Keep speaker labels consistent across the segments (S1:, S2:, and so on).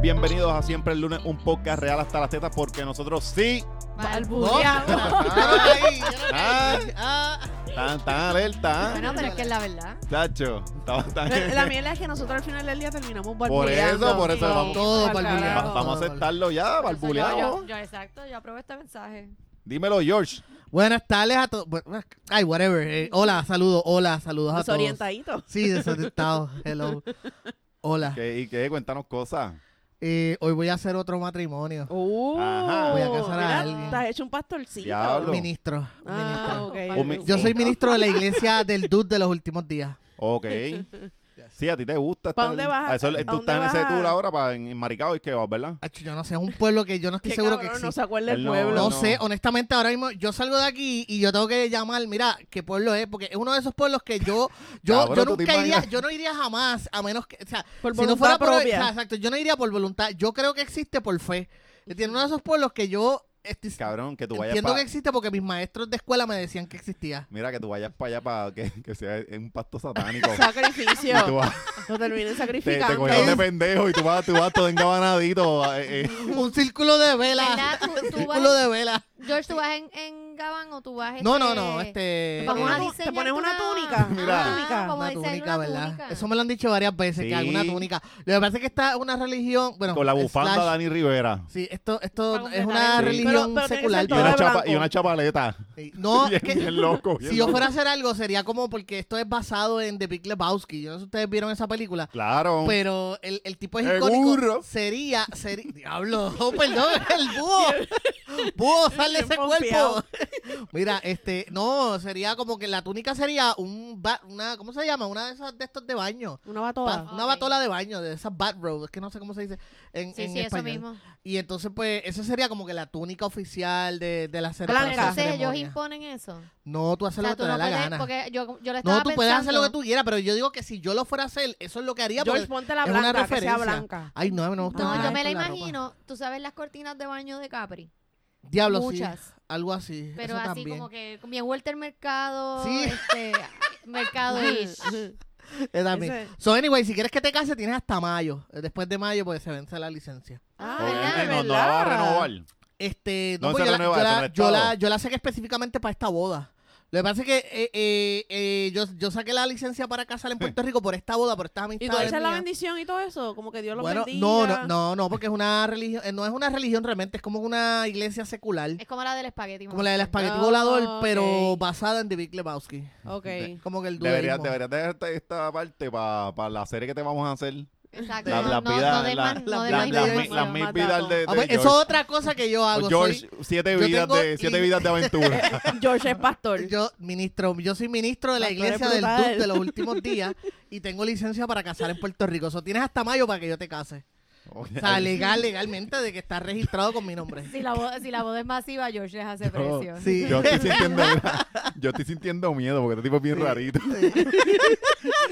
S1: bienvenidos a siempre el lunes, un podcast real hasta las tetas, porque nosotros sí.
S2: Balbuceamos.
S1: Ay, Ah. tan, tan alerta, ¿ah?
S2: Bueno, pero es que es la verdad.
S1: chacho. Estaba tan.
S3: Pero La mierda es que nosotros al final del día terminamos
S1: Por eso, por eso vamos,
S4: Todo
S3: Al
S4: balbuceado.
S3: carajo.
S1: va- vamos a aceptarlo ya,
S2: Yo,
S1: barbuleado.
S2: yo- exacto, yo aprobé este mensaje.
S1: Dímelo, George.
S4: Buenas tardes a todos. Ay, whatever. Eh, hola, saludos, hola, saludos
S3: Pues
S4: a todos.
S3: Desorientadito.
S4: Sí, desorientado. Hello. Hola.
S1: ¿Qué, ¿Y qué? Cuéntanos cosas.
S4: Eh, hoy voy a hacer otro matrimonio.
S3: Uh,
S1: Ajá.
S4: Voy a casar a alguien.
S3: Estás hecho un pastorcito.
S1: Diablo.
S4: Ministro.
S3: Ah,
S4: ministro.
S3: ok.
S1: Un mi-
S4: Yo soy ministro de la iglesia del DUD de los últimos días.
S1: Ok. Sí, a ti te gusta.
S3: ¿Pa'
S1: estar-
S3: dónde vas?
S1: a eso-
S3: ¿Pa'
S1: tú
S3: dónde
S1: estás en ese
S3: vas?
S1: tour ahora, para, en, en Maricao y que vas, ¿verdad?
S4: Acho, yo no sé, es un pueblo que yo no estoy
S3: Qué
S4: seguro
S3: cabrón,
S4: que
S3: no
S4: existe.
S3: se acuerda el
S1: Él no-
S3: pueblo.
S4: No
S1: no.
S4: sé, honestamente, ahora mismo yo salgo de aquí y yo tengo que llamar, mira, qué pueblo es, porque es uno de esos pueblos que yo, yo,
S1: Cabrón,
S4: yo
S1: tú te
S4: nunca iría,
S1: imaginas.
S4: yo no iría jamás, a menos que, o sea,
S3: Por
S4: si no
S3: voluntad
S4: fuera por, o
S3: propia.
S4: sea, exacto, yo no iría por voluntad, yo creo que existe por fe. Tiene uno de esos pueblos que yo estoy-
S1: Cabrón, que tú vayas
S4: entiendo
S1: para...
S4: que existe porque mis maestros de escuela me decían que existía.
S1: Mira, que tú vayas para allá para que, que sea un pacto satánico.
S3: Sacrificio.
S1: y tú vas,
S3: Lo terminé
S1: te, te
S3: sacrificando.
S1: cogieron de pendejo y tú vas, tú vas todo engabanadito. eh, eh.
S4: Un círculo de vela,
S2: ¿Verdad? Tú- tú
S4: círculo
S2: vas-
S4: de vela.
S2: George, ¿tú vas en, en Gabán o tú vas
S4: No, no, no, este
S2: Vamos
S4: eh,
S2: a
S3: Te
S2: diseñar
S3: pones una túnica.
S1: Mira.
S2: Ah,
S3: Túnica.
S2: vamos a
S4: una
S2: diseñar
S4: túnica,
S2: una
S4: ¿verdad?
S2: túnica.
S4: Eso me lo han dicho varias veces,
S1: Sí.
S4: que alguna túnica. Lo que pasa es que está una religión, bueno, eh,
S1: con la bufanda
S4: slash-
S1: de Dani Rivera.
S4: Sí, esto, esto
S2: Para
S4: es
S2: completar
S4: una
S1: el- Sí.
S4: religión
S3: Pero- pero tiene que
S4: secular.
S3: ser
S1: Y
S3: Todo
S1: una,
S3: de
S1: chapa,
S3: blanco.
S1: y una chapaleta.
S4: Sí. No,
S1: bien,
S4: que-
S1: bien loco. bien
S4: si yo
S1: loco.
S4: fuera a hacer algo sería como porque esto es basado en The Big Lebowski. Yo no sé si ustedes vieron esa película,
S1: Claro.
S4: pero el, el tipo es
S1: El
S4: icónico.
S1: burro.
S4: Sería, seri- diablo, oh, perdón, el búho. Búho, sale ese
S3: Bien
S4: cuerpo.
S3: pompeado.
S4: Mira, este, no, sería como que la túnica sería un ba- una, ¿cómo se llama? Una de esas de estos de baño.
S3: Una
S4: Pa-
S3: batoda.
S4: una
S2: Ok.
S4: batola de baño, de esas bathrobe, es que no sé cómo se dice en,
S2: Sí,
S4: en
S2: sí, eso
S4: español.
S2: mismo.
S4: Y entonces, pues, esa sería como que la túnica oficial de, de la cere-
S3: Blanca.
S4: para hacer
S2: Entonces ellos
S4: ceremonia.
S2: imponen eso.
S4: No, tú haces
S2: O sea,
S4: lo que
S2: tú
S4: te da
S2: no
S4: la
S2: puedes-
S4: gana.
S2: Porque yo, yo le estaba
S4: No, tú puedes hacer lo que
S2: pensando-
S4: tú quieras, pero yo digo que si yo lo fuera a hacer, eso es lo que haría.
S3: George,
S4: porque
S3: ponte la
S4: pues, es una
S3: blanca, que sea
S4: referencia.
S3: blanca.
S4: Ay, no, a mí no me gusta
S2: No,
S4: nada
S2: yo me
S4: esto
S2: la
S4: de ropa.
S2: imagino. Tú sabes las cortinas de baño de Capri.
S4: Diablo, sí.
S2: Muchas.
S4: Algo así.
S2: Pero
S4: eso
S2: así
S4: también.
S2: como que bien Walter Mercado,
S4: Sí.
S2: este, Mercado y
S4: Eh, también.
S3: Ese-
S4: So, anyway, si quieres que te case, tienes hasta mayo. Eh, Después de mayo, pues se vence la licencia.
S3: Ah,
S1: Obviamente
S3: ¿verdad?
S1: no, no la va a renovar.
S4: Este,
S1: No
S4: pues,
S1: se
S4: yo, la,
S1: renueva,
S4: yo
S1: eso
S4: la-
S1: no es
S4: yo
S1: todo.
S4: la- yo la saqué específicamente para esta boda. Lo que pasa es que eh, eh, eh, yo, yo saqué la licencia para casar en Puerto Rico por esta boda, por estas
S3: Y
S4: amistades.
S3: tú echas la
S4: mías.
S3: bendición y todo eso, como que Dios lo
S4: Bueno,
S3: bendiga.
S4: no, no, no, no, porque es una religión, eh, no es una religión realmente, es como una iglesia secular,
S2: es como la del espagueti.
S4: como la del espagueti
S3: Ah,
S4: volador, pero
S3: ok.
S4: basada en The Big Lebowski,
S3: Ok.
S4: como que el
S1: Deberías,
S4: dualismo.
S1: deberías dejarte esta parte para la serie que te vamos a hacer.
S2: Exacto.
S1: Las
S2: no,
S1: las
S2: no, no
S1: vidas.
S2: de
S1: la-
S2: más- no de
S1: la-
S2: más
S1: las
S2: nada.
S1: mil- Las mil
S3: Matato.
S1: vidas de.
S4: Ah,
S1: de
S4: pues, eso es
S1: George.
S4: otra cosa que yo hago.
S1: George,
S4: soy-
S1: siete
S4: yo
S1: vidas
S4: tengo
S1: de siete
S4: in-
S1: vidas de aventura.
S3: George es pastor.
S4: yo ministro, yo soy ministro de la
S3: Pastor es
S4: iglesia del
S3: brutal.
S4: DUC de los últimos días y tengo licencia para casar en Puerto Rico. Eso tienes hasta mayo para que yo te case. O sea, legal, legalmente de que está registrado con mi nombre.
S2: Si la, boda, si la boda es masiva, George les hace este precio.
S4: sí.
S1: Yo estoy sintiendo, yo estoy sintiendo miedo porque este tipo es bien rarito.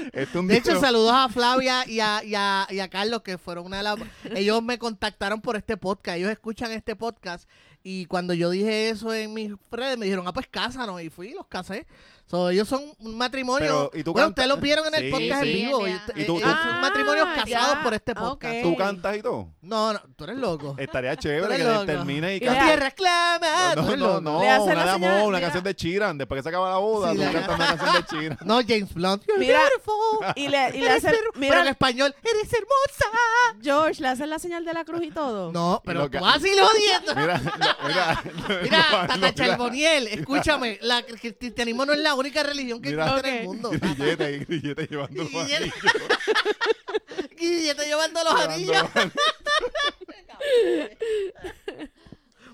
S1: Este es un
S4: De hecho,
S1: tipo-
S4: saludos a Flavia y a, y a- y a Carlos, que fueron una de las... Ellos me contactaron por este podcast, ellos escuchan este podcast, y cuando yo dije eso en mis redes, me dijeron, ah, pues cásanos, y fui y los casé. So, ellos son un matrimonio...
S1: Pero, ¿y tú
S4: bueno,
S1: canta-
S4: ustedes los vieron en el
S1: Sí,
S4: podcast
S2: sí.
S4: en vivo.
S2: Bien,
S4: y-
S2: bien.
S1: ¿Y tú-
S4: ellos son
S3: Ah,
S4: matrimonios casados
S3: ya.
S4: por este
S3: Ah, ok.
S4: podcast.
S1: tú cantas y todo.
S4: No, no, tú eres loco.
S1: Estaría chévere
S4: Eres
S1: que
S4: loco.
S1: termine y
S3: Y
S4: La
S1: cante.
S3: le-
S4: tierra es clama, tú
S1: Eh, No,
S4: eres
S1: no,
S4: loco.
S1: no,
S3: Le hace
S1: una
S3: la
S1: de
S3: señal,
S1: amor, una
S3: mira.
S1: canción de Chiran. Después que se acaba la boda,
S4: Sí,
S1: tú
S4: la-
S1: cantas una canción de Chiran.
S4: No, James Blunt. You're
S3: Mira,
S4: beautiful.
S3: Y le, y le hace,
S4: Pero en
S3: mira,
S4: español, eres hermosa.
S3: George, le hacen la señal de la cruz y todo.
S4: No, pero
S1: lo
S4: tú
S1: ca-
S4: así lo odiando.
S1: Mira, lo- mira, lo-
S4: Mira,
S1: lo-
S4: Tata
S1: lo-
S4: Charboniel, escúchame, la, el cristianismo no es la única religión que
S1: Mira.
S4: existe
S3: Ok.
S4: en el mundo.
S1: Grillete, y grillete llevando los
S4: Grillete.
S1: anillos,
S4: Y yo estoy llevando los
S1: llevando
S4: anillos.
S1: los anillos.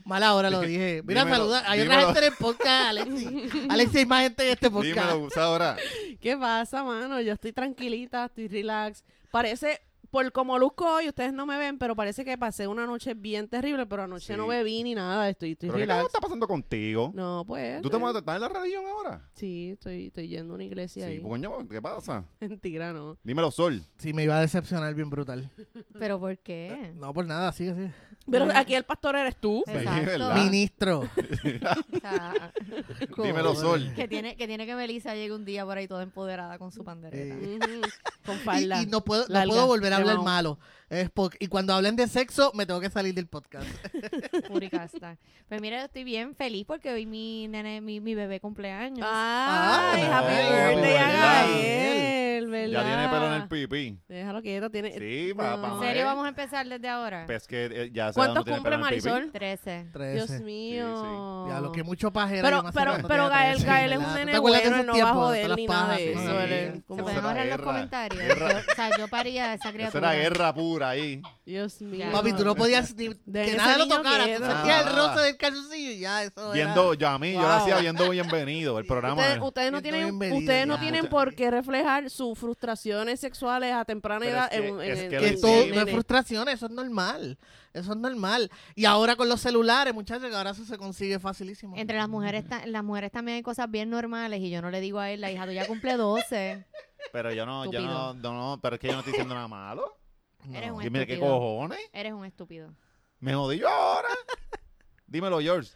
S4: Mala hora lo dije. Mira,
S1: Dímelo,
S4: saluda. Hay otra
S1: dímelo.
S4: gente en el podcast, Alexi. Alexi, hay más gente en este podcast.
S1: Dímelo, usa ahora.
S3: ¿Qué pasa, mano? Yo estoy tranquilita, estoy relax. Parece, por como luzco hoy, ustedes no me ven, pero parece que pasé una noche bien terrible, pero
S1: Sí.
S3: anoche no bebí ni nada, estoy, estoy
S1: ¿Pero qué carajo
S3: relax.
S1: está pasando contigo?
S3: No, pues.
S1: ¿Tú te
S3: eh,
S1: vas a estar en la religión ahora?
S3: Sí, estoy, estoy yendo a una iglesia
S1: Sí,
S3: ahí.
S1: pues, coño, ¿qué pasa?
S3: Mentira, no.
S1: Dímelo, Sol.
S4: Sí, me iba a decepcionar bien brutal.
S2: Pero ¿por qué?
S4: No, por nada, sigue, sigue.
S3: Pero aquí el pastor eres tú.
S1: Sí,
S2: Exacto.
S1: ¿verdad?
S2: Mini-
S4: Ministro.
S2: O sea,
S1: Dímelo, Sol.
S2: que, tiene, que tiene que Melissa llegue un día por ahí toda empoderada con su pandereta.
S4: Eh,
S3: Ujú, Con
S4: Y,
S3: falda.
S4: y no puedo, no
S3: larga,
S4: puedo volver a hablar
S3: Wow.
S4: malo. Es por- y cuando hablen de sexo, me tengo que salir del podcast.
S2: Puricasta. Pues mira, yo estoy bien feliz porque hoy mi nene, mi, mi bebé cumpleaños.
S1: Ah,
S3: Ay,
S4: Ay,
S3: happy
S1: happy
S3: birthday a
S4: birthday.
S3: Gael, ¿verdad?
S1: Ya tiene pelo en el pipí.
S3: Déjalo quieto, tiene...
S1: Sí, pa- pa-
S2: ¿En
S1: vamos a
S2: serio
S1: ver.
S2: vamos a empezar desde ahora?
S1: Pues que eh, ya se
S3: ¿Cuántos
S1: no tiene
S3: cumple
S1: pelo en el pipí.
S3: Marisol?
S2: 13.
S3: Dios
S4: Trece.
S3: mío.
S4: Ya, lo que mucho pajera.
S3: Pero,
S4: yo me hace
S3: pero,
S4: cuando
S3: pero
S4: tenía
S3: Gael,
S4: trece,
S3: Gael es
S4: ¿verdad?
S3: un
S4: ¿Tú te
S3: nene
S4: acuerdas de
S3: bueno, él
S4: esos
S3: no
S4: tiempos,
S3: bajó
S4: de
S3: de él
S4: todas
S3: ni
S4: las
S3: nada
S4: pajas?
S3: de
S1: sí,
S3: eso. él
S1: sí.
S3: es
S2: Se
S1: Eso
S3: como-
S2: pueden
S1: era
S2: ahorrar los
S1: guerra.
S2: comentarios.
S1: Guerra.
S2: Yo- o sea, yo paría esa
S1: Eso
S2: criatura.
S1: era guerra pura ahí.
S3: Dios mío.
S2: Ya.
S4: Papi, tú no podías ni
S3: De
S4: que
S3: ese
S4: nada lo
S3: niño
S4: tocara.
S3: que
S4: Tú
S1: era.
S4: sentías el
S1: Nada.
S4: roce del calzoncillo y ya, eso
S1: Viendo,
S4: era.
S1: yo a mí, yo lo
S3: Wow.
S1: hacía viendo bienvenido el programa.
S3: Ustedes, ustedes no
S4: Yo estoy
S3: tienen,
S4: bienvenido,
S3: ustedes no
S4: ya.
S3: tienen por qué reflejar sus frustraciones sexuales a temprana
S1: Pero
S3: edad.
S1: es que-
S3: en,
S1: es
S3: en-
S1: que
S3: en-
S1: lo
S4: Que
S3: en-
S1: Sí,
S4: todo
S3: en-
S4: no es
S3: en-
S4: frustración, eso es normal. Eso es normal. Y ahora con los celulares, muchachos, que ahora eso se consigue facilísimo.
S2: Entre las mujeres, ta- las mujeres también hay cosas bien normales y yo no le digo a él, la hija, tú ya cumple 12.
S1: Pero yo no, yo no,
S2: Estúpido.
S1: no, no, pero es que yo no estoy diciendo nada malo.
S4: No.
S2: Eres un
S1: Y mira, ¿qué
S2: estúpido.
S1: cojones?
S2: Eres un estúpido.
S1: Me jodí yo ahora. Dímelo, George.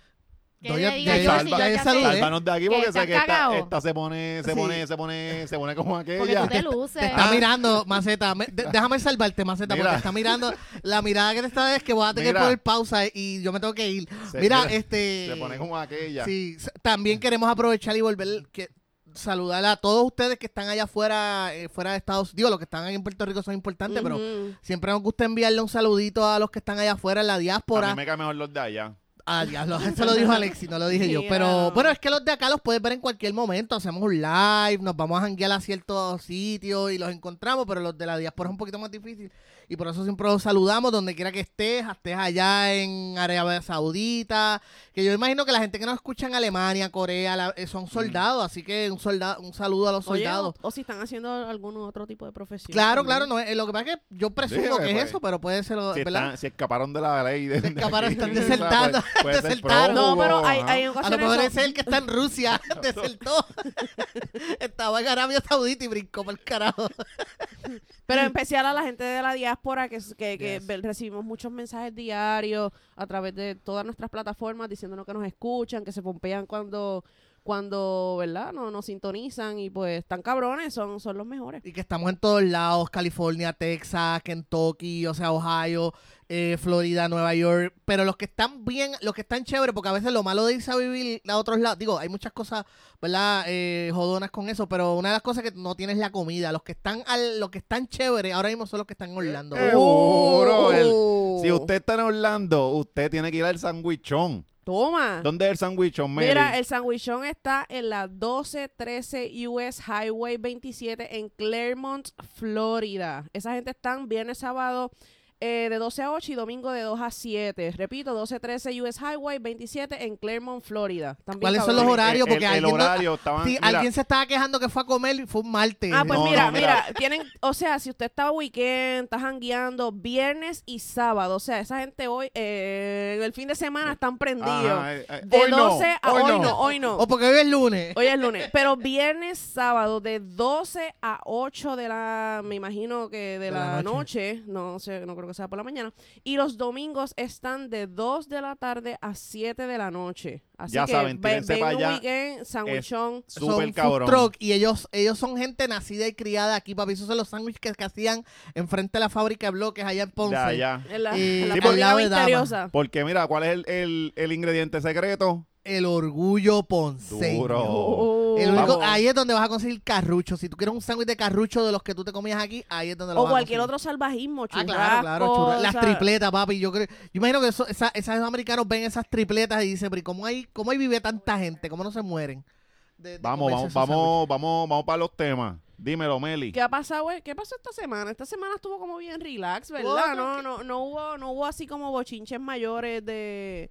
S2: Que
S4: No,
S2: le
S4: ya-
S1: ya-
S2: diga yo
S1: ya-
S2: si
S1: ya-
S2: yo
S4: ya
S2: ya
S4: saludé.
S2: sé,
S1: Sálvanos de aquí
S2: Que
S1: porque
S2: estás
S1: sé que esta,
S2: cagao.
S1: esta se pone, se
S4: Sí.
S1: pone, se pone, se pone como
S2: porque
S1: aquella.
S2: tú te luces. Ah,
S4: Te está mirando, Maceta. me- de- déjame salvarte, Maceta,
S1: Mira.
S4: porque te está mirando. La mirada que te está es que voy a tener que
S1: Mira.
S4: poner pausa y yo me tengo que ir.
S1: Se-
S4: Mira,
S1: mira,
S4: este.
S1: Se pone como aquella.
S4: Sí, s- también queremos aprovechar y volver que saludar a todos ustedes que están allá afuera, eh, fuera de Estados Unidos, los que están ahí en Puerto Rico son importantes, pero
S3: Ujú.
S4: siempre nos gusta enviarle un saludito a los que están allá afuera en la
S1: A
S4: diáspora.
S1: mí me cae mejor los de allá.
S4: Ah, diablo, eso lo dijo Alexi, no lo dije yo.
S3: Yeah.
S4: Pero bueno, es que los de acá los puedes ver en cualquier momento. Hacemos un live, nos vamos a janguear a ciertos sitios y los encontramos, pero los de la diáspora es un poquito más difícil. Y por eso siempre los saludamos donde quiera que estés, estés allá en Arabia Saudita. Que yo imagino que la gente que nos escucha en Alemania, Corea, la- eh,
S1: Mm.
S4: son soldados, así que un, soldado, un saludo a los
S3: Oye,
S4: soldados.
S3: o, o si están haciendo algún otro tipo de profesión.
S4: claro,
S3: también.
S4: claro, no, es- eh, lo que pasa es que yo presumo
S1: Sí,
S4: que es
S1: pues.
S4: eso, pero puede ser,
S1: Si,
S4: ¿verdad?
S1: están- si escaparon de la ley. De,
S4: Se escaparon, están
S1: de- puede-
S4: desertando,
S1: pues, puede ser
S4: desertaron.
S1: prófugo,
S3: No, pero hay,
S1: ajá.
S3: hay
S4: A lo
S3: ocasiones...
S4: mejor
S3: son-
S4: ese es el que está en Rusia, desertó. Estaba en Arabia Saudita y brincó para el carajo.
S1: Mm.
S3: Pero en especial a la gente de la diáspora, que, que, que
S4: Yes.
S3: ve- recibimos muchos mensajes diarios a través de todas nuestras plataformas diciéndonos que nos escuchan, que se pompean cuando, cuando ¿verdad? No, nos sintonizan y pues están cabrones, son, son los mejores.
S4: Y que estamos en todos lados, California, Texas, Kentucky, o sea, Ohio, eh, Florida, Nueva York. Pero los que están bien, los que están chéveres, porque a veces lo malo de irse a vivir a otros lados, digo, hay muchas cosas, ¿verdad? Eh, jodonas con eso, pero una de las cosas que no tienes la comida. Los que están al, los que están chéveres ahora mismo son los que están en Orlando.
S3: Eh,
S1: Seguro, el-
S3: ¡Oh!
S1: Si usted está en Orlando, usted tiene que ir al sandwichón.
S3: Toma.
S1: ¿Dónde es el sandwichón, Mary?
S3: Ah. Mira, el sandwichón está en la 1213 US Highway 27 en Claremont, Florida. Esa gente están viernes, sábado eh, de 12 a 8 y domingo de 2 a 7. Repito, 1213 US Highway 27 en Claremont, Florida. Están bien
S4: ¿Cuáles son
S1: El-
S4: los
S3: cabrones.
S4: horarios?
S1: el-
S4: Porque
S1: el,
S4: alguien no-
S1: horario estaban.
S4: Sí,
S1: mira,
S4: alguien se estaba quejando que fue a comer y fue un martes.
S3: Ah, pues
S1: No,
S3: mira,
S1: no,
S3: mira,
S1: mira.
S3: tienen, o sea, si usted está weekend, está jangueando viernes y sábado, o sea, esa gente hoy, eh, en el fin de semana están
S1: ajá,
S3: prendidos.
S1: eh, eh,
S3: De 12 a
S1: hoy no.
S3: hoy no.
S4: O porque hoy es lunes.
S3: Hoy es lunes, pero viernes, sábado, de 12 a 8 de la, me imagino que de, la, noche. no sé, no creo que sea por la mañana, y los domingos están de 2 de la tarde a 7 de la noche. Así
S1: Ya
S3: que
S1: saben,
S3: ve-
S1: tírense
S3: ven
S1: pa'
S3: un
S1: allá.
S3: weekend, sandwichón.
S4: Son
S1: Súper
S4: food
S1: cabrón.
S4: truck y ellos, ellos son gente nacida y criada aquí, papi. Esos son los sándwiches que, que hacían enfrente de la fábrica de bloques allá en Ponce.
S1: Ya, ya.
S3: En la,
S4: Eh,
S3: en la
S4: sí,
S3: colina
S4: por- lado de Dama.
S3: misteriosa.
S1: Porque mira, ¿cuál es el, el, el ingrediente secreto?
S4: El orgullo Ponce.
S1: Duro.
S3: Uh,
S4: El único-
S1: Oh. Vamos.
S4: ahí es donde vas a conseguir carrucho. Si tú quieres un sándwich de carrucho de los que tú te comías aquí, ahí es donde lo
S3: o
S4: vas a
S3: cualquier
S4: conseguir.
S3: otro salvajismo,
S4: Ah,
S3: churrasco.
S4: claro, claro, churra- Las
S3: o sea,
S4: tripletas, papi. Yo creo, yo imagino que eso, esa- esas- esos americanos ven esas tripletas y dicen, pero ¿y ¿cómo hay, cómo ahí vive tanta gente? ¿Cómo no se mueren? de- de
S1: Vamos,
S4: comerse
S1: vamos,
S4: esos sándwiches?
S1: vamos, vamos, vamos para los temas. Dímelo, Meli.
S3: ¿Qué ha pasado? eh? ¿Qué pasó esta semana? Esta semana estuvo como bien relax,
S4: Bueno,
S3: ¿verdad? No,
S4: que-
S3: no, no hubo, no hubo así como bochinches mayores de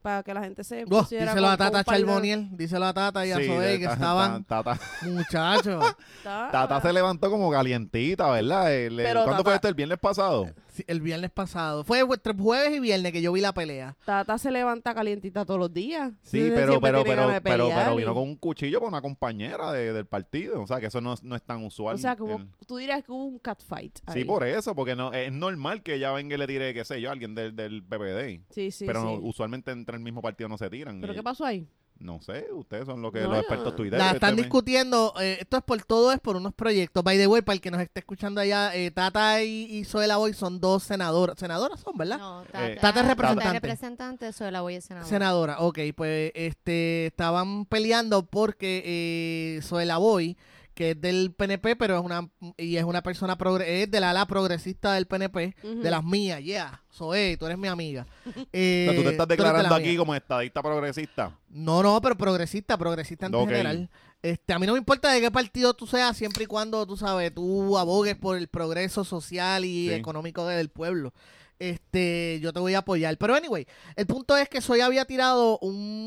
S3: para que la gente se
S4: Oh,
S3: pusiera.
S4: díselo
S3: con-
S4: a Tata
S3: con un par de-
S4: Charboniel, díselo a Tata y a
S1: Sí,
S4: Zoe
S1: de-
S4: eh, que
S1: ta-
S4: estaban
S1: ta- Tata,
S4: muchachos.
S3: Está-
S1: Tata se levantó como calientita, ¿verdad? El- el-
S3: Pero
S1: ¿Cuándo
S3: Tata-
S1: fue esto? ¿El viernes pasado?
S4: Sí, el viernes pasado. Fue jue- entre jueves y viernes que yo vi la pelea.
S3: Tata se levanta calientita todos los días.
S1: Sí, pero,
S3: Entonces, siempre
S1: pero,
S3: "Pues, tiene
S1: pero,
S3: ganas de
S1: pero,
S3: pelear
S1: pero
S3: y-
S1: vino con un cuchillo con una compañera de- del partido. O sea, que eso no, es- no es tan usual.
S3: O sea, que hubo-
S1: El-
S3: tú dirías que hubo un catfight.
S1: Sí,
S3: ahí.
S1: por eso, porque no es normal que ella venga y le tire, qué sé yo, a alguien del, del PPD.
S3: Sí, sí,
S1: pero
S3: sí.
S1: usualmente entre el mismo partido no se tiran.
S4: eh,
S3: ¿Pero
S1: Y-
S3: qué pasó ahí?
S1: No sé, ustedes son los que
S3: No,
S1: los
S3: yo-
S1: expertos Twitter.
S4: La están
S1: este me-
S4: discutiendo, eh, esto es por todo, es por unos proyectos. By the way, para el que nos esté escuchando allá, eh, Tata y, y Zoela Boy son dos senadoras. Senadoras son, ¿verdad?
S2: No,
S1: Eh,
S4: Tata es representante.
S2: representante, soy la voy a senadora.
S4: Senadora, ok, pues este estaban peleando porque eh, Zoela Boy, que es del PNP, pero es una y es una persona progre es del ala progresista del PNP,
S3: Mm.
S4: de las mías, yeah. Zoe, tú eres mi amiga.
S1: O sea, tú te
S4: Eh,
S1: estás
S4: eres de la
S1: declarando
S4: mía.
S1: aquí como estadista progresista.
S4: No, no, pero progresista, progresista en
S1: Ok.
S4: general. Este, a mí no me importa de qué partido tú seas, siempre y cuando, tú sabes, tú abogues por el progreso social y
S1: Sí.
S4: económico del pueblo. Este, yo te voy a apoyar. Pero anyway, el punto es que Soy había tirado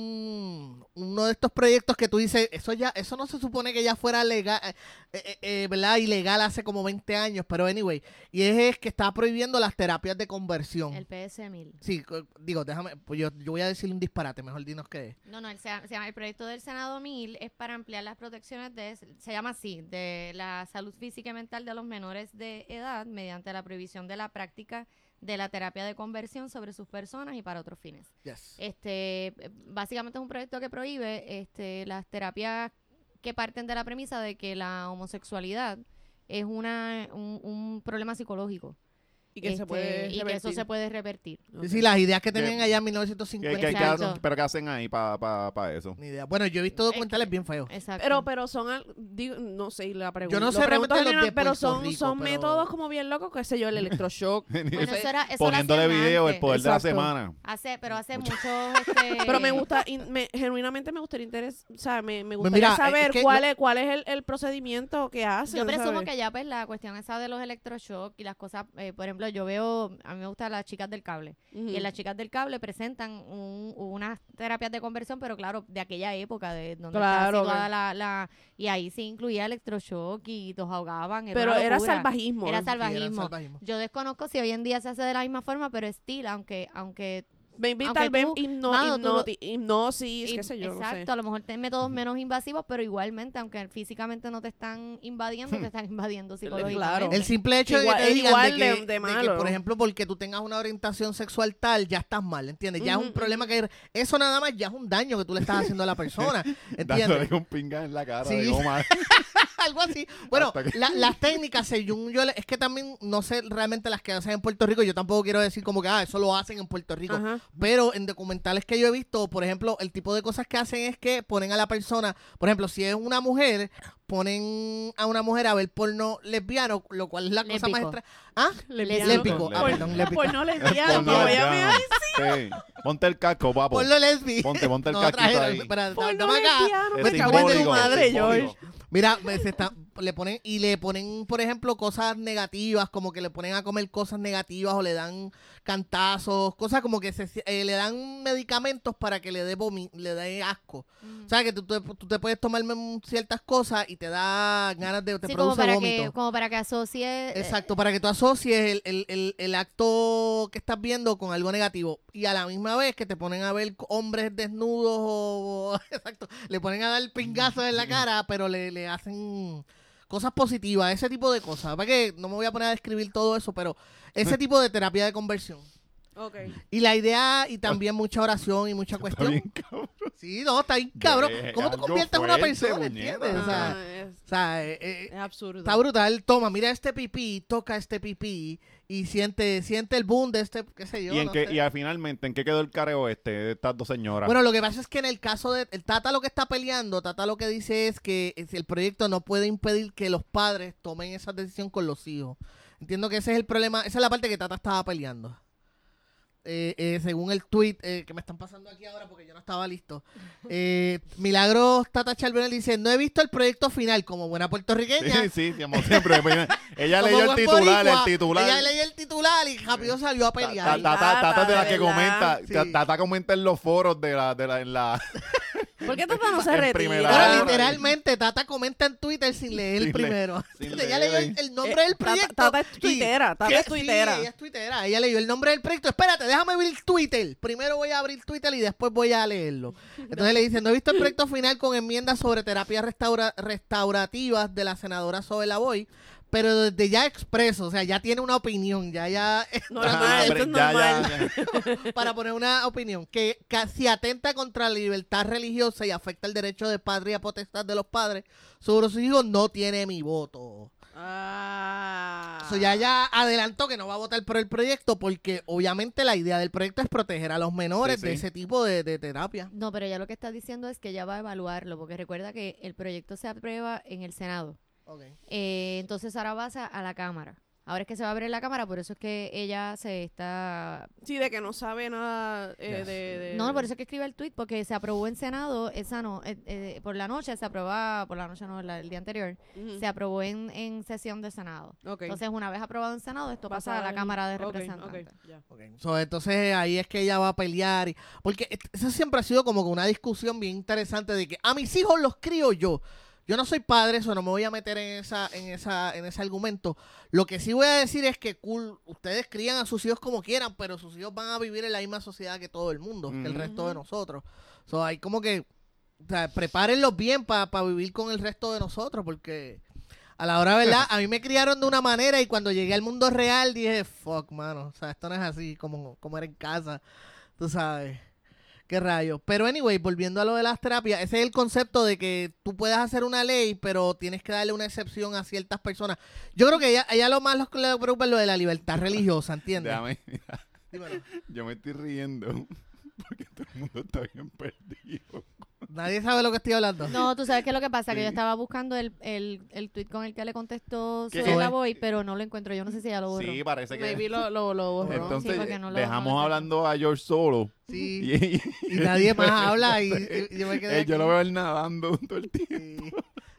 S4: un uno de estos proyectos que tú dices, eso ya, eso no se supone que ya fuera legal, eh, eh, eh, ¿verdad? Ilegal hace como 20 años, pero anyway. Y es, es que está prohibiendo las terapias de conversión.
S2: El PS1000.
S4: Sí, co- digo, déjame, pues yo, yo voy a decir un disparate, mejor dinos qué es.
S2: No, no, el, se, llama- se llama- el proyecto del Senado 1000 es para ampliar las protecciones de, se llama así, de la salud física y mental de los menores de edad mediante la prohibición de la práctica de la terapia de conversión sobre sus personas y para otros fines.
S4: Yes.
S2: Este, básicamente es un proyecto que prohíbe este, las terapias que parten de la premisa de que la homosexualidad es una, un, un problema psicológico
S3: Y que
S2: Este,
S3: se puede
S2: y que eso se puede revertir.
S3: revertir.
S4: Sí, sí, las ideas que
S1: Que-
S4: tenían allá en
S1: ¿Qué-
S4: 1950.
S1: qué- qué
S2: Exacto.
S1: hacen- ¿Pero qué hacen ahí para eso?
S4: Ni idea. Bueno, yo he visto
S2: Es
S4: documentales
S2: que-
S4: bien feos.
S2: Exacto.
S3: Pero, pero son, al- digo, no sé, y la pregunta.
S4: no
S3: lo
S4: sé
S3: pregunto
S4: realmente
S3: general,
S4: los de
S3: pero
S4: Puerto
S3: son,
S4: Rico,
S3: son
S4: pero-
S3: métodos como bien locos, qué sé yo, el electroshock.
S2: Bueno, eso era- eso lo
S1: Poniéndole
S2: hacían
S1: video el
S2: antes.
S1: poder
S3: Exacto.
S1: de la semana.
S2: Hace, pero hace muchos. este,
S3: Pero me gusta, in- me- genuinamente me gustaría interes, o sea, me, me
S4: Eh, Pues
S3: gustaría
S4: mira, es
S3: saber
S4: que
S3: cuál es, cuál es el, el procedimiento que hacen.
S2: Yo presumo
S3: ¿sabes?
S2: que ya, pues, la cuestión esa de los electroshock y las cosas. eh, por ejemplo, yo veo. A mí me gustan las chicas del cable.
S3: Ujú.
S2: Y en las chicas del cable presentan un- unas terapias de conversión, pero claro, de aquella época, de donde
S3: Claro,
S2: estaba situada
S3: que-
S2: la, la- Y ahí se incluía electroshock y los ahogaban. Era
S3: Pero
S2: una
S3: era
S2: locura.
S3: salvajismo.
S2: Era
S3: ¿no?
S4: Sí, eran
S2: salvajismo.
S4: salvajismo.
S2: Yo desconozco si hoy en día se hace de la misma forma, pero estilo, aunque, aunque
S3: Maybe
S2: Aunque
S3: tal vez
S2: tú-
S3: hipno-
S2: mano, tú lo-
S3: hipnoti- hipnosis, qué sé yo,
S2: Exacto, a lo mejor te- métodos menos invasivos, pero igualmente, aunque físicamente no te están invadiendo, te están invadiendo psicológicamente.
S4: El simple hecho
S3: Igual-
S4: de que
S3: es
S4: te digan
S3: igual de-
S4: de que,
S3: de
S4: de que,
S3: malo.
S4: por ejemplo, porque tú tengas una orientación sexual tal, ya estás mal, ¿entiendes? Ya es un
S3: Ujú,
S4: problema que... Eso nada más ya es un daño que tú le estás haciendo a la persona, ¿entiendes?
S1: Dándole un pinga en la cara de
S4: Sí.
S1: goma.
S4: Algo así. Bueno,
S1: Hasta que-
S4: la- las técnicas, según yo, le- es que también no sé realmente las que hacen en Puerto Rico. Yo tampoco quiero decir como que, ah, eso lo hacen en Puerto Rico.
S3: Ajá.
S4: Pero en documentales que yo he visto, por ejemplo, el tipo de cosas que hacen es que ponen a la persona, por ejemplo, si es una mujer, ponen a una mujer a ver porno lesbiano, lo cual es la cosa
S2: Lésbico.
S4: más extra. Ah,
S3: Lesbiano.
S4: lésbico. Ah,
S1: Por-
S4: perdón, lésbico.
S3: Pues no lesbiano,
S1: Ponlo
S3: me voy a
S1: allá.
S3: mear.
S1: Sí. Ponte el casco, papo.
S4: Porno lesbi.
S1: Ah, pues, Ponte, ponte el
S4: No,
S1: casquito
S4: trajeron,
S1: ahí.
S4: espera, da-
S3: Porno
S4: dame acá.
S3: lesbiano,
S1: Es
S4: Me cago en tu
S1: simbólico,
S4: madre,
S1: es simbólico.
S3: George.
S4: Mira, me- se está- le ponen y le ponen, por ejemplo, cosas negativas, como que le ponen a comer cosas negativas o le dan cantazos, cosas como que se, eh, le dan medicamentos para que le dé vomi- le dé asco.
S2: Mm.
S4: O sea, que tú, te- tú te puedes tomar mm, ciertas cosas y te da ganas de, te
S2: Sí, como
S4: produce
S2: para,
S4: vómito.
S2: que, como para que asocie. eh,
S4: Exacto, para que tú asocies el, el- el- el acto que estás viendo con algo negativo. Y a la misma vez que te ponen a ver hombres desnudos o. o- Exacto, le ponen a dar pingazos en la cara, pero le, le hacen cosas positivas, ese tipo de cosas. Para que no me voy a poner a describir todo eso, pero ese tipo de terapia de conversión.
S3: Ok.
S4: Y la idea, y también mucha oración y mucha cuestión.
S1: Oh. Está bien, cabrón.
S4: Sí, no, está bien, cabrón.
S1: Eh,
S4: ¿Cómo tú
S1: algo
S4: conviertes a una
S1: fuerte,
S4: persona?
S1: puñeta.
S4: ¿Entiendes? O sea,
S3: Ah, es,
S4: o sea, eh, eh,
S3: es absurdo.
S4: Está brutal. Toma, mira este pipí, toca este pipí y siente, siente el boom de este, qué sé yo.
S1: ¿Y, en
S4: no
S1: qué,
S4: sé.
S1: y al finalmente, ¿en qué quedó el careo este de estas dos señoras?
S4: Bueno, lo que pasa es que en el caso de el Tata lo que está peleando, Tata lo que dice es que es- el proyecto no puede impedir que los padres tomen esa decisión con los hijos. Entiendo que ese es el problema, esa es la parte que Tata estaba peleando. Eh, eh, según el tweet eh, que me están pasando aquí ahora porque yo no estaba listo. Eh, Milagros Tata Charbonel dice, no he visto el proyecto final como buena puertorriqueña.
S1: sí, sí, sí, amor, siempre. Ella
S4: Como
S1: leyó el
S4: buen
S1: titular,
S4: boricua,
S1: el titular.
S4: Ella leyó el titular y rápido salió a
S1: Ta-
S4: pelear.
S1: ta- ta- Tata de la que
S3: ¿verdad?
S1: comenta,
S4: Sí.
S1: ta- Tata comenta en los foros de la, de la, en la
S3: ¿Por
S4: eh,
S3: qué Tata no se
S1: En
S3: retira?
S1: primera
S4: Bueno,
S1: hora.
S4: literalmente, Tata comenta en Twitter sin leer
S1: Sin
S4: primero.
S1: leer, sin
S4: ella
S1: leer.
S4: leyó el, el nombre
S3: Eh,
S4: del proyecto.
S3: Tata, Tata es
S4: y-
S3: tuitera, Tata
S4: ¿Qué?
S3: es tuitera.
S4: Sí, ella es tuitera. Ella leyó el nombre del proyecto. Espérate, déjame abrir Twitter. Primero voy a abrir Twitter y después voy a leerlo. Entonces le dicen, no he visto el proyecto final con enmiendas sobre terapias restaura- restaurativas de la senadora Zoe Lavoy, pero desde ya expreso, o sea, ya tiene una opinión, ya, ya,
S1: Ah,
S3: Normal, esto es
S1: hombre, ya,
S3: normal.
S1: ya, ya.
S4: para poner una opinión, que casi atenta contra la libertad religiosa y afecta el derecho de patria potestad de los padres sobre sus hijos, no tiene mi voto.
S3: Ah.
S4: So, ya ya adelantó que no va a votar por el proyecto porque obviamente la idea del proyecto es proteger a los menores
S1: Sí,
S4: de
S1: sí.
S4: ese tipo de, de terapia.
S2: No, pero ya lo que está diciendo es que ya va a evaluarlo, porque recuerda que el proyecto se aprueba en el Senado. Eh, entonces ahora pasa a la Cámara. Ahora es que se va a abrir la Cámara, por eso es que ella se está...
S3: Sí, de que no sabe nada eh,
S4: Ya.
S3: de, de-
S2: No, por eso es que escribe el tuit, porque se aprobó en Senado, esa no, eh, eh, por la noche se aprueba, por la noche no, la- el día anterior,
S3: Ujú.
S2: se aprobó en, en sesión de Senado.
S3: Ok.
S2: Entonces, una vez aprobado en Senado, esto pasa, a la
S3: al-
S2: Cámara de
S3: ok, ok,
S2: Representantes.
S3: ya.
S4: Ok. So, entonces ahí es que ella va a pelear. y- porque et- eso siempre ha sido como que una discusión bien interesante de que a mis hijos los crío yo. Yo no soy padre, eso no me voy a meter en esa, en esa, en ese argumento. Lo que sí voy a decir es que cool, ustedes crían a sus hijos como quieran, pero sus hijos van a vivir en la misma sociedad que todo el mundo, que el
S1: Ujú.
S4: resto de nosotros. So, hay como que o sea, prepárenlos bien para vivir con el resto de nosotros, porque a la hora, ¿verdad? A mí me criaron de una manera y cuando llegué al mundo real dije, fuck, mano. O sea, esto no es así como, como era en casa. Tú sabes. Qué rayos. Pero, anyway, volviendo a lo de las terapias, ese es el concepto de que tú puedes hacer una ley, pero tienes que darle una excepción a ciertas personas. Yo creo que ella, ella lo más lo que le preocupa es lo de la libertad religiosa, ¿entiendes?
S1: Déjame-
S4: Dímelo.
S1: yo me estoy riendo porque todo el mundo está bien perdido.
S4: Nadie sabe lo que estoy hablando.
S2: No, tú sabes que lo que pasa, que
S1: Sí.
S2: yo estaba buscando el, el, el tweet con el que le contestó
S1: ¿Qué?
S2: Suela Boy, pero no lo encuentro. Yo no sé si ya lo borró.
S1: Sí, parece que...
S3: Maybe lo, lo, lo borró.
S2: Sí,
S1: Entonces
S2: porque no lo-
S1: dejamos
S2: no lo-
S1: hablando a George solo.
S4: Sí.
S1: Y, y-
S4: Y nadie más habla y, y- y yo me quedé.
S1: eh, yo
S4: aquí.
S1: lo veo él nadando todo el tiempo.
S4: Sí.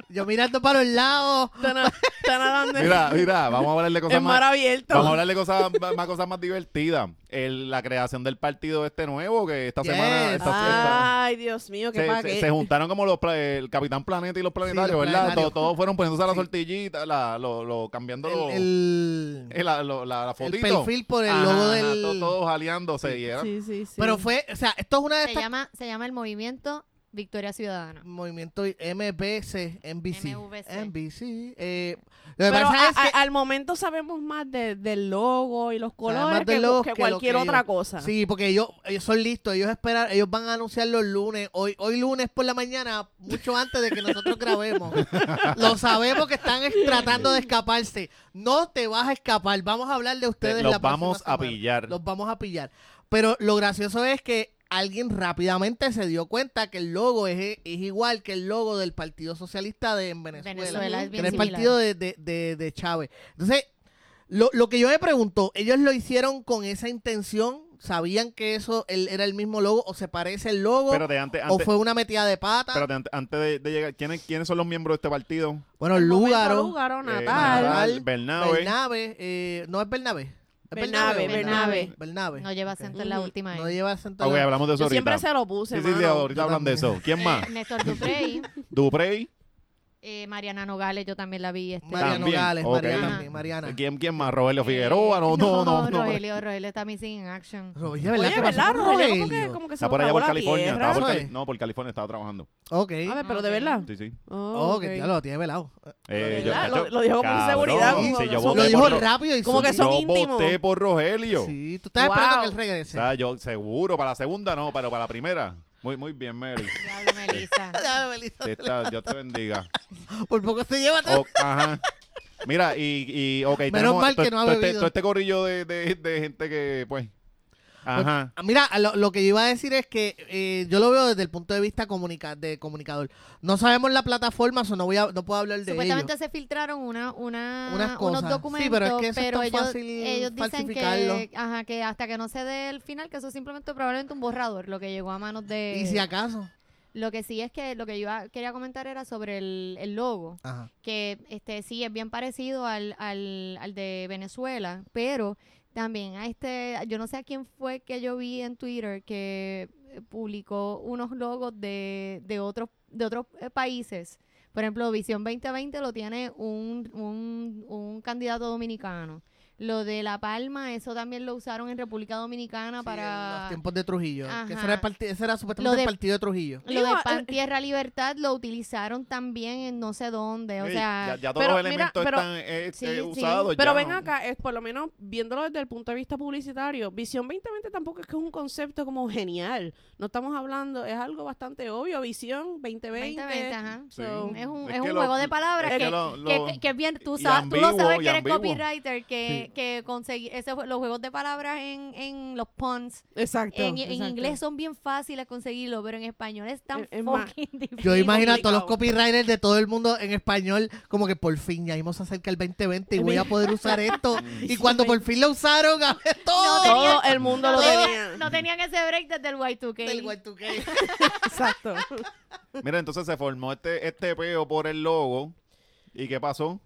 S4: Yo mirando para los lados.
S3: Está na- está nadando en-
S1: Mira, mira, vamos a hablar de
S3: en
S1: cosas
S3: mar
S1: más...
S3: abierto.
S1: Vamos a hablar de cosas, más- más cosas más divertidas. El- la creación del partido este nuevo que esta
S4: Yes. Ah,
S1: semana... esta- esta-
S3: Ay, Dios mío, qué
S1: se,
S3: pa'
S1: se-
S3: qué.
S1: se juntaron como los pla- el Capitán Planeta y los planetarios,
S4: los
S1: ¿verdad?
S4: planetarios.
S1: Todos, todos fueron poniéndose la
S4: Sí.
S1: sortillita, la, lo, lo- cambiando lo-
S4: el, el-
S1: eh, la, lo- la- la
S4: el
S1: fotito.
S4: perfil por el
S1: Ajá,
S4: logo
S1: ajá,
S4: del.
S1: Todos, todos aliándose y era-
S3: Sí, sí, sí.
S4: Pero fue, o sea, esto es una de
S2: Se
S4: estas
S2: llama, se llama el movimiento Victoria Ciudadana.
S4: movimientos MBC, NBC.
S2: MVC.
S4: NBC. eh, lo que
S3: Pero
S4: pasa
S3: a-
S4: es que-
S3: a- al momento sabemos más de- del logo y los colores
S4: más
S3: que,
S4: del logo
S3: que
S4: que lo
S3: cualquier
S4: que
S3: otra
S4: ellos-
S3: cosa.
S4: Sí, porque ellos, ellos son listos, ellos esperan, ellos van a anunciar los lunes, hoy, hoy lunes por la mañana, mucho antes de que nosotros grabemos. Lo sabemos que están es- tratando de escaparse. No te vas a escapar, vamos a hablar de ustedes.
S1: los
S4: la próxima
S1: vamos a
S4: semana.
S1: pillar.
S4: Los vamos a pillar. Pero lo gracioso es que alguien rápidamente se dio cuenta que el logo es, es igual que el logo del Partido Socialista de en Venezuela.
S2: Venezuela es
S4: que
S2: bien
S4: era el
S2: similar.
S4: partido de, de, de, de Chávez. Entonces, lo, lo que yo me pregunto, ¿ellos lo hicieron con esa intención? ¿Sabían que eso el- era el mismo logo o se parece el logo?
S1: Espérate, antes,
S4: ¿O
S1: antes,
S4: fue una metida de pata?
S1: espérate, ante- antes de, de llegar, ¿quiénes, ¿quiénes son los miembros de este partido?
S4: bueno,
S3: Al momento,
S4: Lúgaro,
S3: Lúgaro,
S1: Eh,
S3: Natal.
S1: Natal, Bernabe.
S4: Bernabe, eh, no es Bernabe. ¿Es
S3: Bernabe,
S2: Bernabe.
S4: Bernabe.
S2: No lleva
S4: Ok.
S2: acento en la
S3: Ujú.
S2: última.
S4: No
S2: E.
S4: lleva acento.
S1: Ah, ok,
S4: en la-
S1: hablamos de eso
S3: Yo siempre
S1: ahorita.
S3: se lo puse,
S1: sí, sí, sí,
S3: mano.
S1: ahorita
S4: Yo
S1: hablan de
S4: también.
S1: eso. ¿Quién
S2: Eh,
S1: más?
S2: Néstor Duprey,
S1: Duprey.
S2: eh, Mariana Nogales, yo también la vi. este.
S4: Mariana
S1: También,
S4: Nogales,
S1: ok.
S4: Mariana,
S2: Ajá.
S4: también, Mariana.
S1: ¿Quién, ¿Quién más? Rogelio Figueroa. No,
S2: Eh,
S1: no, no. no,
S2: Rogelio, Rogelio está missing in action.
S4: Oye,
S3: Oye,
S4: que
S3: ¿verdad,
S4: pasó con
S3: Rogelio? Como que,
S4: Rogelio?
S3: como que se
S1: Está
S3: lo
S1: por allá
S3: tragó
S1: por
S3: la
S1: California.
S3: tierra.
S1: estaba por Cali-
S4: Eso es.
S1: no, por California estaba trabajando.
S4: Ok.
S3: A ver, pero
S2: Ah,
S3: de
S2: ok.
S3: verdad.
S1: Sí, sí.
S3: Oh,
S4: Oh, que
S3: ok.
S4: ya lo tiene velado.
S1: Eh,
S3: ¿Verdad?
S1: yo-
S3: Lo- lo dijo con
S1: cabrón,
S3: seguridad,
S1: sí,
S3: como que
S1: yo
S3: son-
S1: voté
S4: Lo dijo
S1: por Ro-
S4: rápido y
S3: Como que
S4: sí.
S3: son
S1: Yo
S3: íntimos.
S1: voté por Rogelio.
S4: Sí, tú estás esperando
S3: Wow.
S4: que él
S1: O
S4: regrese.
S1: sea, yo seguro, para la segunda no, pero para la primera. Muy, muy bien, Mary.
S2: Diablo, Melissa.
S4: Ya, Melissa,
S1: Te está- Dios te bendiga.
S4: Por poco se lleva todo.
S1: O- ajá. Mira, y, y ok,
S4: Menos
S1: tenemos
S4: mal que
S1: to-
S4: no ha
S1: to- este-
S4: bebido.
S1: todo este corrillo de, de- de gente que, pues. Ajá.
S4: Ah, Mira, lo, lo que yo iba a decir es que eh, yo lo veo desde el punto de vista comunica de comunicador. No sabemos la plataforma, so no, voy a, no puedo hablar de ello.
S2: Supuestamente se filtraron una, una,
S4: Unas cosas.
S2: unos
S4: Sí,
S2: documentos,
S4: pero es que eso es tan
S2: ellos,
S4: fácil
S2: ellos dicen
S4: falsificarlo.
S2: que, ajá, que hasta que no se dé el final, que eso es simplemente probablemente un borrador, lo que llegó a manos de...
S4: Y si acaso.
S2: Lo que sí es que lo que yo iba- quería comentar era sobre el, el logo,
S4: Ajá.
S2: que este sí es bien parecido al, al, al de Venezuela, pero también a este, yo no sé a quién fue que yo vi en Twitter que eh, publicó unos logos de, de otros de otros eh, países. Por ejemplo, Visión 2020 lo tiene un, un, un candidato dominicano. Lo de La Palma, eso también lo usaron en República Dominicana
S4: Sí, en los
S2: para...
S4: tiempos de Trujillo. Que ese,
S2: Ajá.
S4: era el parti- ese era supuestamente
S2: Lo de-
S4: el partido de Trujillo.
S2: Lo de
S3: Digo, eh,
S2: Pan Tierra Libertad lo utilizaron también en no sé dónde, Eh, o
S1: Ey,
S2: sea...
S1: ya, ya todos
S3: pero
S1: los
S3: mira,
S1: elementos
S3: pero-
S1: están eh,
S2: sí,
S1: eh,
S2: sí.
S1: usados.
S3: Pero
S1: ya
S3: ven
S1: no-
S3: acá, es por lo menos viéndolo desde el punto de vista publicitario, Visión 2020 tampoco es que es un concepto como genial. No estamos hablando, es algo bastante obvio, Visión 2020.
S2: 2020, ajá.
S1: Sí.
S3: so-
S2: Es un,
S1: Es
S2: es
S1: que
S2: un
S1: lo-
S2: juego de palabras
S1: es
S2: que,
S1: que lo-
S2: que-
S1: lo-
S2: que- que es bien, tú,
S1: y
S2: sabes, tú lo
S1: ambiguo,
S2: sabes
S1: y
S2: que eres
S1: ambiguo.
S2: copywriter, que, que conseguí ese, jue- los juegos de palabras en, en los puns,
S3: Exacto.
S2: en, en
S3: exacto.
S2: inglés son bien fáciles de conseguirlo, pero en español es tan
S3: Es- es más-
S2: fucking difícil.
S4: Yo imagino a todos los
S3: complicado.
S4: copywriters de todo el mundo en español, como que por fin ya íbamos a acerca el 2020 y voy a poder usar esto. Y cuando por fin lo usaron, a ver todo.
S2: No
S3: Todo el mundo
S2: no,
S3: lo
S2: tenía-
S3: tenía.
S2: no tenían ese break desde el Y2K.
S4: Del Y2K.
S3: Exacto.
S1: Mira, entonces se formó este, este peo por el logo. ¿Y qué pasó?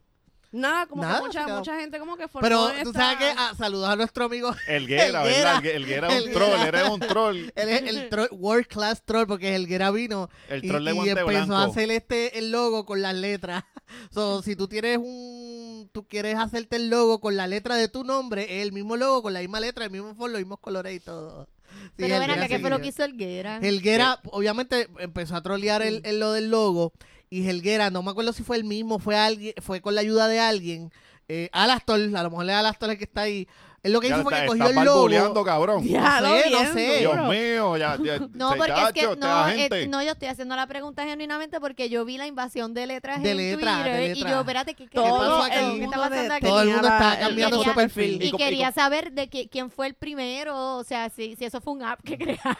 S3: Nada, como
S4: Nada,
S3: que
S4: se
S3: mucha,
S4: quedó.
S3: mucha gente como que formó
S4: Pero tú
S3: esta-
S4: sabes que ah, saludos a nuestro amigo.
S1: Elguera, ¿verdad? Elgue- Elguera es un
S4: Elguera.
S1: troll, eres un troll.
S4: Él es el troll- world class troll porque el Guerra vino
S1: El
S4: y,
S1: troll de
S4: y
S1: guante
S4: empezó
S1: blanco.
S4: a hacer este el logo con las letras. So, si tú tienes un tú quieres hacerte el logo con la letra de tu nombre, es el mismo logo con la misma letra, el mismo fondo, los mismos colores y todo. Sí,
S2: Pero ven
S4: Helguera
S2: acá, ¿qué fue lo
S4: siguió.
S2: que hizo Elguera?
S4: Helguera, obviamente, empezó a trolear el, el lo del logo. Y Helguera, no me acuerdo si fue el mismo, fue alguien, fue con la ayuda de alguien. Eh, Alastor, a lo mejor es Alastor el que está ahí. Él lo que
S1: Ya
S4: hizo fue
S1: está-
S4: que
S1: estás
S4: cogió el logo.
S1: barbuleando, cabrón.
S3: Ya,
S4: No
S3: lo
S4: sé, no
S3: bien
S4: sé.
S1: Dios
S3: duro.
S1: mío, ya, ya.
S2: No,
S1: se-
S2: porque es
S1: chacho,
S2: que
S1: esta
S2: no, eh,
S1: gente.
S2: no, yo estoy haciendo la pregunta genuinamente porque yo vi la invasión de letras
S4: De
S2: en
S4: letra, de
S2: Twitter y
S4: letra.
S2: yo, espérate, ¿qué, qué
S4: pasó
S3: Todo
S2: pasó?
S4: aquí?
S2: ¿Qué
S3: el
S2: está
S3: mundo
S2: pasando
S3: de-
S2: aquí?
S4: Todo el mundo
S3: tenía la-
S4: está cambiando
S2: quería-
S4: su perfil.
S2: Y
S1: co-
S2: quería saber de qué- quién fue el primero, o sea, si, si eso fue un app que crearon.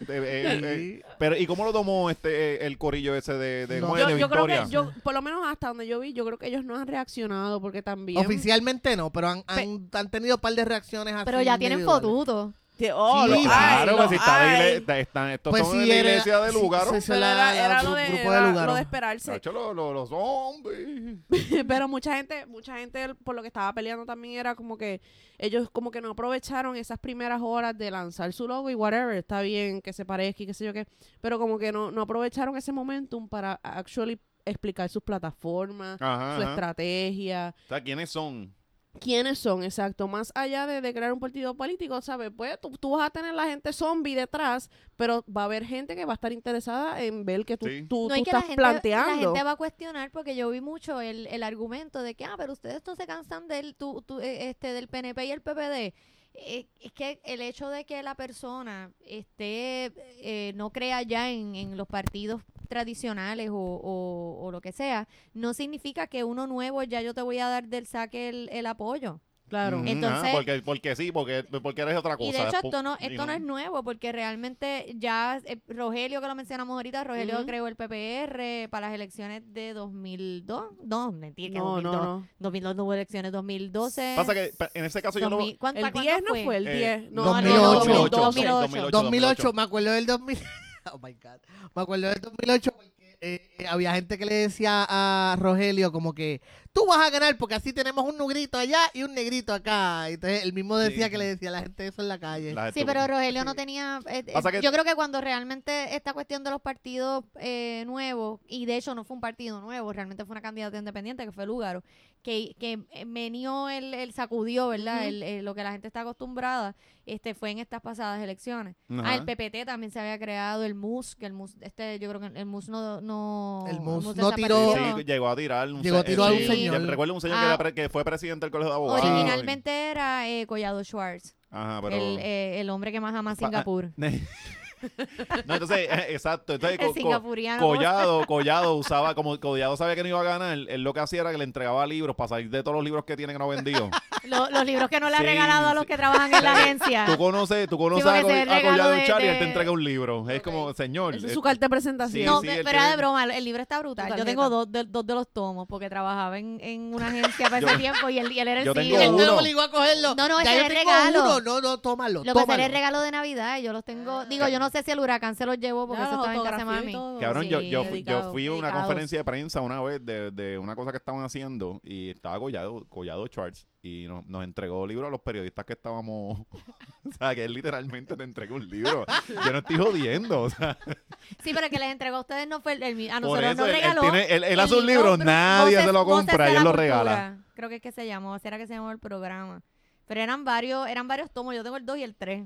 S1: Eh, eh, eh, pero, ¿y cómo lo tomó este eh, el corillo ese de, de,
S4: No.
S1: ¿cómo es?
S3: Yo,
S1: de
S3: yo creo
S1: Victoria?
S3: que, yo, por lo menos hasta donde yo vi, yo creo que ellos no han reaccionado porque también...
S4: Oficialmente no, pero han, han, han tenido un par de reacciones así.
S2: Pero ya tienen
S4: individuales.
S2: fotuto.
S3: Que- oh,
S4: Sí,
S3: lo-
S1: Claro,
S3: ay,
S1: pues
S3: lo-
S1: si está de
S3: ay.
S1: igle- está- están- estos
S4: Pues
S1: son
S4: sí,
S1: de la
S4: era-
S1: iglesia de
S4: sí,
S1: lugar.
S4: sí, sí,
S3: Pero
S4: la-
S3: era,
S4: la-
S3: era
S4: gru-
S3: lo de,
S4: grupo de
S3: era
S4: Lugaro.
S3: lo de esperarse.
S1: Chacho, los, los, los zombies.
S3: Pero mucha gente, mucha gente por lo que estaba peleando también era como que ellos como que no aprovecharon esas primeras horas de lanzar su logo y whatever, está bien que se parezca y qué sé yo qué, pero como que no, no aprovecharon ese momentum para actually explicar sus plataformas,
S1: Ajá,
S3: su
S1: ajá.
S3: estrategia,
S1: O sea, ¿quiénes son?
S3: quiénes son, exacto, más allá de declarar un partido político, ¿sabes? Pues tú, tú vas a tener la gente zombie detrás, pero va a haber gente que va a estar interesada en ver que tú,
S1: Sí.
S3: tú,
S2: No
S3: tú
S2: es que la
S3: estás
S2: gente,
S3: planteando.
S2: la gente va a cuestionar porque yo vi mucho el, el argumento de que, ah, pero ustedes no se cansan del, tu- tu- eh, este, del PNP y el PPD. Eh, es que el hecho de que la persona esté eh, no crea ya en, en los partidos tradicionales o, o- o lo que sea, no significa que uno nuevo ya yo te voy a dar del saque el, el apoyo.
S3: Claro.
S1: Ujú,
S2: Entonces-
S1: Mm, ajá, porque, porque sí, porque, porque eres otra cosa.
S2: Y de hecho
S1: Pu-
S2: esto no,
S1: y
S2: esto no es nuevo porque realmente ya eh, Rogelio, que lo mencionamos ahorita, Rogelio
S3: Ujú.
S2: creó el PPR para las elecciones de 2002. No, mentira, que
S3: No,
S2: 2002.
S3: no, no.
S2: 2002 no hubo elecciones, 2012.
S1: Pasa que pa- en ese caso yo lo...
S2: 2000, ¿cuánta-
S3: El
S2: cuándo
S3: 10 no fue, el
S1: Eh,
S3: 10. no,
S4: 2008,
S3: 2012.
S2: 2008.
S4: 2008, me acuerdo del 2000. Oh my God. Me acuerdo del 2008 porque eh, eh, había gente que le decía a Rogelio como que tú vas a ganar porque así tenemos un nugrito allá y un negrito acá. Entonces él mismo decía
S1: Sí.
S4: que le decía a la gente eso en la calle.
S1: La-
S2: Sí, pero Rogelio no tenía... eh, eh,
S1: Pasa que-
S2: yo creo que cuando realmente esta cuestión de los partidos eh, nuevos, y de hecho no fue un partido nuevo, realmente fue una candidata independiente que fue Lúgaro, que, que eh, menió, el, el sacudió, ¿verdad?
S3: Ujú.
S2: El- el- lo que la gente está acostumbrada este fue en estas pasadas elecciones.
S1: Ajá.
S2: Ah, el PPT también se había creado, el MUS, que el MUS, este, yo creo que el MUS no... no
S4: El MUS no tiró-
S1: Sí,
S2: desapareció.
S1: sí, llegó a tirar un
S4: Llegó a
S1: se- eh,
S4: tirar
S2: a
S1: sí,
S2: un
S1: yo
S4: señor.
S1: Recuerdo un señor
S2: Ah.
S1: que, era pre- que fue presidente del Colegio de Abogados.
S2: Originalmente era eh, Collado Schwartz,
S1: Ajá, pero...
S2: el, eh, el hombre que más ama
S1: Pa- ah,
S2: Singapur.
S1: no, entonces, eh, exacto. Entonces, co-
S2: El
S1: co-
S2: singapuriano. ¿cómo se
S1: Collado, Collado usaba, como Collado sabía que no iba a ganar, él lo que hacía era que le entregaba libros para salir de todos los libros que tiene que no ha vendido.
S2: Lo- los libros que no le ha
S1: Sí,
S2: regalado a los
S1: sí.
S2: que trabajan en la agencia.
S1: Tú conoces, tú conoces
S2: Ah. porque
S1: a, Coll-
S2: ese es el
S1: a
S2: regalo
S1: Collado
S2: de-
S1: Char y él
S2: de-
S1: te entrega un libro. Es como,
S2: Ok.
S1: señor.
S3: Esa es
S1: eh,
S3: su carta de presentación.
S1: Sí,
S2: no,
S1: sí,
S2: pe-
S1: él
S2: pero era de
S1: tiene-
S2: broma, el libro está brutal.
S3: Brutal,
S2: Yo tengo
S3: neta.
S2: dos de, dos de los tomos porque trabajaba en, en una agencia para
S1: Yo-
S2: ese tiempo y él, y él era el
S1: yo tengo
S2: CEO.
S1: uno.
S4: no obligó a cogerlo.
S2: No, no,
S4: Ya
S2: ese
S4: yo
S2: es
S4: tengo
S2: regalo.
S4: uno. No, no, tómalo.
S2: Lo que
S4: tómalo.
S2: sería el regalo de Navidad, y yo los tengo. Digo, yo no sé si el huracán se los llevó porque
S3: Ya,
S2: eso
S3: los
S2: estaba en casa de
S3: autografió Ah. y
S2: mami.
S3: todo.
S1: Cabrón, yo, yo,
S2: Sí,
S1: fui- yo
S2: dedicados,
S1: fui a una
S2: dedicados.
S1: conferencia de prensa una vez de, de una cosa que estaban haciendo y estaba Collado, Collado Charles y nos, nos entregó libros a los periodistas que estábamos. o sea, que él literalmente te entregó un libro. Yo no estoy jodiendo. O sea,
S2: Sí, pero el que les entregó a ustedes no fue el, el mi- A
S1: Por
S2: nosotros
S1: eso,
S2: nos
S1: él, él
S2: regaló.
S1: tiene, él, él hace
S2: el
S1: un libro,
S2: libro,
S1: nadie
S2: Voces-
S1: se lo
S2: Voces
S1: compra
S2: de
S1: y
S2: la
S1: él lo
S2: Cultura.
S1: regala.
S2: Creo que es que se llamó, será que se llamó el programa. Pero eran varios, eran varios tomos, yo tengo el 2 y el 3.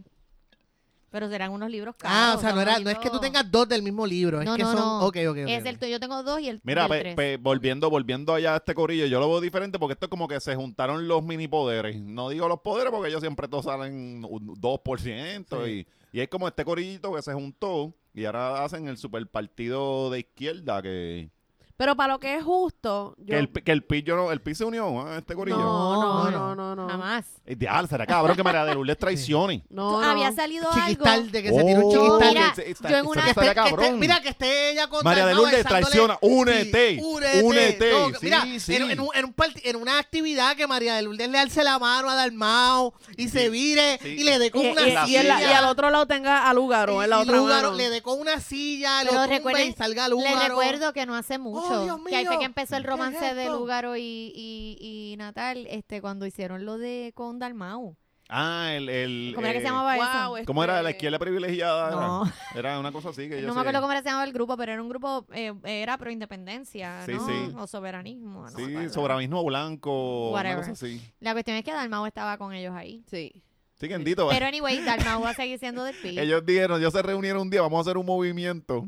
S2: Pero serán unos libros caros.
S4: Ah, o sea, no,
S2: son
S4: era, no
S2: libros-
S4: es que tú tengas dos del mismo libro, es
S2: No,
S4: que
S2: no,
S4: son...
S2: no.
S4: Ok, ok, ok,
S2: Es
S4: ok.
S2: el tuyo, yo tengo dos y el
S1: Mira,
S2: y el
S1: pe-
S2: tres.
S1: pe- volviendo, volviendo allá a este corillo, yo lo veo diferente porque esto es como que se juntaron los mini poderes. No digo los poderes porque ellos siempre todos salen un 2% y, y es como este corillito que se juntó y ahora hacen el super partido de izquierda que,
S3: Pero para lo que es justo, yo...
S1: que el, pi- que el PIS yo no, el PIS se unió a este corillo.
S3: no, no,
S4: No,
S3: no, no, no.
S2: Jamás.
S1: Y de ah, será cabrón que María de Lourdes traicione.
S3: No,
S2: Tú-
S3: no.
S2: Había salido
S4: Chiquistal,
S2: algo.
S4: de que se tiró un
S1: Oh,
S4: chiquistal.
S2: Mira,
S1: que se- está-
S2: yo en
S1: que
S2: una- este
S1: se-
S4: Que
S1: estaría
S4: esté- que esté-
S1: cabrón.
S4: mira que esté ella contra
S1: María de
S4: Dalmau
S1: Lourdes
S4: besándole-
S1: traiciona. Únete, únete,
S4: No, que-
S1: sí,
S4: mira,
S1: sí.
S4: En, en un- en un parti- en una actividad que María de Lourdes le alce la mano a Dalmao y se vire
S1: sí.
S4: y le dé
S3: Y,
S4: con
S3: y-
S4: una
S3: y-
S4: silla.
S3: y en la- y al otro lado tenga a Lugaro, en la
S4: y- y
S3: otra
S4: Lúgaro
S3: mano.
S4: le dé con una silla, lo
S2: Pero
S4: tumbe
S2: recuerden-
S4: y salga Lúgaro.
S2: Les recuerdo que no hace mucho,
S4: Oh, Dios
S2: que ahí fue
S4: mío,
S2: que empezó el
S4: ¿qué
S2: romance
S4: es
S2: de
S4: esto?
S2: Lugaro y, y, y Natal, este, cuando hicieron lo de con Dalmau.
S1: Ah, el, el
S2: ¿Cómo era
S1: eh,
S2: que se llamaba eso?
S3: Wow,
S1: ¿Cómo era?
S3: este-
S1: ¿La izquierda privilegiada? era?
S2: No.
S1: Era, una cosa así que yo
S2: No
S1: sé.
S2: me acuerdo cómo era, se llamaba el grupo, pero era un grupo, eh, era pro independencia,
S1: Sí,
S2: ¿no?
S1: sí.
S2: O soberanismo. no me
S1: Sí,
S2: acuerdo.
S1: soberanismo blanco,
S2: Whatever.
S1: una cosa así.
S2: La cuestión es que Dalmau estaba con ellos ahí.
S3: Sí.
S1: Sí, bendito.
S2: Pero anyway, Dalmau va a seguir siendo del PIB.
S1: Ellos dijeron, ellos se reunieron un día, vamos a hacer un movimiento.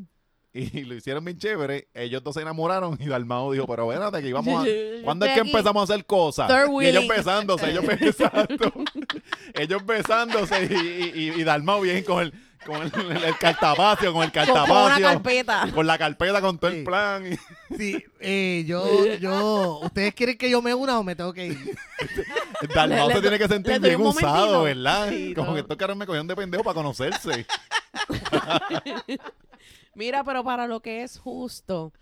S1: Y lo hicieron bien chévere. Ellos dos se enamoraron y Dalmao dijo, pero espérate que íbamos a... ¿Cuándo es que
S2: Aquí.
S1: empezamos a hacer cosas?
S3: Third
S1: Y ellos
S3: wheeling.
S1: besándose, ellos besando. ellos besándose y, y, y- y Dalmao bien con el, con el, el- el cartapacio, con el
S3: Con- con una
S1: cartapacio.
S3: carpeta.
S1: Con la carpeta, con todo el
S4: Sí.
S1: plan. y-
S4: Sí, eh, yo, yo, ¿ustedes quieren que yo me una o me tengo que ir?
S1: Dalmao
S3: Le-
S1: se
S3: le-
S1: tiene que
S3: le
S1: sentir
S3: doy
S1: bien
S3: un momentito.
S1: usado, ¿verdad?
S3: Sí,
S1: Como
S3: no.
S1: que estos caras me cogían de pendejo para conocerse.
S3: Mira, pero para lo que es justo,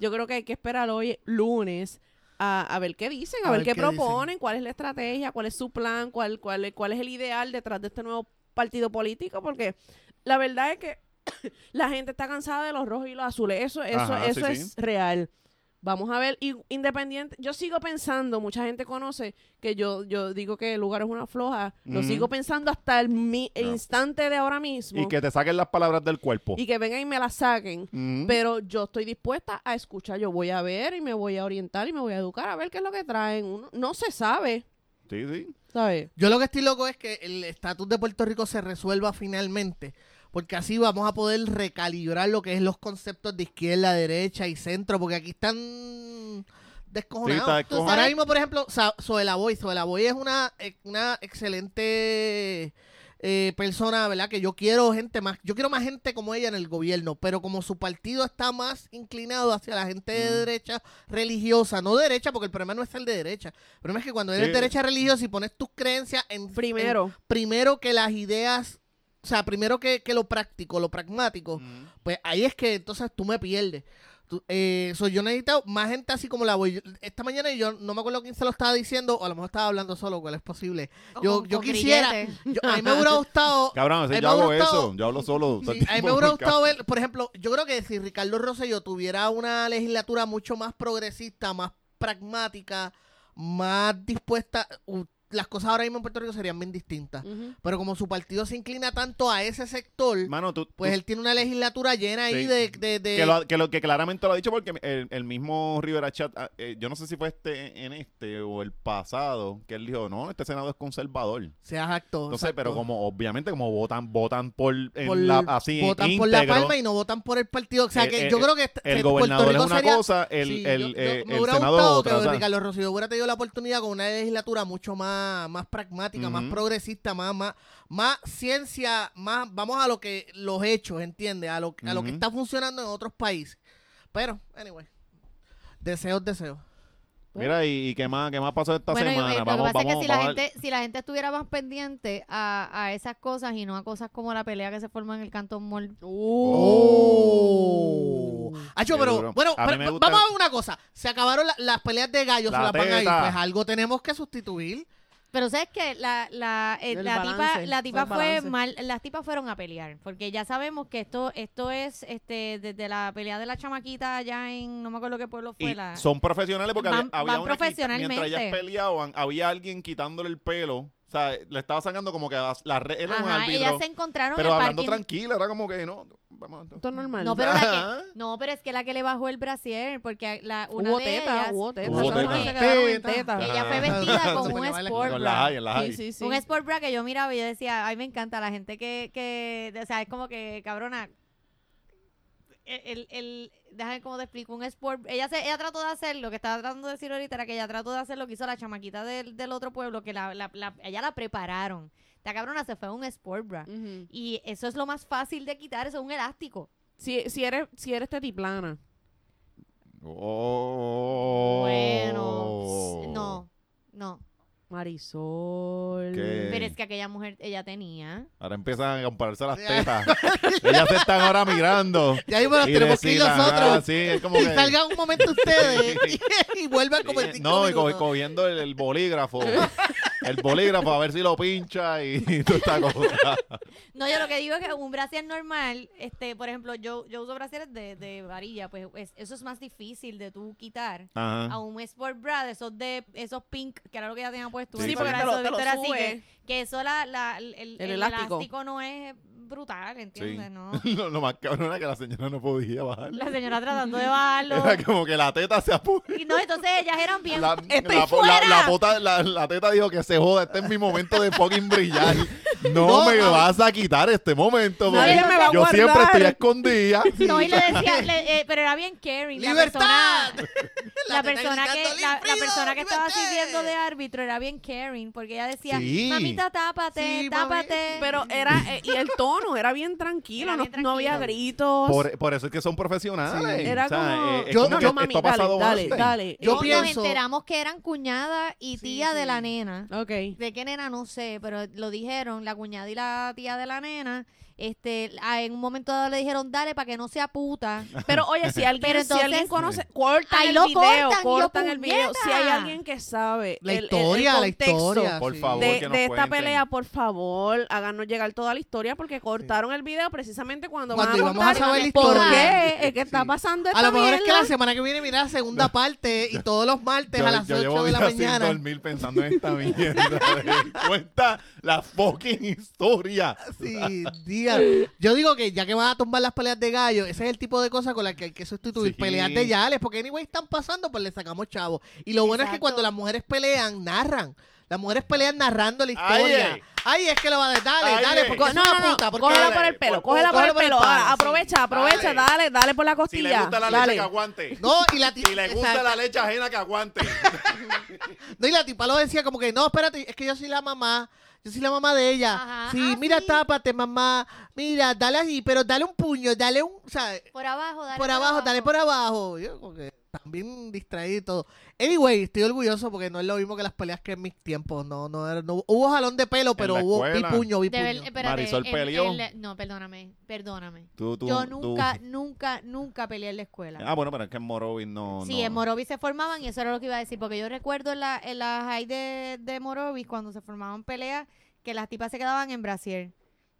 S3: yo creo que hay que esperar hoy, lunes, a, a ver qué dicen, a, ver, qué, proponen, cuál es la estrategia, cuál es su plan, cuál, cuál, cuál es el ideal detrás de este nuevo partido político, porque la verdad es que la gente está cansada de los rojos y los azules. Eso, eso,
S1: Ajá, sí,
S3: eso
S1: sí.
S3: es real. Vamos a ver, y independiente, yo sigo pensando, mucha gente conoce que yo, yo digo que el lugar es una floja, lo
S1: Ujú.
S3: sigo pensando hasta el, mi- el
S1: No.
S3: instante de ahora mismo
S1: Y que te saquen las palabras del cuerpo.
S3: y que vengan y me la saquen.
S1: Mm.
S3: Pero yo estoy dispuesta a escuchar, yo voy a ver y me voy a orientar y me voy a educar a ver qué es lo que traen. Uno- no se sabe,
S1: Sí, sí.
S3: ¿sabes?
S4: Yo lo que estoy loco es que el estatus de Puerto Rico se resuelva finalmente, porque así vamos a poder recalibrar lo que es los conceptos de izquierda, derecha y centro, porque aquí están
S1: Sí, está
S4: descojonados.
S2: Tú sabes-
S1: descojonado.
S4: Ahora mismo, por ejemplo, Sa- Zoela Boy. Zoela Boy es una, eh, una excelente eh, persona, ¿verdad? Que yo quiero gente más, yo quiero más gente como ella en el gobierno, pero como su partido está más inclinado hacia la gente de
S1: Mm.
S4: derecha religiosa, no derecha, porque el problema no es el de derecha. El problema es que cuando eres
S1: Sí.
S4: derecha religiosa y pones tus creencias en en-
S3: Primero,
S4: primero que las ideas, o sea, primero que, que lo práctico, lo pragmático,
S1: Mm.
S4: pues ahí es que entonces tú me pierdes. Tú- eh, so, yo necesito más gente así como la voy. Esta mañana yo no me acuerdo quién se lo estaba diciendo, o a lo mejor estaba hablando solo, cuál es posible.
S2: Con-
S4: Yo,
S2: con
S4: yo quisiera,
S2: grilletes.
S4: yo- a mí me hubiera gustado.
S1: Cabrón, si
S4: Ahí
S1: yo
S4: me
S1: hago
S4: hubiera gustado-
S1: eso, yo hablo solo. todo el
S4: sí, a mí
S1: tiempo.
S4: me hubiera gustado ver, por ejemplo, yo creo que si Ricardo Rosselló tuviera una legislatura mucho más progresista, más pragmática, más dispuesta, u- las cosas ahora mismo en Puerto Rico serían bien distintas.
S3: ujú,
S4: Pero como su partido se inclina tanto a ese sector,
S1: Mano, tú,
S4: pues
S1: tú-
S4: él tiene una legislatura llena ahí
S1: Sí.
S4: de... de- de-
S1: que, lo, que, lo- que claramente lo ha dicho porque el, el mismo Rivera Chat, ah, eh, yo no sé si fue este en este o el pasado, que él dijo, no, este Senado es conservador.
S4: Seas acto.
S1: Entonces,
S4: exacto.
S1: pero como obviamente como votan votan por, en
S4: Por-
S1: la, así
S4: votan
S1: íntegro,
S4: por la palma y no votan por el partido. O sea,
S1: Eh,
S4: que
S1: eh,
S4: yo creo que... est-
S1: el
S4: que
S1: gobernador es
S4: Puerto Rico
S1: una
S4: sería-
S1: cosa, el,
S4: Sí,
S1: el,
S4: yo- yo-
S1: eh,
S4: me
S1: el
S4: hubiera
S1: Senado es
S4: gustado
S1: otra.
S4: que
S1: o sea,
S4: Ricardo Rosselló hubiera tenido la oportunidad con una legislatura mucho más, más pragmática, más
S1: Ujú.
S4: progresista, más, más, más ciencia, más vamos a lo que los hechos, ¿entiendes? A lo, a lo que
S1: Ujú.
S4: está funcionando en otros países. Pero, anyway, deseos, deseos.
S1: mira, y, y qué más, qué más pasó esta
S2: Pues Bueno, y-
S1: semana.
S2: y lo
S1: vamos,
S2: que pasa
S1: vamos,
S2: es que si la,
S1: vamos a-
S2: gente, si la gente estuviera más pendiente a, a esas cosas y no a cosas como la pelea que se forma en el Cantón Mall. Uh.
S4: Oh. Acho,
S1: Qué
S4: pero
S1: duro.
S4: bueno,
S1: A mí
S4: pero-
S1: me
S4: pero
S1: gusta-
S4: vamos a ver una cosa. Se acabaron la- las peleas de gallos,
S1: La
S4: se las van a ir.
S1: teta.
S4: Pues algo tenemos que sustituir.
S2: Pero sabes que la, la, eh,
S3: El
S2: la tipa,
S3: balance,
S2: la tipa
S3: fue el balance.
S2: fue mal, las tipas fueron a pelear, porque ya sabemos que esto, esto es este, desde la pelea de la chamaquita allá en, no me acuerdo qué pueblo fue
S1: Y
S2: la.
S1: son profesionales porque
S2: Van-
S1: había, había
S2: van
S1: una quita-
S2: profesionalmente.
S1: mientras ellas peleaban, había alguien quitándole el pelo. O sea, le estaba sacando como que a la red era un
S2: Ajá, ellas
S1: árbitro.
S2: se encontraron
S1: Pero
S2: en el
S1: hablando
S2: parking.
S1: tranquila, era como que no. Vamos a-
S3: Esto es normal.
S2: No, pero la
S1: Ajá.
S2: que- no, pero es que la que le bajó el brasier, porque la, una
S3: hubo
S2: de
S3: teta,
S2: ellas,
S3: hubo teta.
S1: Hubo
S3: Las
S1: teta.
S3: dos se quedaron en
S4: Teta.
S3: teta.
S2: ella fue
S1: Ah.
S2: vestida con
S4: Se
S2: un
S4: pone a bailar.
S2: sport
S1: Con
S2: bra.
S1: las hay, en las hay.
S3: Sí, sí, sí.
S2: Un sport bra que yo miraba y yo decía, ay, me encanta la gente que, que o sea, es como que, cabrona, el, el, el- déjame cómo te explico, un sport, ella se, ella trató de hacer, lo que estaba tratando de decir ahorita era que ella trató de hacer lo que hizo la chamaquita del, del otro pueblo, que la, la, la- ella la prepararon. Esta cabrona se fue a un sport bra.
S3: Ujú.
S2: Y eso es lo más fácil de quitar, eso es un elástico.
S3: Si, si eres, si eres tetiplana.
S1: Oh.
S2: Bueno, no, no.
S3: Marisol.
S1: ¿Qué?
S2: Pero es que aquella mujer, ella tenía.
S1: Ahora empiezan a compararse las tetas. Ellas se están ahora mirando.
S4: Ya ahí nos
S1: Y
S4: tenemos que ir
S1: decir, ajá,
S4: nosotros.
S1: sí, es como
S4: Y
S1: que-
S4: salgan un momento ustedes y vuelvan como en
S1: Sí,
S4: cinco
S1: No, y co-
S4: minutos.
S1: cogiendo el, el bolígrafo. El bolígrafo a ver si lo pincha y, toda esta cosa.
S2: No, yo lo que digo es que un brasier normal, este, por ejemplo, yo, yo uso brasieres de, de varilla, pues es- eso es más difícil de tú quitar. A
S1: Ajá.
S2: un sport bra de esos de esos pink, que era lo que ya tenía puesto.
S1: Sí,
S2: un
S1: porque
S2: sport
S1: te
S2: bra
S3: lo-
S2: de
S3: te lo
S2: Victoria's
S3: sube.
S2: Secret, que eso la, la- el, el-
S3: El
S2: el
S3: elástico.
S2: elástico. no es brutal, ¿entiendes?
S1: Sí.
S2: No.
S1: Lo, lo más cabrón era que la señora no podía bajar.
S2: La señora tratando de bajarlo.
S1: Era como que la teta se apuró.
S2: Y no, entonces ellas eran bien.
S1: La,
S2: ¡Estoy
S1: la-
S2: fuera!
S1: la- la pota- la- la teta dijo que se joda. Este es mi momento de fucking brillar. No,
S4: No,
S1: me
S4: no.
S1: vas a quitar este momento.
S3: Nadie
S1: porque
S3: me va a
S1: yo
S3: guardar.
S1: siempre estoy escondida.
S2: No, y le decía, le- eh, pero era bien caring. la
S4: ¡Libertad!
S2: persona-
S4: teta
S2: la persona que
S4: gritando,
S2: la, la
S4: "Libre,
S2: persona que estaba
S4: libertad".
S2: sirviendo de árbitro era bien caring porque ella decía
S1: Sí.
S2: mamita tápate
S4: Sí, mami.
S2: tápate
S3: Pero era, eh, y el tono era bien tranquilo,
S2: Era
S3: no,
S2: bien
S3: no había
S2: tranquilo.
S3: gritos.
S1: Por, por eso es que son profesionales.
S4: Sí.
S3: Era
S1: O sea,
S3: como,
S1: eh, es
S3: yo,
S1: como
S3: no,
S1: que
S3: mami,
S1: esto ha
S3: dale,
S1: pasado
S3: dale,
S1: antes.
S3: dale.
S4: Yo
S2: Nos
S4: pienso-
S2: enteramos que eran cuñada y
S4: Sí,
S2: tía de
S4: sí.
S2: la nena
S3: Ok.
S2: de qué nena no sé pero lo dijeron la cuñada y la tía de la nena este a- en un momento dado le dijeron dale para que no sea puta
S3: Pero oye, si alguien,
S2: Pero
S3: si alguien
S2: entonces-
S3: conoce, cortan
S2: Ahí
S3: el
S2: lo
S3: video,
S2: cortan, yo,
S3: cortan el video.
S2: puñeta.
S3: Si hay alguien que sabe
S4: La
S3: el- el- el
S4: historia, la
S3: contexto
S4: historia.
S1: Por
S4: sí.
S1: favor.
S3: De,
S1: que nos
S3: de esta
S1: cuenten.
S3: pelea, por favor, háganos llegar toda la historia porque cortaron el video precisamente cuando,
S4: Cuando
S3: van a
S4: íbamos a
S3: contar
S4: saber la
S3: por
S4: historia.
S3: qué es que está
S4: Sí.
S3: pasando esta
S4: A lo mejor es que
S3: mierda.
S4: la semana que viene mira la segunda parte y todos los martes
S1: Yo,
S4: a las
S1: yo
S4: 8
S1: llevo
S4: de la
S1: días sin
S4: mañana.
S1: dormir pensando en esta mierda. de- Cuenta la fucking historia.
S4: Sí, día. Yo digo que ya que van a tumbar las peleas de gallo, ese es el tipo de cosas con las que hay que sustituir
S1: Sí.
S4: peleas de yales, porque anyway están pasando, pues le sacamos chavo. Y lo bueno es que
S2: Exacto.
S4: cuando las mujeres pelean, narran. Las mujeres pelean narrando la
S1: Ay,
S4: historia.
S1: ey.
S4: Ay, es que lo va a decir, dale,
S1: Ay,
S4: dale,
S1: ey.
S4: porque
S3: Co-
S4: es
S3: No,
S4: una
S3: no, no,
S4: puta, porque-
S3: cógela por el pelo, cógela por el pelo. Ahora,
S4: sí.
S3: aprovecha, aprovecha,
S1: Dale.
S3: dale, dale por la
S1: Si le
S3: costilla.
S1: gusta la
S3: dale.
S1: leche, que aguante.
S4: No, y la ti-
S1: Si le gusta
S4: exacto.
S1: la leche ajena, que aguante.
S4: No, y la tipa lo decía como que, no, espérate, es que yo soy la mamá. Yo soy la mamá de ella.
S2: Ajá,
S4: Sí,
S2: ah,
S4: mira,
S2: sí.
S4: tápate, mamá. Mira, dale así, pero dale un puño, dale un, o sea,
S2: por abajo dale
S4: por abajo, dale por abajo. Yo como que también distraído y todo. Anyway, estoy orgulloso porque no es lo mismo que las peleas que en mis tiempos. No, no, era- no hubo jalón de pelo, pero
S1: la
S4: hubo vi
S1: escuela.
S4: puño, vi
S2: De ver-
S4: puño.
S2: espérate,
S1: Marisol
S2: en-
S1: peleó.
S2: en la- no perdóname perdóname
S1: Tú, tú,
S2: Yo
S1: tú.
S2: nunca, nunca, nunca peleé en la escuela.
S1: Ah, bueno, pero es que en Morovis no.
S2: sí,
S1: no.
S2: en Morovis se formaban y eso era lo que iba a decir, porque yo recuerdo en la, en la high de, de Morovis cuando se formaban peleas que las tipas se quedaban en brasier.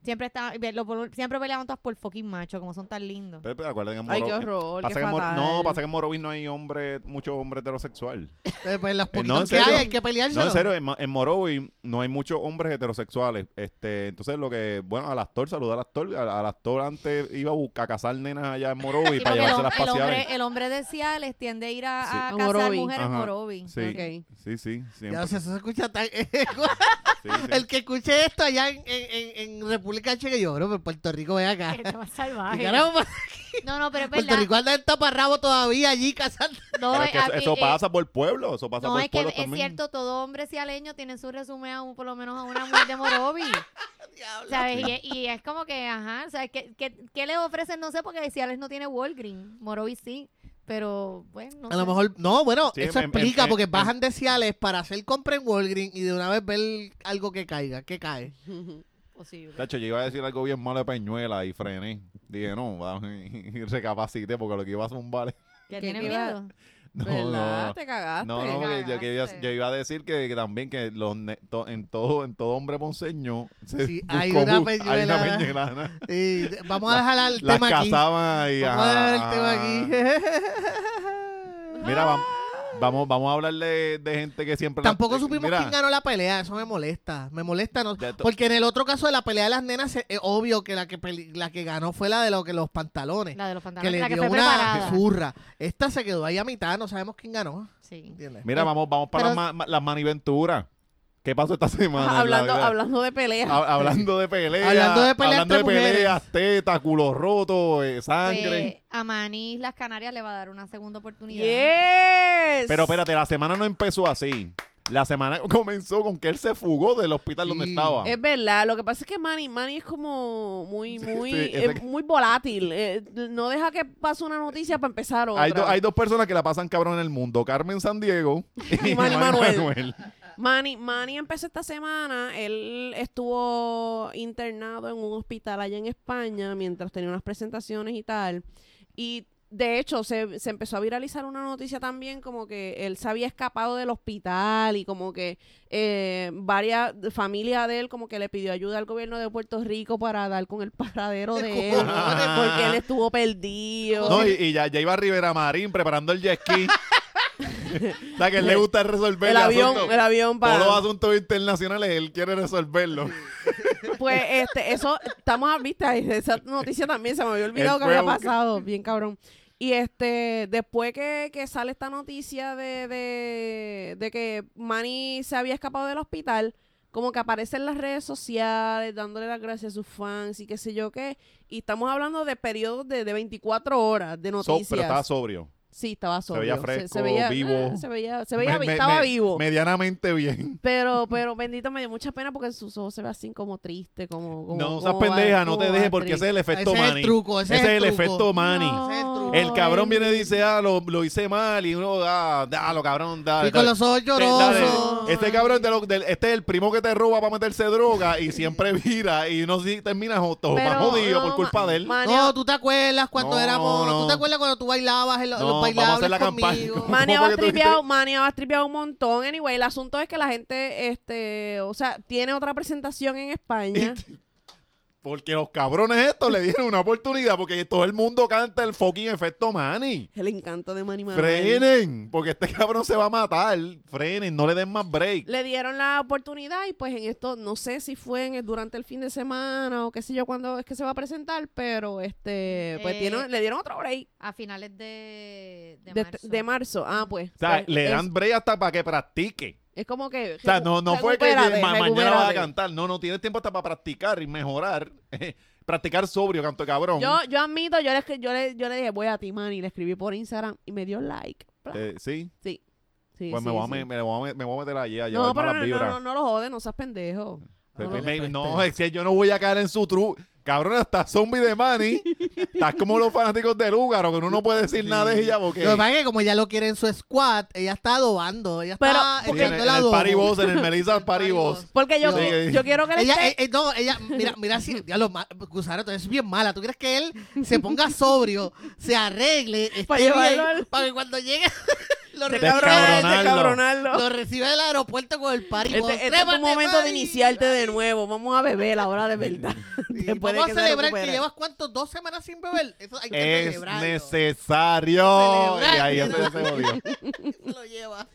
S2: Siempre estaban, ve- lo- por- siempre peleaban todas por fucking macho, como son tan lindos.
S1: Pero, pero acuérdense, en
S3: Ay, qué
S1: Moro-
S3: horror,
S1: pasa
S3: qué
S1: que en Mor-
S3: fatal.
S1: No, pasa que en Morovis no hay hombre, mucho hombre heterosexual.
S4: Eh, pues, las
S1: Eh, no,
S4: poquitas
S1: en
S4: que hay,
S1: serio.
S4: hay que pelearse.
S1: No, en serio, en, Mo- en Morovis no hay muchos hombres heterosexuales. Este, entonces lo que, bueno, al actor, saludar al actor. Al, al actor antes iba a, buscar, a cazar nenas allá en Morovis
S2: Sí,
S1: para
S2: porque el,
S1: llevarse
S2: hom-
S1: las
S2: el
S1: paseadas.
S2: hombre, el hombre de Ciales tiende a ir a,
S1: Sí.
S2: a
S3: A
S2: casar
S3: Morovis.
S2: mujeres en
S1: Ajá.
S2: Morovis.
S1: Sí,
S3: Ok.
S1: sí, sí, siempre.
S4: Ya, o sea, eso se escucha tan...
S1: Sí, sí.
S4: El que escuche esto allá en, en- en- en República Checa, yo, bro, pero Puerto Rico, ve acá.
S2: Que está más
S4: ¿Qué
S2: salvaje.
S4: carajo?
S2: No, no, pero es
S4: Puerto
S2: verdad.
S4: Rico anda en taparrabo todavía allí cazando.
S2: No,
S1: Pero es
S2: eh,
S1: que eso,
S2: aquí,
S1: eso
S2: eh,
S1: pasa por pueblo, eso pasa
S2: No,
S1: por
S2: es que
S1: pueblo
S2: es
S1: también.
S2: cierto, todo hombre cialeño tiene su resumen a un, por lo menos a una mujer de Morovis. ¿Sabes? Y, es- y es como que, ajá, ¿sabes? ¿Qué, qué, qué le ofrecen? No sé, porque Ciales no tiene Walgreens. Morovis sí, pero bueno, no
S4: A lo
S2: sé.
S4: mejor, no, bueno,
S1: Sí,
S4: eso
S1: em- em-
S4: explica,
S1: em-
S4: porque
S1: em-
S4: bajan de Ciales para hacer compra en Walgreens y de una vez ver algo que caiga, que cae.
S2: Posible.
S1: Tacho, yo iba a decir algo bien malo de Peñuela y frené. Dije, no, va- y recapacité porque lo que iba a zumbar.
S2: ¿Que
S3: ¿Qué
S2: tiene
S3: te iba-
S2: miedo?
S1: No,
S3: ¿Verdad?
S1: no,
S3: Te cagaste.
S1: no, no, porque yo, que iba,
S2: cagaste.
S1: yo iba a decir que, que también que los ne- to- en todo en todo hombre ponceño se
S4: Sí,
S1: buscó
S4: hay una
S1: bu- hay una
S4: Peñuela.
S1: peñuelana.
S4: Eh, vamos a dejar el
S1: Las
S4: tema aquí.
S1: casaban y
S4: Vamos a dejar el
S1: ajá.
S4: tema aquí.
S1: Mira, vam- Vamos, vamos a hablar de, de gente que siempre...
S4: Tampoco
S1: eh,
S4: supimos
S1: mira,
S4: quién ganó la pelea, eso me molesta. Me molesta, no.
S1: Ya to-
S4: Porque en el otro caso de la pelea de las nenas, es obvio que la que, peli- la que ganó fue la de lo que los pantalones.
S2: La de los
S4: que
S2: pantalones,
S4: le
S2: la que
S4: dio
S2: fue
S4: una
S2: preparada.
S4: zurra. Esta se quedó ahí a mitad, no sabemos quién ganó.
S2: Sí.
S4: ¿entiendes?
S3: Eh,
S1: Mira, vamos, vamos para las,
S2: Pero-
S1: ma- ma- las maniventuras. ¿Qué pasó esta semana? en la
S3: hablando,
S1: vida?
S3: hablando de peleas.
S1: Ha- hablando de peleas.
S4: Hablando de peleas
S1: Hablando de
S4: entre mujeres.
S1: peleas, tetas, culo roto, eh, sangre.
S2: Pues, a Manís Las Canarias le va a dar una segunda oportunidad.
S3: Yes.
S1: Pero espérate, la semana no empezó así. La semana comenzó con que él se fugó del hospital donde
S4: Sí.
S1: estaba.
S3: Es verdad, lo que pasa es que Manny, Manny es como muy, muy,
S1: sí,
S3: es
S1: exacto.
S3: muy volátil. eh, no deja que pase una noticia para empezar otra.
S1: Hay, do- hay dos personas que la pasan cabrón en el mundo: Carmen San Diego y,
S3: Y
S1: Manny
S3: Manny Manuel.
S1: Manuel.
S3: Manny, Manny empezó esta semana, él estuvo internado en un hospital allá en España mientras tenía unas presentaciones y tal. Y de hecho se, se empezó a viralizar una noticia también como que él se había escapado del hospital y como que eh, varias familia de él como que le pidió ayuda al gobierno de Puerto Rico para dar con el paradero de él porque él estuvo perdido.
S1: No, y, y ya, ya iba Rivera Marín preparando el jet ski. o sea, que a él le gusta resolver
S3: el avión,
S1: asunto.
S3: el avión para...
S1: Todos los asuntos internacionales él quiere resolverlo.
S3: Pues este, eso, estamos a vista, esa noticia también se me había olvidado
S1: Él
S3: que
S1: fue
S3: había
S1: a buscar-
S3: pasado, bien cabrón. Y este, después que, que sale esta noticia de, de, de que Manny se había escapado del hospital, como que aparece en las redes sociales dándole las gracias a sus fans y qué sé yo qué. Y estamos hablando de periodos de, de 24 horas de
S1: So-
S3: noticias.
S1: pero estaba sobrio.
S3: sí, estaba
S1: se veía
S3: solo.
S1: fresco, vivo.
S3: se veía, se veía
S1: Me-
S3: vi-
S1: me-
S3: estaba
S1: me-
S3: vivo.
S1: Medianamente bien.
S3: Pero, pero bendito me dio mucha pena porque sus ojos se ve así como triste, como, como
S1: no seas
S3: como
S1: pendeja,
S3: va-
S1: no te
S3: como
S1: dejes
S3: va
S1: porque ese es el efecto
S4: Ese es el
S1: Manny.
S4: truco, ese, es el, truco.
S1: efecto Manny.
S3: No,
S4: Ese es el truco.
S1: El cabrón viene y dice, ah, lo, lo hice mal, y uno, ah, dalo, cabrón, dale.
S4: Y con
S1: dale".
S4: los ojos
S1: Te- dale.
S4: llorosos.
S1: Este cabrón, de lo- del- este es el primo que te roba para meterse droga y siempre vira y no si termina joto,
S3: Pero,
S1: "Oh, más jodido
S3: no,
S1: por culpa
S3: ma-
S1: de él.
S3: Manny,
S4: No, tú te acuerdas cuando
S1: No,
S4: éramos. ¿Tú
S1: no.
S4: te acuerdas cuando tú bailabas en lo-
S1: No, vamos
S4: los
S1: a hacer
S4: bailables
S1: la campaña.
S4: conmigo?
S1: Ma-
S3: Manny
S1: ¿Cómo fue que
S3: ha
S1: tú dijiste?
S3: tripeado, Manny ha tripeado un montón. Anyway, el asunto es que la gente, este, o sea, tiene otra presentación en España.
S1: Porque los cabrones estos le dieron una oportunidad porque todo el mundo canta el fucking efecto Manny.
S3: el encanto de Manny Manuel.
S1: Frenen, porque este cabrón se va a matar. Frenen, no le den más break.
S3: Le dieron la oportunidad y pues en esto, no sé si fue en el- durante el fin de semana o qué sé yo cuándo es que se va a presentar, pero este, pues
S2: Eh,
S3: tiene- le dieron otro break
S2: A finales de, de
S3: de, de
S2: marzo.
S3: marzo. Ah, pues.
S1: O sea,
S3: pues,
S1: le
S3: es-
S1: dan break hasta para que practique.
S3: Es, como que.
S1: O sea, no, no fue que
S3: recupérate,
S1: ma- mañana vas a
S3: recupérate.
S1: cantar. No, no, tienes tiempo hasta para practicar y mejorar. practicar sobrio, canto de cabrón.
S3: Yo, yo admito, yo le, escri- yo, le, yo le dije, voy a ti, man, y le escribí por Instagram y me dio like. Pla.
S1: Eh, sí,
S3: Sí,
S1: pues me,
S3: sí,
S1: voy a,
S3: sí.
S1: me, me voy a, me voy a meter allí a llevar
S3: No, pero
S1: malas
S3: no, no,
S1: vibras.
S3: no, no lo jodes, no seas pendejo.
S1: Pues,
S4: No,
S1: pues,
S4: no,
S1: me-
S4: no,
S1: no,
S4: espera.
S3: este.
S1: es que yo no voy a caer en su truco. Cabrón, hasta zombie de Manny. Estás como los fanáticos de Lugaro, que uno no puede decir nada de ella porque.
S4: Lo que pasa es que como ella lo quiere en su squad, ella está adobando. Ella
S3: Pero,
S4: está
S1: Sí, en, el-
S4: echando
S1: en
S4: la
S1: el
S4: adobo.
S1: Party Boss, en el Melissa Party
S4: Party
S1: Boss.
S4: Boss.
S3: Porque yo,
S4: Sí,
S1: sí.
S3: yo quiero que le
S4: Ella,
S3: esté-
S4: eh, eh, no, ella, mira, mira si, ya lo ma- Gusano, tú eres bien mala. ¿Tú crees que él se ponga sobrio, se arregle, esté
S3: Pa'
S4: bien,
S3: llevarlo al-
S4: para que cuando llegue lo,
S3: Te
S4: reciba,
S1: cabronarlo.
S3: cabronarlo.
S4: lo reciba del aeropuerto con el party boss.
S3: Este, este es tu
S4: Trépate,
S3: momento de
S4: Manny.
S3: iniciarte de nuevo. Vamos a beber ahora de verdad.
S4: Sí,
S3: Después de
S4: Vamos
S3: que se
S4: a celebrar que
S3: recupere.
S4: llevas cuántos, dos semanas sin beber. Eso hay que
S1: Es
S4: celebrarlo.
S1: necesario. Y
S4: Celebrar.
S1: ahí ya se, se jodió.
S4: Se lo lleva.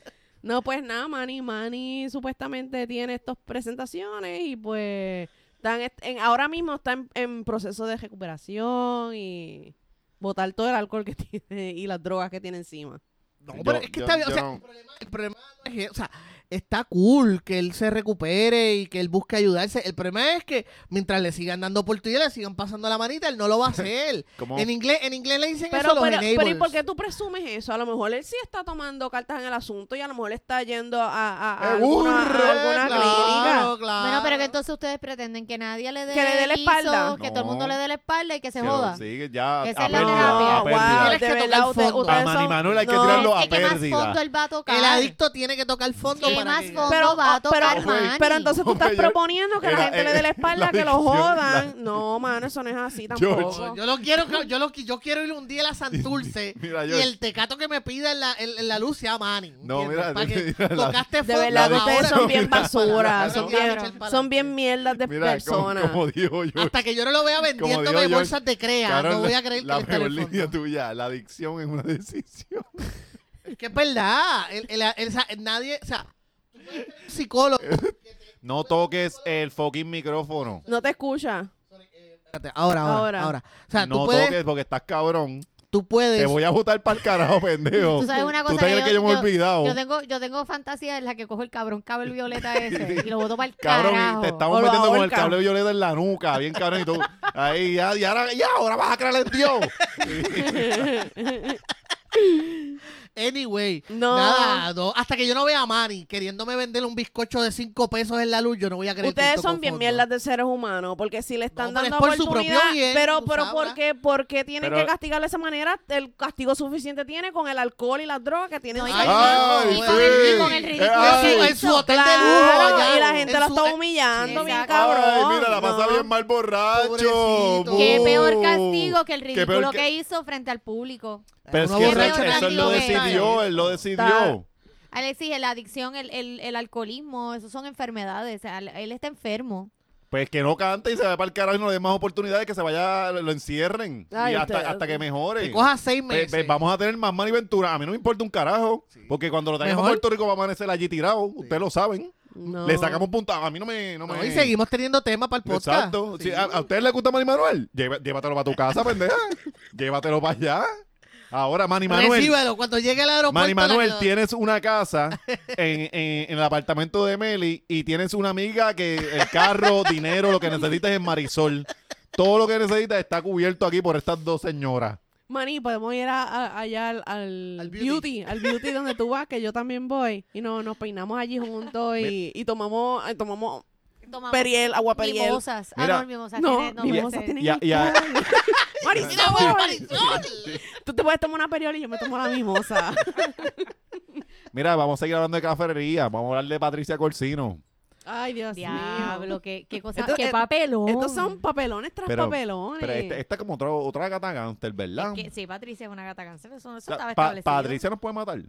S3: No, pues nada, Manny. Manny supuestamente tiene estas presentaciones y pues están est- en- ahora mismo está en, en proceso de recuperación y botar todo el alcohol que tiene y las drogas que tiene encima.
S4: No,
S1: Yo-
S4: pero es que
S1: yo-
S4: está bien. O
S1: yo
S4: sea,
S1: no-
S4: el, problema, el problema no es. O sea, está cool que él se recupere y que él busque ayudarse. El problema es que mientras le sigan dando oportunidades, le sigan pasando la manita, él no lo va a hacer.
S1: ¿Cómo?
S4: en, inglés, en inglés le dicen
S3: Pero,
S4: eso los
S3: pero, pero, ¿y
S4: enablers.
S3: por qué tú presumes eso? A lo mejor él sí está tomando cartas en el asunto y a lo mejor está yendo a, a- a
S1: Seguro,
S3: alguna, a alguna
S4: Ah, claro, claro.
S2: Bueno, pero que entonces ustedes pretenden que nadie le dé
S3: Que le dé la
S2: guiso,
S3: espalda.
S2: Que todo el mundo
S1: No.
S2: le dé la espalda y que se
S1: Que lo
S2: joda.
S1: sigue ya.
S2: Esa
S1: a
S2: es la
S1: pérdida,
S2: terapia.
S1: a
S3: clínica.
S1: pérdida.
S4: Tienes
S3: de
S4: que
S3: verdad,
S4: tocar
S3: ustedes-
S4: fondo.
S3: ustedes
S1: A Manny
S3: son-
S1: Manuel hay que
S3: No,
S1: tirarlo a
S2: Es que más
S1: pérdida.
S2: fondo él va a tocar.
S4: El adicto tiene que tocar fondo
S2: Que
S4: para
S2: más
S4: que-
S2: fondo
S3: Pero- ah,
S2: va a tocar
S3: pero-
S2: Manny.
S3: Pero entonces tú
S1: Hombre,
S3: estás
S1: yo-
S3: proponiendo que la
S1: Mira,
S3: gente le
S1: eh,
S3: dé la espalda,
S1: la
S3: que lo
S1: adicción, la-
S3: jodan. No, mano, eso no es así tampoco.
S1: George.
S4: No, Yo lo quiero, ca- yo lo qui- yo quiero ir un día a la Santurce
S1: Mira,
S4: y
S1: yo-
S4: el tecato que me pida en la, en, en la luz sea Manny.
S1: No,
S4: ¿entiendes?
S1: mira,
S4: Pa' que
S1: mira, la-
S4: tocaste
S3: De
S4: fondo,
S3: verdad que ustedes
S4: ahora
S3: son
S4: no.
S3: bien basura, son
S4: Ahora
S3: bien,
S4: no, ahora no.
S3: son bien mierdas de
S1: Mira,
S3: personas.
S1: Como, como dijo yo.
S4: Hasta que yo no lo vea vendiéndome
S1: digo yo,
S4: bolsas de crea,
S1: Cabrón,
S4: no voy a creer que
S1: la
S4: él está en
S1: mejor
S4: el fondo.
S1: línea tuya, la adicción es una decisión.
S4: que es verdad. El, el- el- o sea, nadie, o sea, tú puedes tener un psicólogo.
S1: No toques el fucking micrófono.
S3: No te escucha.
S4: Espérate, ahora, ahora,
S3: Ahora.
S4: ahora, O sea,
S1: no
S4: tú puedes, Pues,
S1: toques porque estás cabrón.
S4: tú puedes.
S1: Te voy a botar para el carajo, pendejo.
S2: Tú sabes una
S1: ¿Tú
S2: cosa
S1: te
S2: que
S1: crees
S2: yo-
S1: que yo me he
S2: yo-
S1: olvidado?
S2: Yo tengo, yo tengo fantasía en la que cojo el cabrón cable violeta ese y lo boto para el
S1: Cabrón,
S2: carajo.
S1: y te estamos
S3: O lo
S1: metiendo con el
S3: ahorca.
S1: cable violeta en la nuca, bien cabrón, y tú, ahí, ya, y ahora, ya, ahora vas a creer en Dios.
S4: Anyway,
S3: No.
S4: nada, no, hasta que yo no vea a Manny queriéndome vender un bizcocho de 5 pesos en la luz, yo no voy a creer que él
S3: Ustedes
S4: tocó
S3: son bien
S4: fondo.
S3: mierdas de seres humanos, porque si le están
S4: No, pero
S3: dando
S4: es por su propio
S3: oportunidad,
S4: bien,
S3: pero
S4: tú
S3: pero
S4: sabrás.
S3: ¿por qué, por qué tienen
S1: Pero-
S3: que castigar de esa manera? El castigo suficiente tiene con el alcohol y las drogas que tienen.
S2: No, y
S3: encima.
S4: Ay,
S1: Ay,
S2: y con el- y con el
S1: sí. Eh,
S2: ridículo
S1: Ay,
S2: que
S4: en su
S2: hizo.
S4: hotel de lujo
S3: Claro,
S4: allá,
S3: y la gente
S4: en
S3: lo
S4: su-
S3: está humillando,
S2: Sí,
S3: bien
S2: exacto.
S3: cabrón.
S1: Ay, mira, la pasa
S3: ¿no?
S1: bien mal borracho.
S4: Pobrecito.
S2: Qué
S1: bu.
S2: peor castigo que el
S1: Qué peor
S2: ridículo
S1: que-
S2: que... hizo frente al público.
S1: Pero es
S4: Una
S1: que
S2: Qué
S4: borracha
S1: eso-
S2: peor
S1: eso él lo
S2: castigo que-
S1: decidió, él lo decidió.
S3: Está-
S2: A él exige la adicción, el, el, el alcoholismo, eso son enfermedades. o sea, él está enfermo.
S1: Pues que no cante y se vaya para el carajo y no le den más oportunidades, que se vaya, lo lo encierren.
S3: Ay,
S1: y hasta,
S3: ustedes-
S1: hasta que mejore.
S4: Que coja 6
S1: Ve-
S4: meses.
S1: ve, vamos a tener más maniventura. A mí no me importa un carajo.
S4: Sí.
S1: Porque cuando lo traigamos a
S4: Mejor.
S1: Puerto Rico va a amanecer allí tirado. Ustedes lo saben.
S3: No.
S1: Le sacamos punta. A mí no me. No me...
S4: No, y seguimos teniendo tema para el podcast.
S1: Exacto.
S4: Sí.
S1: Si a, a ustedes les gusta Manny Manuel, lleva- llévatelo para tu casa, pendeja. llévatelo para allá. Ahora, Manny Manuel.
S4: Recíbelo cuando llegue al aeropuerto.
S1: Manny Manuel,
S4: la-
S1: tienes una casa en, en- en el apartamento de Meli y tienes una amiga que el carro, dinero, lo que necesitas es Marisol. Todo lo que necesitas está cubierto aquí por estas dos señoras.
S3: Mani, podemos ir a- a- allá al, al
S4: Al beauty.
S3: beauty. al beauty donde tú vas, que yo también voy. Y no, nos peinamos allí juntos y, y tomamos, eh, tomamos
S2: Tomamos
S3: periel, agua periel.
S2: mimosas. Ah,
S1: Mira,
S2: no, mimosas.
S3: No,
S2: tiene- no,
S3: mimosas
S2: mimosas.
S3: tienen
S1: Y a- y a-
S3: Marisol.
S4: Mira, bueno, Marisol.
S3: Tú te puedes tomar una periola y yo me tomo la mimosa.
S1: Mira, vamos a seguir hablando de cafetería. Vamos a hablar de Patricia Corsino.
S3: Ay, Dios mío.
S2: Diablo, qué, qué cosa,
S3: Esto-
S2: qué
S3: eh,
S2: papelón.
S3: Estos son papelones tras
S1: Pero-
S3: papelones.
S1: Pero este, esta esta es como otra, otra gata gangster, ¿verdad?
S2: Que- sí, Patricia es una gata cáncer, eso, eso
S1: La-
S2: estaba
S1: pa-
S2: establecido.
S1: Patricia nos puede matar.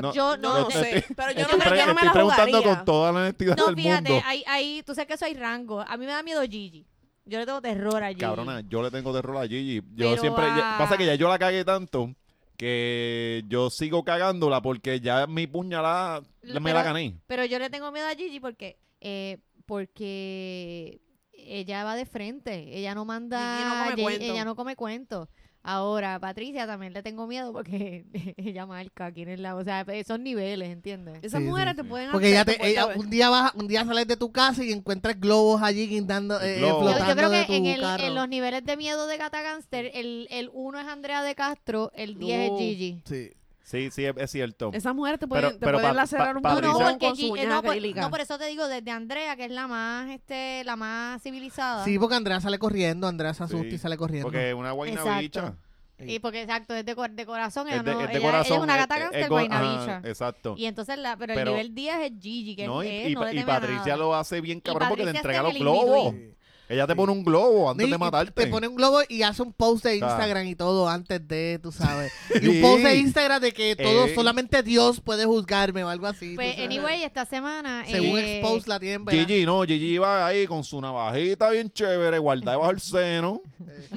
S1: No,
S2: Yo
S3: no,
S2: no,
S1: no, este,
S2: sé.
S3: sé. Pero yo
S1: estoy
S3: no, creo-
S1: pre-
S3: yo no me
S1: estoy
S3: la
S1: preguntando
S3: jugaría.
S1: con toda la honestidad
S2: No,
S1: del mundo.
S2: fíjate, ahí, ahí, tú sabes que eso hay rango. A mí me da miedo Gigi. Yo le tengo terror a Gigi.
S1: Cabrona, yo le tengo terror a Gigi. Yo
S2: Pero
S1: siempre.
S2: a-
S1: ya- pasa que ya yo la cagué tanto que yo sigo cagándola porque ya mi puñalada la- me
S2: Pero-
S1: la gané.
S2: Pero yo le tengo miedo a Gigi porque, eh, porque ella va de frente. Ella no manda.
S3: Gigi no come
S2: Gigi-
S3: cuento.
S2: Ella no come cuento. Ahora, Patricia también le tengo miedo porque ella marca quién es la. O sea, esos niveles, ¿entiendes?
S3: Esas
S4: Sí, sí,
S3: mujeres
S1: sí.
S3: te pueden
S4: Ah,
S3: hacer,
S4: Porque ella
S3: te
S4: te,
S2: pues,
S3: pueden-
S4: ella- un día vas, un día sales de tu casa y encuentras globos allí guindando, eh,
S1: Globos.
S2: Yo, yo
S4: flotando
S2: creo
S4: de
S2: que
S4: tu
S2: en, el-
S4: carro.
S2: en los niveles de miedo de Gata Gangster, el, el 1 es Andrea de Castro, el 10
S3: No.
S2: es Gigi.
S4: Sí.
S1: Sí, sí, es, es cierto.
S3: Esas mujeres te
S1: Pero-
S3: pueden, te
S1: pero
S3: pueden
S1: pa- pa-
S3: lacerar un
S2: No, no,
S1: Patricia-
S3: corazón
S2: porque
S3: con su
S2: Gigi,
S3: uña
S2: no, por,
S3: acrílica.
S2: no, por eso te digo, desde Andrea, que es la más, este, la más civilizada.
S4: Sí, porque Andrea sale corriendo, Andrea se asusta
S1: Sí,
S4: y sale corriendo.
S1: Porque una guayna
S2: Exacto.
S1: bicha.
S2: Y porque, exacto, es de, cor- de corazón. Ella,
S1: Es de,
S2: no-
S1: es de
S2: ella- ella
S1: corazón.
S2: es una
S1: es-
S2: gata
S1: es-
S2: gangster,
S1: es go-
S2: vaina
S1: ajá,
S2: bicha.
S1: Exacto.
S2: Y entonces, la, pero,
S1: Pero-
S2: el nivel 10 es Gigi, que
S1: No, y,
S2: es,
S1: y
S2: no
S1: pa-
S2: le
S1: y
S2: teme a
S1: Patricia
S2: nada.
S1: lo hace bien cabrón porque te
S2: Patricia
S1: entrega
S2: está
S1: los
S2: en el individuo.
S1: globos. Ella te pone un globo antes
S4: Y-
S1: de
S4: y
S1: matarte.
S4: Te pone un globo y hace un post de
S1: Está.
S4: Instagram y todo antes de, tú sabes. Y
S1: Sí.
S4: un post de Instagram de que todo,
S1: Eh.
S4: solamente Dios puede juzgarme o algo así. tú
S2: Pues,
S4: sabes.
S2: anyway, esta semana.
S4: Según
S2: eh,
S4: Expose la tienen, ¿verdad?
S1: Gigi, no, Gigi va ahí con su navajita bien chévere, guardada bajo el seno.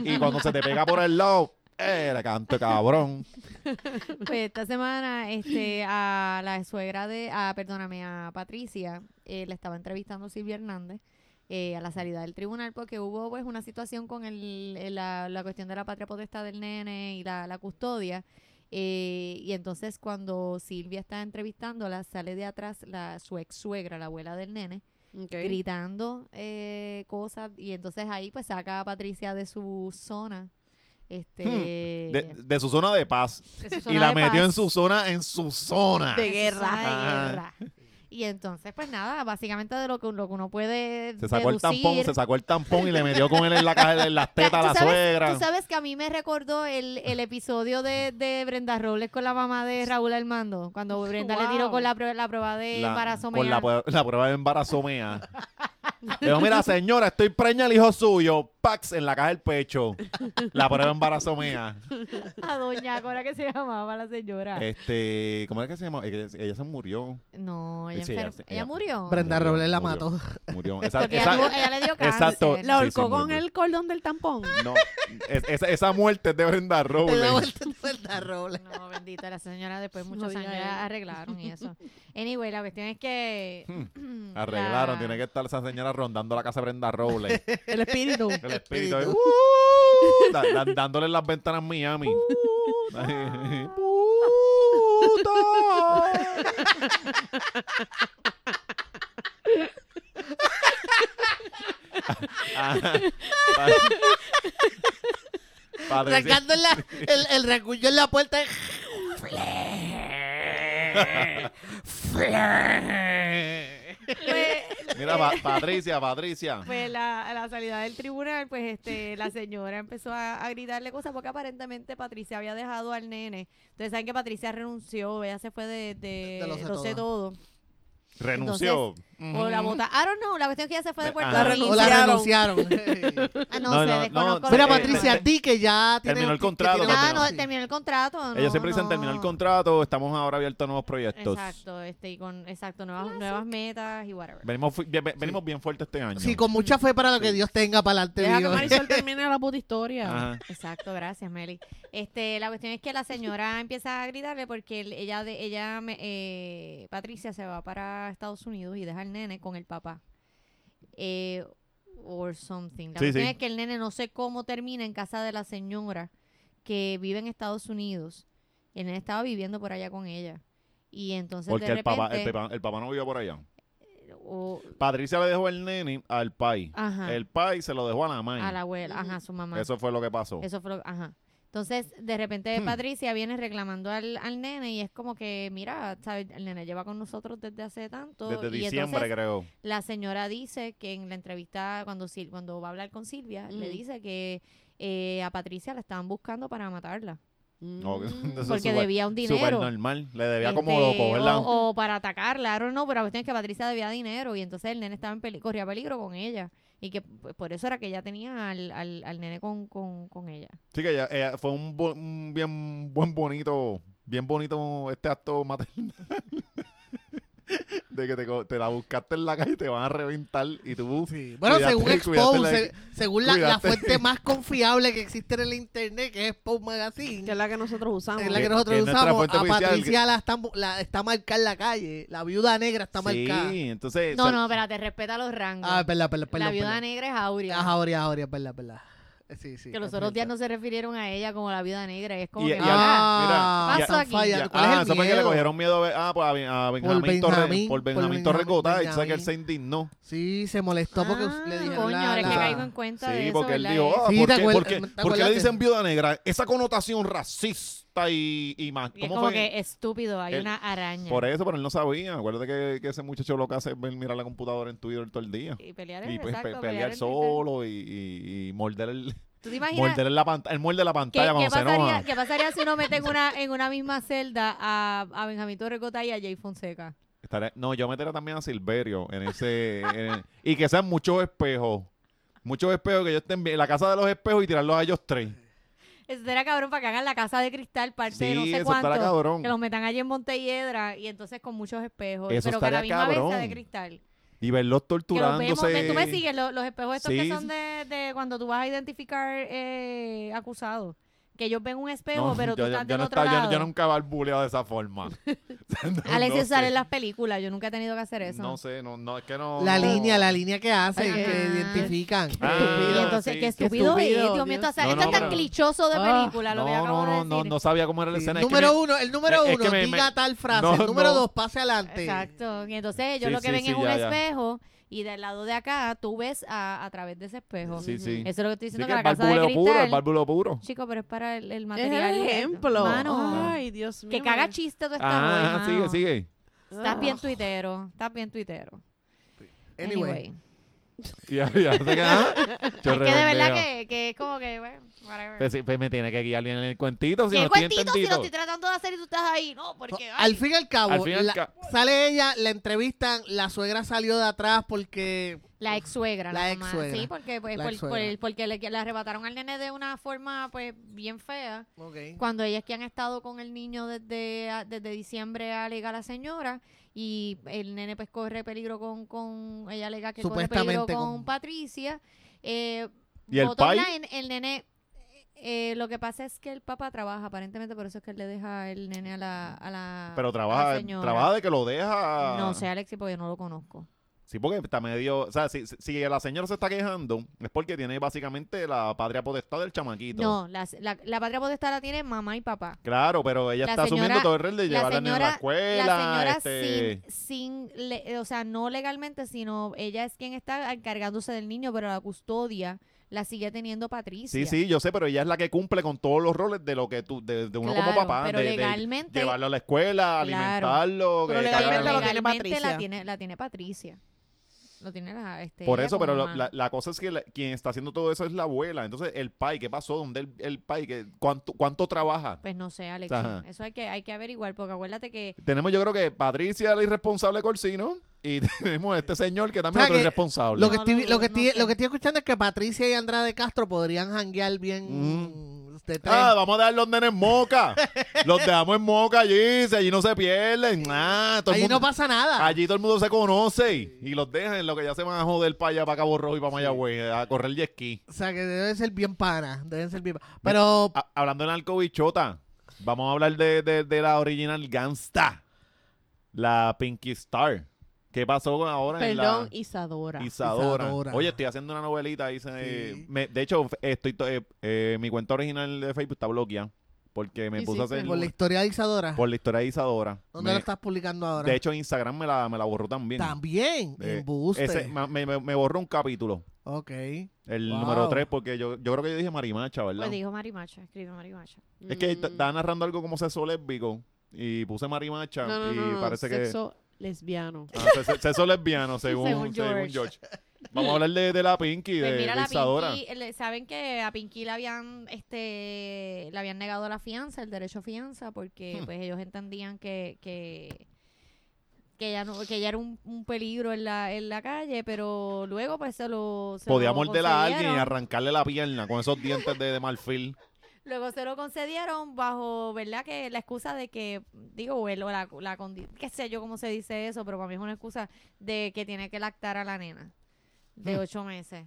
S1: y cuando se te pega por el lado, eh, le canto cabrón.
S2: Pues esta semana, este, a la suegra de, a, perdóname, a Patricia, eh, la estaba entrevistando Silvia Hernández eh, a la salida del tribunal porque hubo pues una situación con el, el- la, la cuestión de la patria potestad del nene y la, la custodia. eh, y entonces cuando Silvia está entrevistándola, sale de atrás la, su ex suegra, la abuela del nene,
S3: Ok.
S2: gritando eh, cosas y entonces ahí pues saca a Patricia de su zona. Este,
S1: De, de su zona de paz.
S2: de su
S1: y
S2: zona
S1: la
S2: de
S1: metió en
S2: paz.
S1: su zona, en su zona.
S3: De
S2: Eso
S3: guerra.
S2: suena
S1: Ajá.
S2: De guerra. Y entonces, pues nada, básicamente de lo que, lo que uno puede
S1: Se sacó el
S2: deducir.
S1: tampón, se sacó el tampón y le metió con él en la caja, en las
S2: Ca-
S1: tetas a
S2: ¿tú
S1: la
S2: sabes-
S1: suegra.
S2: Tú sabes que a mí me recordó el, el episodio de, de Brenda Robles con la mamá de Raúl Armando, cuando Brenda le tiró
S3: Wow.
S2: con la prueba, la prueba de
S1: La-
S2: embarazo
S1: con la,
S2: meal.
S1: prueba- la prueba de embarazo mea. Le dijo, mira, señora, estoy preña al hijo suyo. Pax en la caja del pecho. La prueba de embarazo mea.
S2: a doña Cora que se llamaba la señora.
S1: Este, ¿cómo era que se llamaba? Ella, ella se murió.
S2: no, ella,
S1: sí, ella-
S2: enfer-
S1: ella-
S2: ella murió.
S4: Brenda
S1: Murió,
S4: Robles la
S1: murió.
S4: mató.
S1: Murió. Esa,
S2: Porque ella,
S1: esa-
S2: tuvo- ella le dio cáncer.
S1: exacto.
S3: La
S1: Sí, sí,
S3: ahorcó con
S1: muy bien.
S3: el cordón del tampón.
S1: no, es- esa, esa muerte es de Brenda
S4: Le da
S1: Robles.
S4: vuelta, vuelta. Linda Robles.
S2: No, bendita la señora, después
S3: No
S2: muchos
S3: diga
S2: años
S3: eso.
S2: arreglaron y eso. Anyway, la cuestión es que...
S1: Hmm. Arreglaron,
S2: la-
S1: tiene que estar esa señora rondando la casa de Brenda Robles.
S3: El espíritu.
S1: El espíritu ahí,
S4: espíritu.
S1: ¡uh! Da- da- dándole en las ventanas Miami. Uh, ¡Puta! Ah, ah, Patricia-
S4: Trancando en la- el, el rasguño en la puerta.
S2: Pues,
S1: Mira, Pa- Patricia, Patricia.
S2: pues la, a la salida del tribunal, pues este, la señora empezó a, a gritarle cosas porque aparentemente Patricia había dejado al nene. Ustedes saben que Patricia renunció, ella se fue de, de,
S4: De lo sé
S2: lo sé todo.
S1: Renunció.
S2: O la bota. I don't know, la cuestión es que ella se fue de
S1: Ah.
S2: Puerto
S1: La
S2: Rico.
S4: O la renunciaron.
S2: Ah, no,
S1: No, no,
S2: se
S1: no,
S2: desconozco.
S1: Mira,
S4: Mira,
S2: lo que-
S4: Patricia, di que ya tiene-
S1: Eh, Terminó el
S4: que tiene
S1: contrato,
S4: una-
S2: Ah,
S1: Patricia.
S2: no,
S4: sí.
S2: terminó el contrato.
S1: Ellos
S2: no,
S1: siempre dicen,
S2: no.
S1: terminó el contrato, estamos ahora abiertos a nuevos proyectos.
S2: Exacto, este, y con, exacto, nuevas, nuevas metas y whatever.
S1: Venimos, fu- bien, venimos bien fuertes este año.
S4: Sí, con mucha fe para lo que Dios tenga para adelante.
S3: Deja que
S4: digo.
S3: Marisol termine la puta historia.
S1: Ajá.
S2: Exacto, gracias, Meli. Este, la cuestión es que la señora empieza a gritarle porque el- ella, de, ella, me- eh, Patricia se va para Estados Unidos y deja al nene con el papá. Eh, or something. La
S1: Sí,
S2: cuestión
S1: sí.
S2: es que el nene no sé cómo termina en casa de la señora que vive en Estados Unidos. El nene estaba viviendo por allá con ella. Y entonces
S1: Porque
S2: de
S1: el
S2: repente...
S1: papá, el, papá, el papá no vivió por allá.
S2: o-
S1: Patricia le dejó el nene al pai.
S2: ajá,
S1: El pai se lo dejó a la mãe.
S2: a la abuela, ajá, a su mamá.
S1: Eso fue lo que pasó.
S2: Eso fue lo- ajá. Entonces, de repente
S1: Hmm.
S2: Patricia viene reclamando al, al nene y es como que, mira, ¿sabes? el nene lleva con nosotros desde hace tanto.
S1: Desde
S2: y
S1: diciembre,
S2: entonces mm,
S1: creo.
S2: la señora dice que en la entrevista, cuando, Sil- cuando va a hablar con Silvia, le
S3: Mm.
S2: dice que eh, a Patricia la estaban buscando para matarla.
S1: No, que-
S3: Mm.
S1: eso es
S2: porque
S1: súper-
S2: debía un
S1: Súper
S2: dinero.
S1: normal. Le debía como
S2: Este,
S1: loco, ¿verdad?
S2: O, o para atacarla, no, pero la cuestión es que Patricia debía dinero y entonces el nene estaba en peli- corría peligro con ella. Y que pues, por eso era que ella tenía al, al, al nene con, con, con ella.
S1: Sí, que ella- ella fue un, bu- un bien buen bonito, bien bonito este acto maternal. De que te, co- te la buscaste en la calle y te van a reventar y tú...
S4: Sí. Bueno,
S1: Cuídate,
S4: según
S1: cuídate la-
S4: Expose, se- según la, la
S1: cuídate.
S4: fuente más confiable que existe en el internet, que es Expose
S3: Que es
S4: Magazine,
S3: la que nosotros usamos.
S4: es la
S1: Que-
S4: que nosotros
S1: que es nuestra
S4: usamos,
S1: fuente
S4: a
S1: oficial,
S4: Patricia la, están bu- la- está marcada en la calle, la viuda negra está marcada.
S1: Sí, entonces...
S2: No,
S1: se-
S2: no, espérate, respeta los rangos.
S4: Ah, es verdad, perdón,
S2: la
S4: perdón.
S2: viuda
S4: perdón.
S2: negra es Aurea.
S4: Ah, Aurea, Aurea, es verdad, es verdad. Sí, sí.
S2: que los
S4: es
S2: otros días
S4: verdad.
S2: no se refirieron a ella como la viuda negra. Y es como
S1: Y-
S2: que.
S1: y al-
S2: ah,
S4: Ah,
S2: mira,
S4: están
S2: pasó aquí.
S1: Ya,
S4: fallando. ¿Cuál
S1: ah,
S4: es
S1: eso
S4: el
S1: fue que le
S4: miedo?
S1: cogieron miedo a, ah, pues, a, a Benjamín, Torres,
S4: Benjamín,
S1: por
S4: por
S1: Benjamín
S4: Benjamín,
S1: Torres Gotá, y tú sabes que él
S4: Benjamín.
S1: se indignó.
S4: Sí, se molestó porque us- le dijeron
S2: Ah, coño,
S4: la-
S2: ahora es que
S4: la-
S2: caigo en cuenta de
S1: Sí,
S2: eso.
S1: porque él
S2: ¿verdad?
S1: dijo, ah,
S4: Sí,
S1: ¿por,
S4: te
S1: qué,
S4: acuer-
S1: por qué-
S4: ¿te
S1: por qué le
S4: acuerdas?
S1: dicen viuda negra? Esa connotación racista y, y más.
S2: Y es
S1: ¿Cómo
S2: como
S1: fue?
S2: que estúpido, hay
S1: Él-
S2: una araña.
S1: Por e- eso, pero él no sabía. Acuérdate que, que ese muchacho lo que hace es ver- mirar la computadora en Twitter todo el día.
S2: Y pelear en
S1: Y pues,
S2: exacto,
S1: pe-
S2: pelear
S1: pelear
S2: en
S1: solo y, y, y morder, el,
S2: Twitter. ¿Tú te imaginas?
S1: morder en la pantalla. El muerde la
S2: ¿Qué,
S1: pantalla
S2: qué
S1: cuando se
S2: pasaría,
S1: enoja.
S2: ¿Qué pasaría si uno mete en una, en una misma celda a, a Benjamín Torres Gotá y a Jay Fonseca?
S1: Estaré- no, yo metería también a Silverio en ese. en- y que sean muchos espejos. Muchos espejos que yo estén bien- en la casa de los espejos y tirarlos a ellos tres.
S2: Eso será cabrón para que hagan la casa de cristal, parte de no
S1: Sí,
S2: sé
S1: eso estará
S2: cuánto.
S1: cabrón.
S2: Que los metan allí en Montelledra y entonces con muchos espejos.
S1: Eso
S2: pero que a la
S1: estaría
S2: misma vez sea de
S1: cabrón.
S2: cristal.
S1: Y verlos
S2: Que los vemos,
S1: torturándose.
S2: ve- tú me sigues lo- los espejos estos
S1: Sí,
S2: que son
S1: sí.
S2: de, de cuando tú vas a identificar eh, acusados. Que ellos ven un espejo,
S1: No,
S2: pero tú
S1: yo,
S2: estás
S1: yo
S2: del
S1: no
S2: otro
S1: estaba- yo-
S2: lado.
S1: yo nunca barbuleado de esa forma. No-
S2: Alexis
S1: no
S2: sale
S1: sé.
S2: en las películas, yo nunca he tenido que hacer eso.
S1: No sé, no, no, es que no.
S4: La
S1: no.
S4: línea, la línea que hacen,
S2: Ajá.
S4: que identifican.
S1: Ah,
S2: y
S1: Estúpido,
S2: entonces,
S1: sí.
S2: qué
S1: Qué
S2: estúpido es,
S3: estúpido,
S2: Dios mío, esto,
S3: Dios.
S2: o sea,
S1: No,
S2: esto
S1: no,
S2: es tan
S1: pero-
S2: clichoso de
S3: Ah,
S2: película, lo que
S1: No,
S2: acabo
S1: no,
S2: de
S1: no,
S2: decir.
S1: no, no sabía cómo era la
S4: Sí,
S1: escena. es que
S4: número
S1: me-
S4: uno, el número
S1: es que me-
S4: uno,
S1: me-
S4: diga tal frase.
S1: No,
S4: el número
S1: no.
S4: dos, pase adelante.
S2: Exacto. Y entonces ellos
S1: Sí,
S2: lo que
S1: sí,
S2: ven
S1: sí,
S2: es un
S1: ya, ya.
S2: espejo y del lado de acá tú ves a, a través de ese espejo.
S1: Sí, sí.
S2: Eso es lo que estoy
S1: Sí,
S2: diciendo
S1: que
S2: que
S1: el
S2: la casa de
S1: barbuleo puro, el
S2: cristal.
S1: bárbulo puro.
S2: Chico, pero es para el, el
S3: Es
S2: material.
S3: el ejemplo.
S2: Mano,
S3: Ay, Dios mío.
S2: que caga chiste tú estás
S1: Ah,
S2: hoy,
S1: sigue,
S2: mano.
S1: sigue.
S2: Estás bien tuitero, estás bien tuitero.
S4: Anyway.
S1: Y ya, ya, se queda.
S2: Es que de verdad que, que es como que, bueno, whatever.
S1: Pues, sí, pues me tiene que guiar bien en el cuentito. Si
S2: ¿Qué
S1: no estoy
S2: cuentito si lo
S1: entendido.
S2: estoy tratando de hacer y tú estás ahí? No, porque... ay,
S4: pues, Al fin y al cabo,
S1: Al fin y al
S4: la-
S1: ca-
S4: sale ella, la entrevistan, la suegra salió de atrás porque...
S2: La ex suegra, la,
S4: La ex
S2: mamá.
S4: suegra.
S2: Sí, porque, pues,
S4: La
S2: por-
S4: ex
S2: por
S4: suegra.
S2: el- porque le, le arrebataron al nene de una forma pues bien fea.
S4: Ok.
S2: Cuando ellas que han estado con el niño desde, a- desde diciembre alega la señora y el nene pues corre peligro con, con ella alega que corre peligro
S4: Supuestamente
S2: con,
S4: con-
S2: Patricia. Eh,
S1: ¿Y el
S2: bottom
S1: pai?
S2: line, el nene Eh, lo que pasa es que el papá trabaja, aparentemente, por eso es que él le deja el nene a la, a la, a
S1: Pero
S2: Ah, la
S1: trabaja, eh,
S2: señora.
S1: trabaja de que lo deja.
S2: No sé, Alexi, porque yo no lo conozco.
S1: Sí, porque está medio. O sea, si, si- si la señora se está quejando, es porque tiene básicamente la patria potestad del chamaquito.
S2: No, la, la, la patria potestad la tiene mamá y papá.
S1: Claro, pero ella
S2: La
S1: está asumiendo
S2: señora-
S1: todo el rol de
S2: la
S1: llevarla en la
S2: señora-
S1: escuela.
S2: la señora
S1: este,
S2: sin, sin le- eh, o sea, no legalmente, sino ella es quien está encargándose del niño, pero la custodia la sigue teniendo Patricia.
S1: Sí, sí, yo sé, pero ella es la que cumple con todos los roles de lo que tú, de, de uno como
S2: Claro,
S1: papá,
S2: pero
S1: de, de
S2: legalmente-
S1: llevarlo a la escuela,
S2: Claro.
S1: alimentarlo,
S3: Pero
S1: que
S2: Pero
S3: legalmente
S1: cargarlo.
S3: lo tiene
S2: legalmente
S3: Patricia.
S2: la tiene, la tiene Patricia. Lo tiene la, este,
S1: Por
S2: ella
S1: eso,
S2: como
S1: pero lo-
S2: mamá.
S1: la, la cosa es que la- quien está haciendo todo eso es la abuela. Entonces, el pai, ¿qué pasó? ¿Dónde el, el pai? ¿Qué- cuánto, ¿Cuánto trabaja?
S2: Pues no sé, Alex.
S1: Ajá.
S2: Eso hay que, hay que averiguar, porque acuérdate que
S1: Tenemos yo creo que Patricia, la irresponsable Corsino, y tenemos este señor que también
S4: O sea,
S1: es otro
S4: que
S1: irresponsable.
S4: Lo que,
S2: No
S4: estoy,
S2: lo
S4: lo, que
S2: dudo, no
S4: estoy,
S2: sé.
S4: lo que estoy escuchando es que Patricia y Andrade Castro podrían janguear bien de tres.
S1: Ah, vamos a dejar los nenes en moca. los dejamos en moca allí, si allí no se pierden. Ah, todo el
S4: Ahí
S1: mundo-
S4: no pasa nada.
S1: Allí todo el mundo se conoce y- y los dejan en lo que ya se van a joder para allá, para Cabo Rojo y para Mayagüez, a correr el jet ski.
S4: O sea, que deben ser bien pana. Deben ser bien pana. Pero,
S1: Ha- hablando de narcobichota, vamos a hablar de, de- de la original Gangsta, la Pinky Star. ¿Qué pasó con ahora
S3: Perdón,
S1: en
S3: Isadora.
S1: la Isadora.
S4: Isadora.
S1: Oye, estoy haciendo una novelita. Dice,
S4: Sí.
S1: me- de hecho, f- estoy to- eh, eh, mi cuenta original de Facebook está bloqueada porque me
S3: Sí,
S1: puse
S3: sí,
S1: a hacer
S4: por la historia de Isadora,
S1: por la historia de Isadora.
S4: ¿dónde
S1: Me-
S4: la estás publicando ahora?
S1: de hecho, Instagram me la, me la borró también.
S4: También,
S1: Eh,
S4: embuste.
S1: Ese- ma- me- me- me borró un capítulo.
S4: Ok.
S1: El
S4: Wow.
S1: número 3, porque yo, yo creo que yo dije Marimacha, ¿verdad?
S2: pues dijo Marimacha, escribe Marimacha.
S1: es que t-
S3: Mm.
S1: estaba narrando algo como sexo lésbico y puse Marimacha
S3: No, no,
S1: y
S3: no, no,
S1: parece
S3: Sexo lesbiano.
S1: que. Ah, se- se- sexo lesbiano, según, según
S2: Según
S1: George.
S2: George.
S1: Vamos a hablar de, de la Pinky,
S2: Pues
S1: de,
S2: mira,
S1: de
S2: la
S1: Isadora.
S2: Pinky, le- saben que a Pinky le habían, este, le habían negado la fianza, el derecho a fianza, porque
S1: Hmm.
S2: pues ellos entendían que, que, que ella no, que ella era un, un peligro en la, en la calle, pero luego pues se lo, se
S1: Podía
S2: lo
S1: morder a alguien y
S2: concedieron.
S1: arrancarle la pierna con esos dientes de, de marfil.
S2: Luego se lo concedieron bajo, ¿verdad? Que la excusa de que, digo, bueno, la, la condi- qué sé yo cómo se dice eso, pero para mí es una excusa de que tiene que lactar a la nena de
S1: Hmm.
S2: ocho meses.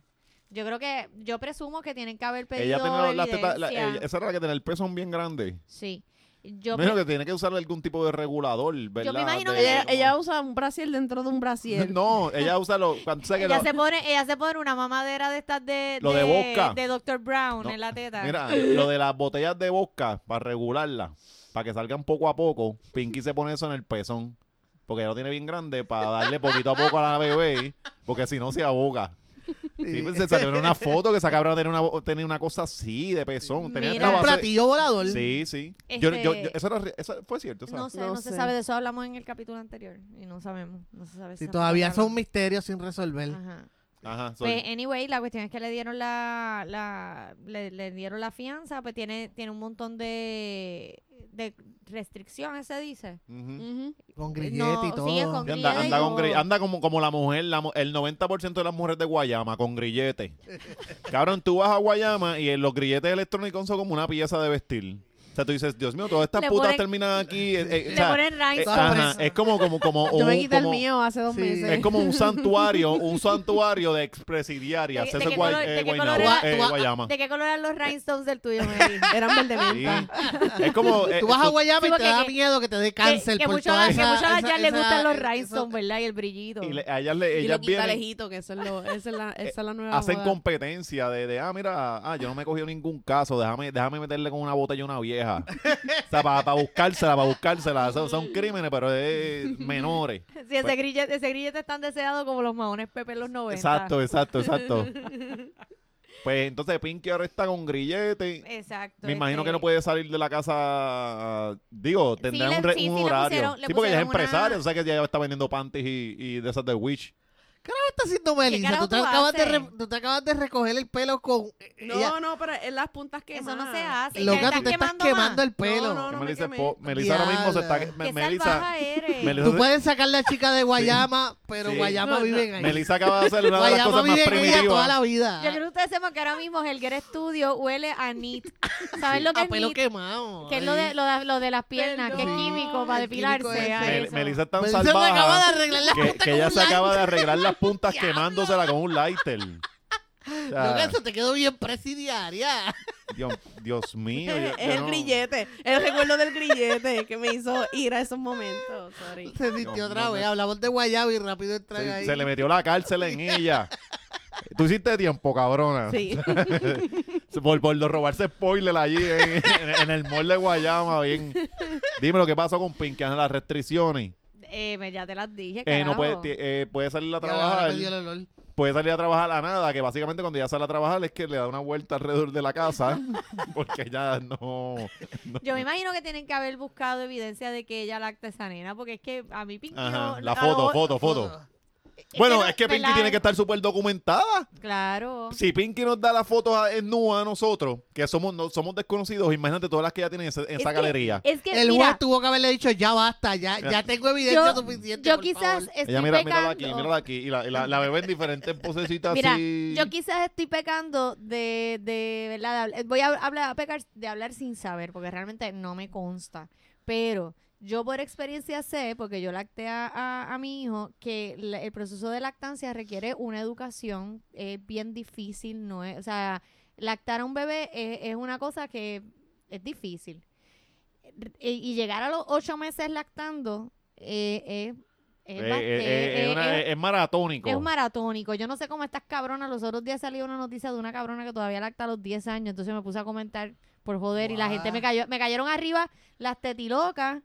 S2: Yo creo que, yo presumo que tienen que haber
S1: Ella
S2: pedido
S1: tenía las tetas. la-
S2: evidencia.
S1: ella- esa era la que tenía el pezón bien grande.
S2: Sí. Yo
S1: Menos
S2: pre-
S1: que tiene que usar algún tipo de regulador, ¿verdad?
S2: imagino
S1: De-
S2: que-
S3: Ella, ella usa un brasier dentro de un brasier.
S1: Eh, No, ella usa lo. cuando- tú sabes que
S2: ella
S1: lo-
S2: se pone, ella se pone una mamadera de estas de
S1: Lo de Bosca.
S2: de Dr. Brown
S1: No,
S2: en la teta.
S1: Mira, lo de las botellas de vodka, para regularlas, para que salgan poco a poco, Pinky se pone eso en el pezón. Porque ya lo tiene bien grande para darle poquito a poco a la bebé, porque si no se aboga. Sí, pues, se salió en una foto que esa cabrona tenía una, bo- tenía una cosa así de pezón. Tenía
S2: Mira.
S1: una
S4: un
S1: base-
S4: platillo volador.
S1: Sí, sí. Yo- yo- yo-
S2: Este-
S1: eso, era re- eso fue cierto. eso
S2: No
S1: era-
S2: sé,
S3: No
S2: no,
S3: sé.
S2: se sabe de eso hablamos en el capítulo anterior y no sabemos, no se sabe.
S4: Si
S2: esa
S4: todavía
S2: palabra.
S4: son misterios sin resolver.
S2: Ajá.
S1: Ajá, soy-
S2: Pues, anyway, la cuestión es que le dieron la, la le, le dieron la fianza, pues tiene, tiene un montón de, de restricciones, se dice.
S1: Ujú.
S3: Ujú.
S4: Con
S2: Pues,
S4: grillete
S2: no,
S4: y todo.
S2: sigue con-
S1: Sí, anda,
S2: grillete
S1: anda con
S2: como-
S1: gri- anda como, como la mujer, la mu- el 90% de las mujeres de Guayama con grillete. Cabrón, tú vas a Guayama y en los grilletes electrónicos son como una pieza de vestir. O sea, tú dices, Dios mío, todas estas
S2: Le
S1: putas
S2: ponen-
S1: terminan aquí. eh, eh, o
S2: Le
S1: sea,
S2: ponen
S1: eh,
S2: ranks.
S1: ajá,
S4: sorpresa.
S1: es como, como, como,
S3: Yo me
S1: un-
S3: quité el
S1: como-
S3: mío hace dos
S4: Sí.
S3: meses.
S1: es como un santuario, un santuario de expresidiarias.
S2: ¿De- de
S1: Eso
S2: qué
S1: es Guay-
S2: color-
S1: eh,
S2: de qué
S1: Guaynabo,
S2: color era-
S1: eh,
S4: tú vas-
S1: Guayama.
S2: ¿De qué color eran
S1: eh,
S2: los rhinestones del tuyo, Mary?
S3: Eran verde
S1: Sí.
S3: menta.
S1: Es como. eh,
S4: Tú vas a
S1: tú-
S4: Guayama y
S2: Sí,
S4: te
S2: porque
S4: da
S2: que-
S4: miedo que te dé cáncer
S2: que, que
S4: por
S2: muchas
S4: toda
S2: las- que
S4: esa-
S2: muchas las
S4: esa-
S2: ya les
S4: esa-
S2: gustan los
S4: esa-
S2: rhinestones, ¿verdad? Y el brillito.
S1: eh, y le- a ellas, le-
S3: Y
S1: ellas
S3: lo quita
S1: vienen.
S3: lejito, que eso es lo, esa es la, esa es la
S2: Ah,
S3: nueva
S1: hacen
S3: moda.
S1: competencia de, de, ah, mira, ah, yo no me he cogido ningún caso, déjame, déjame meterle con una botella a una vieja. o sea, para buscársela, para buscársela. Son, son crímenes, pero es menores.
S2: Sí, ese,
S1: Pues-
S2: grillete, ese grillete es tan deseado como los maones Pepe en los 90.
S1: Exacto, exacto, exacto. Pues entonces Pinky ahora está con grillete.
S2: Exacto.
S1: Me imagino que no
S2: este-
S1: puede salir de la casa, digo, tendrá
S2: le-
S1: un, re-
S2: sí,
S1: un
S2: sí, le
S1: horario.
S2: pusieron- le
S1: sí, porque ella es
S2: pusieron una-
S1: empresaria, o sea que ella está vendiendo panties y, y de esas de Witch.
S4: ¿Qué está haciendo Melissa? ¿Tú
S2: carajo
S4: te,
S2: tú
S4: acabas de
S2: haces?
S4: re- tú te acabas de recoger el pelo con...
S3: No,
S4: ella-
S3: no, pero es las puntas que
S2: Eso no se hace.
S4: Loca,
S2: Ya
S4: tú te estás
S2: más.
S4: quemando el pelo.
S3: No,
S1: Que
S3: me
S1: Melissa,
S3: quemé.
S1: po- Melissa ahora mismo se está...
S4: Diabla.
S1: me-
S2: Qué
S1: Melissa,
S2: salvaja eres.
S1: Melissa
S4: Tú
S1: se-
S4: puedes sacar la chica de Guayama, pero
S1: Sí.
S4: Guayama
S3: No, no.
S4: viven ahí.
S1: Melissa acaba de hacer una de las
S4: Guayama
S1: cosas más
S4: vive en ella toda
S1: primitivas.
S4: la vida.
S2: Yo creo que ustedes sepan que ahora mismo Helguer Studio huele a NIT. ¿Saben
S1: Ah,
S2: lo que
S4: a
S1: pues
S4: pelo
S2: es NIT?
S4: quemado.
S2: Que es lo
S4: ahí.
S2: de, lo de, lo de las piernas, que es
S3: Perdón.
S2: químico para
S4: El químico
S2: depilarse.
S4: ese.
S2: a
S1: Mel-
S2: eso.
S1: Melissa es tan
S4: Melissa se acaba de
S1: salvaja
S4: arreglar la
S1: que,
S4: punta
S1: que
S4: con
S1: ella
S4: un
S1: se
S4: lápiz.
S1: acaba de arreglar las puntas quemándosela con un lighter. O sea,
S4: Yo que eso te quedó bien presidiaria.
S1: Dios, Dios mío. yo-
S3: Es
S1: yo
S3: el
S1: no-
S3: grillete, el recuerdo del grillete que me hizo ir a esos momentos. Sorry.
S4: Se sintió
S1: no,
S4: otra
S1: no.
S4: vez. Hablamos de guayabo y rápido entra
S1: Se,
S4: ahí.
S1: se le metió la cárcel en ella. Tú hiciste tiempo, cabrona.
S3: Sí.
S1: Por, por robarse spoiler allí en, en- en el mall de Guayama. Bien. Dime lo que pasó con Pinky, las restricciones.
S2: Eh, me- ya te las dije.
S1: Eh, no puede,
S2: carajo.
S1: ti- eh, puede salir a
S4: Ya, ahora
S1: trabajar.
S4: me dio el olor.
S1: puede salir a trabajar a nada, que básicamente cuando ya sale a trabajar es que le da una vuelta alrededor de la casa, porque ya no... no-
S2: Yo me imagino que tienen que haber buscado evidencia de que ella lacta esa nena, porque es que a mí Pinky
S1: Ajá,
S2: no-
S1: la
S2: a
S1: foto,
S2: lo-
S1: foto, foto.
S4: Foto.
S1: Bueno,
S2: no- e
S1: es que Pinky
S2: ¿verdad?
S1: tiene que estar súper documentada.
S2: Claro.
S1: Si Pinky nos da las fotos a- en nua a nosotros, que somos no, somos desconocidos, imagínate todas las que ella tiene en esa, en
S2: Es
S1: esa
S2: que-
S1: galería.
S2: Es que,
S4: El
S2: mira,
S4: juez tuvo que haberle dicho, ya basta, ya, ya tengo evidencia
S2: yo,
S4: suficiente.
S2: yo
S4: por
S2: quizás
S4: favor".
S2: estoy
S1: Ella mira, mírala
S2: pecando.
S1: aquí, mírala aquí, y la, y la, la bebé en diferentes posecitas
S2: Mira,
S1: así.
S2: yo quizás estoy pecando de, de verdad, de habl- voy a hablar, a pecar de hablar sin saber, porque realmente no me consta. Pero yo por experiencia sé, porque yo lacté a, a- a mi hijo, que la- el proceso de lactancia requiere una educación eh, bien difícil, no es, o sea, lactar a un bebé es, es una cosa que es difícil. R- Y, y llegar a los ocho meses lactando eh, eh, es
S1: Eh,
S2: bast-
S1: eh, eh,
S2: eh,
S1: es,
S2: eh,
S1: una-
S2: es-
S1: es- es maratónico.
S2: es un maratónico. Yo no sé cómo estas cabronas. Los otros días salió una noticia de una cabrona que todavía lacta a los 10 años. Entonces me puse a comentar por joder. Y la
S4: Guau.
S2: gente me cayó, me cayeron arriba las tetilocas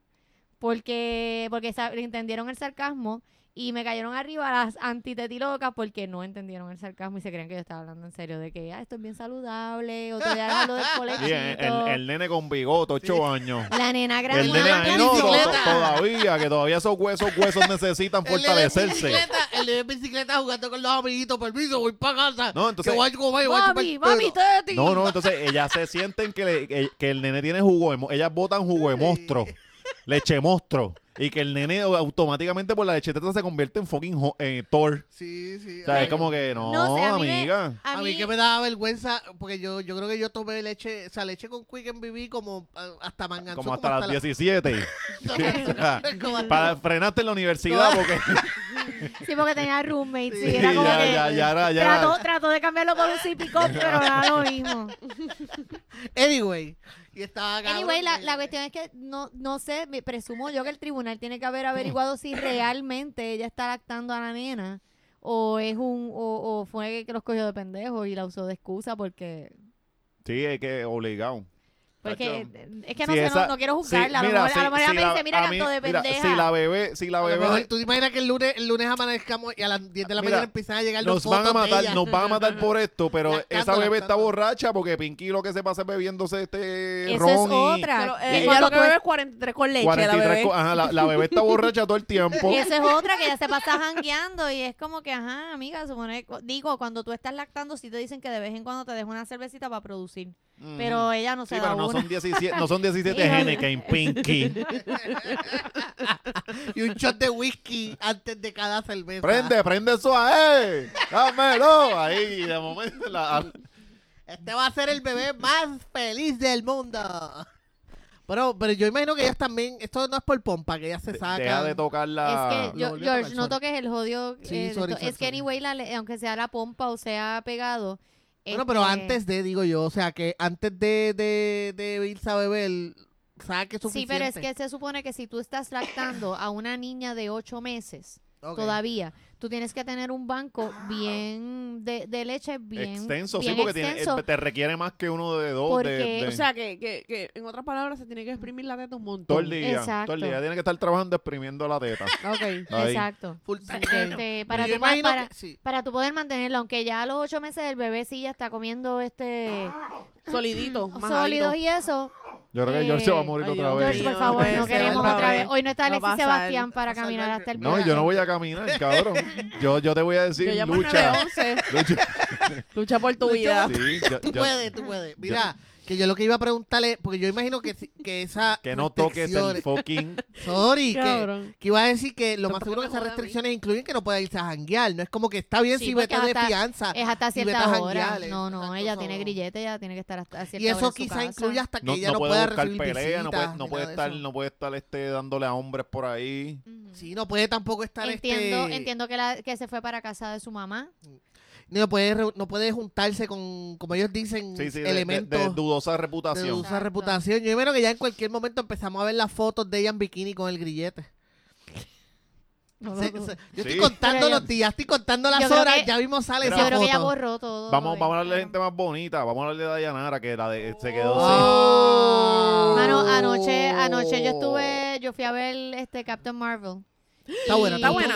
S2: porque, porque sa- entendieron el sarcasmo. Y me cayeron arriba las antitetilocas porque no entendieron el sarcasmo y se creían que yo estaba hablando en serio de que ah, esto es bien saludable, otro día era lo del
S1: Sí, el,
S2: colegio.
S1: el- el nene con bigote, ocho años.
S2: La nena
S1: El
S2: grande.
S1: nene
S4: Grandma,
S1: ahí no, to- to-
S4: bicicleta.
S1: todavía, que todavía esos huesos, huesos necesitan
S4: Él le ve en
S1: fortalecerse.
S4: bicicleta, Él le ve en bicicleta jugando con los amiguitos, permiso, voy para casa.
S1: No, entonces-
S4: Que voy a comer, voy a chupar
S2: Mami, mami,
S4: pedo".
S2: teti.
S1: No, no, entonces ellas se sienten que, le- que- que el nene tiene jugo de mo- ellas botan jugo de monstruo, leche monstruo, y que el nene automáticamente por la leche teta se convierte en fucking ho- eh, Thor.
S4: Sí, sí.
S1: O sea,
S4: ay,
S1: es como que no,
S2: No sé, a mí me-
S1: amiga.
S4: A mí que me daba vergüenza, porque yo, yo creo que yo tomé leche, o sea, leche con Quicken viví como ah, hasta manganzo.
S1: Como hasta las 17.
S4: la- como hasta-
S1: Para frenarte en la universidad porque
S2: Sí, porque tenía roommates. Sí,
S4: Sí,
S2: era como
S1: ya,
S2: que
S1: ya, ya era- ya era-
S2: trató, trató de cambiarlo por un zipico, pero era lo mismo.
S4: Anyway. Y estaba cabrón,
S2: Anyway, la,
S4: güey.
S2: la cuestión es que no, no sé, me presumo yo que el tribunal tiene que haber averiguado si realmente ella está lactando a la nena o es un o, o fue que los cogió de pendejo y la usó de excusa porque
S1: Sí, es que obligado.
S2: porque
S1: Tacho.
S2: es que no
S1: Si
S2: sé,
S1: esa-
S2: no, no quiero
S1: Sí,
S2: juzgarla, a lo
S1: mira,
S2: mejor, a
S1: sí,
S2: lo mejor ella
S1: sí,
S2: me
S1: la-
S2: dice, mira
S1: a mí-
S2: canto de
S1: mira,
S2: pendeja.
S1: Si la bebé, si la
S4: A lo
S1: bebé
S4: mejor, tú te imaginas que el lunes, el lunes amanezcamos y a las 10 de la
S1: Mira,
S4: mañana empiezan a llegar
S1: Nos
S4: los
S1: van a matar, nos van a matar por esto, pero
S4: Lactando,
S1: esa bebé está
S4: lactando.
S1: borracha porque Pinky lo que se pasa es bebiéndose este
S2: Eso
S1: ron
S2: es
S1: y
S2: otra.
S3: Pero,
S2: Y
S3: eh, ella
S2: cuando
S3: lo que
S2: tú-
S3: bebe es 43 con leche, la
S1: 43
S3: bebé.
S1: co- ajá, la, la bebé está borracha todo el tiempo.
S2: Esa es otra que ya se pasa jangueando y es como que, ajá, amiga, supone, cu- digo, cuando tú estás lactando sí te dicen que de vez en cuando te dejo una cervecita para producir,
S1: Ujú.
S2: pero ella no
S1: Sí,
S2: se da
S1: pero no
S2: una.
S1: son 17, no son 17
S2: Híjole.
S1: Heineken, Pinky.
S4: Y un shot de whisky antes de cada cerveza.
S1: Prende, prende eso a él. Dámelo. Ahí, de momento. la-
S4: Este va a ser el bebé más feliz del mundo. Pero, pero yo imagino que ellas también, esto no es por pompa, que ellas se sacan.
S1: deja de tocar la.
S2: Es que, yo-
S4: Lo volvió a
S2: George,
S4: tocar,
S2: no
S4: sorry.
S2: toques el jodido.
S4: Sí,
S2: eh, de
S4: sorry,
S2: to-
S4: sorry,
S2: es que,
S4: sorry.
S2: anyway, la le- aunque sea la pompa o sea pegado.
S4: Bueno, pero
S2: este,
S4: antes de, digo yo, o sea, que antes de, de, de irse a beber, saque
S2: Sí,
S4: suficiente.
S2: pero es que se supone que si tú estás lactando a una niña de 8 meses
S4: Ok. Ah.
S2: todavía, tú tienes que tener un banco bien de, de leche, bien
S1: extenso,
S2: bien
S1: sí, porque tiene- eh,
S2: extenso,
S1: te requiere más que uno de dos.
S2: Porque,
S1: de, de-
S2: o
S3: O sea, que, que, que en otras palabras se tiene que exprimir la teta un
S1: todo el
S3: montón.
S1: día. Todo el
S2: Exacto.
S1: día. Tiene que estar trabajando exprimiendo la teta.
S3: Ok.
S1: Ahí.
S2: Exacto.
S4: Full time.
S2: Este, para,
S4: Yo
S2: tu, para,
S4: imagino
S2: para,
S4: que- sí.
S2: para tu poder mantenerlo, aunque ya a los 8 meses el bebé sí ya está comiendo este
S3: Solidito, más
S2: sólidos
S3: alto.
S2: y eso,
S1: Yo creo que George se va a
S2: Eh,
S1: morir
S3: ay,
S1: otra
S3: Dios
S1: vez.
S2: George, por
S3: no
S2: favor,
S3: puede
S2: no
S3: ser,
S1: este,
S2: queremos
S3: otra
S2: otra
S3: vez.
S2: vez. Hoy no está
S3: No
S2: Alexis
S3: va a pasar,
S2: Sebastián
S4: va
S2: para
S4: a pasar
S2: caminar
S4: la-
S2: hasta el
S1: No, yo no voy a caminar, cabrón. Yo, yo te voy a
S3: Yo
S1: decir,
S3: llamo
S1: lucha.
S3: 911.
S1: Lucha.
S3: Lucha por tu vida.
S1: Sí, yo-
S4: Tú
S1: yo-
S4: puedes, tú puedes. Mira, que yo lo que iba a preguntarle, porque yo imagino que, si- que esa...
S1: que no toques el
S4: restricciones-
S1: fucking.
S4: Sorry, que,
S3: Cabrón.
S4: que iba a decir que lo más
S3: Tampoco
S4: seguro que
S3: me
S4: esas
S3: joda a mí.
S4: restricciones incluyen que no pueda irse a janguear. No es como que está bien
S2: Sí,
S4: si
S2: porque
S4: vete de
S2: hasta-
S4: fianza.
S2: Es hasta
S4: y vete a
S2: cierta hora.
S4: janguear,
S2: No, no,
S4: exacto,
S2: ella
S4: eso.
S2: tiene grillete, ella tiene que estar hasta a cierta
S4: Y
S2: hora en
S4: eso
S2: su
S4: quizá
S2: casa.
S4: incluye hasta que
S1: No,
S4: ella no,
S1: no puede
S4: pueda
S1: buscar
S4: recibir
S1: pelea, no puede,
S4: visitas
S1: no
S4: ni
S1: puede
S4: nada de
S1: estar,
S4: eso.
S1: no puede estar este, dándole a hombres por ahí.
S2: Ujú.
S4: Sí, no puede tampoco estar
S2: Entiendo,
S4: este...
S2: entiendo que, la, que se fue para casa de su mamá.
S4: No puede, re- no puede juntarse con, como ellos dicen,
S1: Sí, sí, de- de-
S4: elementos
S1: de,
S4: de,
S1: dudosa reputación.
S4: dudosa
S2: Exacto.
S4: reputación. Yo imagino que ya en cualquier momento empezamos a ver las fotos de ella en bikini con el grillete.
S2: No,
S4: Se-
S2: no, no.
S4: se- yo
S1: Sí.
S4: estoy contando
S2: Pero yo-
S4: los días, estoy contando las
S2: yo creo
S4: horas,
S2: que-
S4: ya mismo sale
S1: Pero
S2: Yo
S4: esa
S2: creo que ella
S4: foto.
S2: borró todo.
S1: Vamos,
S2: eh.
S1: vamos a hablar de
S2: Claro.
S1: gente más bonita. Vamos a hablar de Dayanara, que la de- se quedó
S4: Oh.
S1: sin.
S4: Oh.
S2: Ah. Mano, anoche, anoche yo
S1: Oh.
S2: estuve, yo fui a ver este Captain Marvel.
S4: Está buena, está
S2: Y
S4: buena.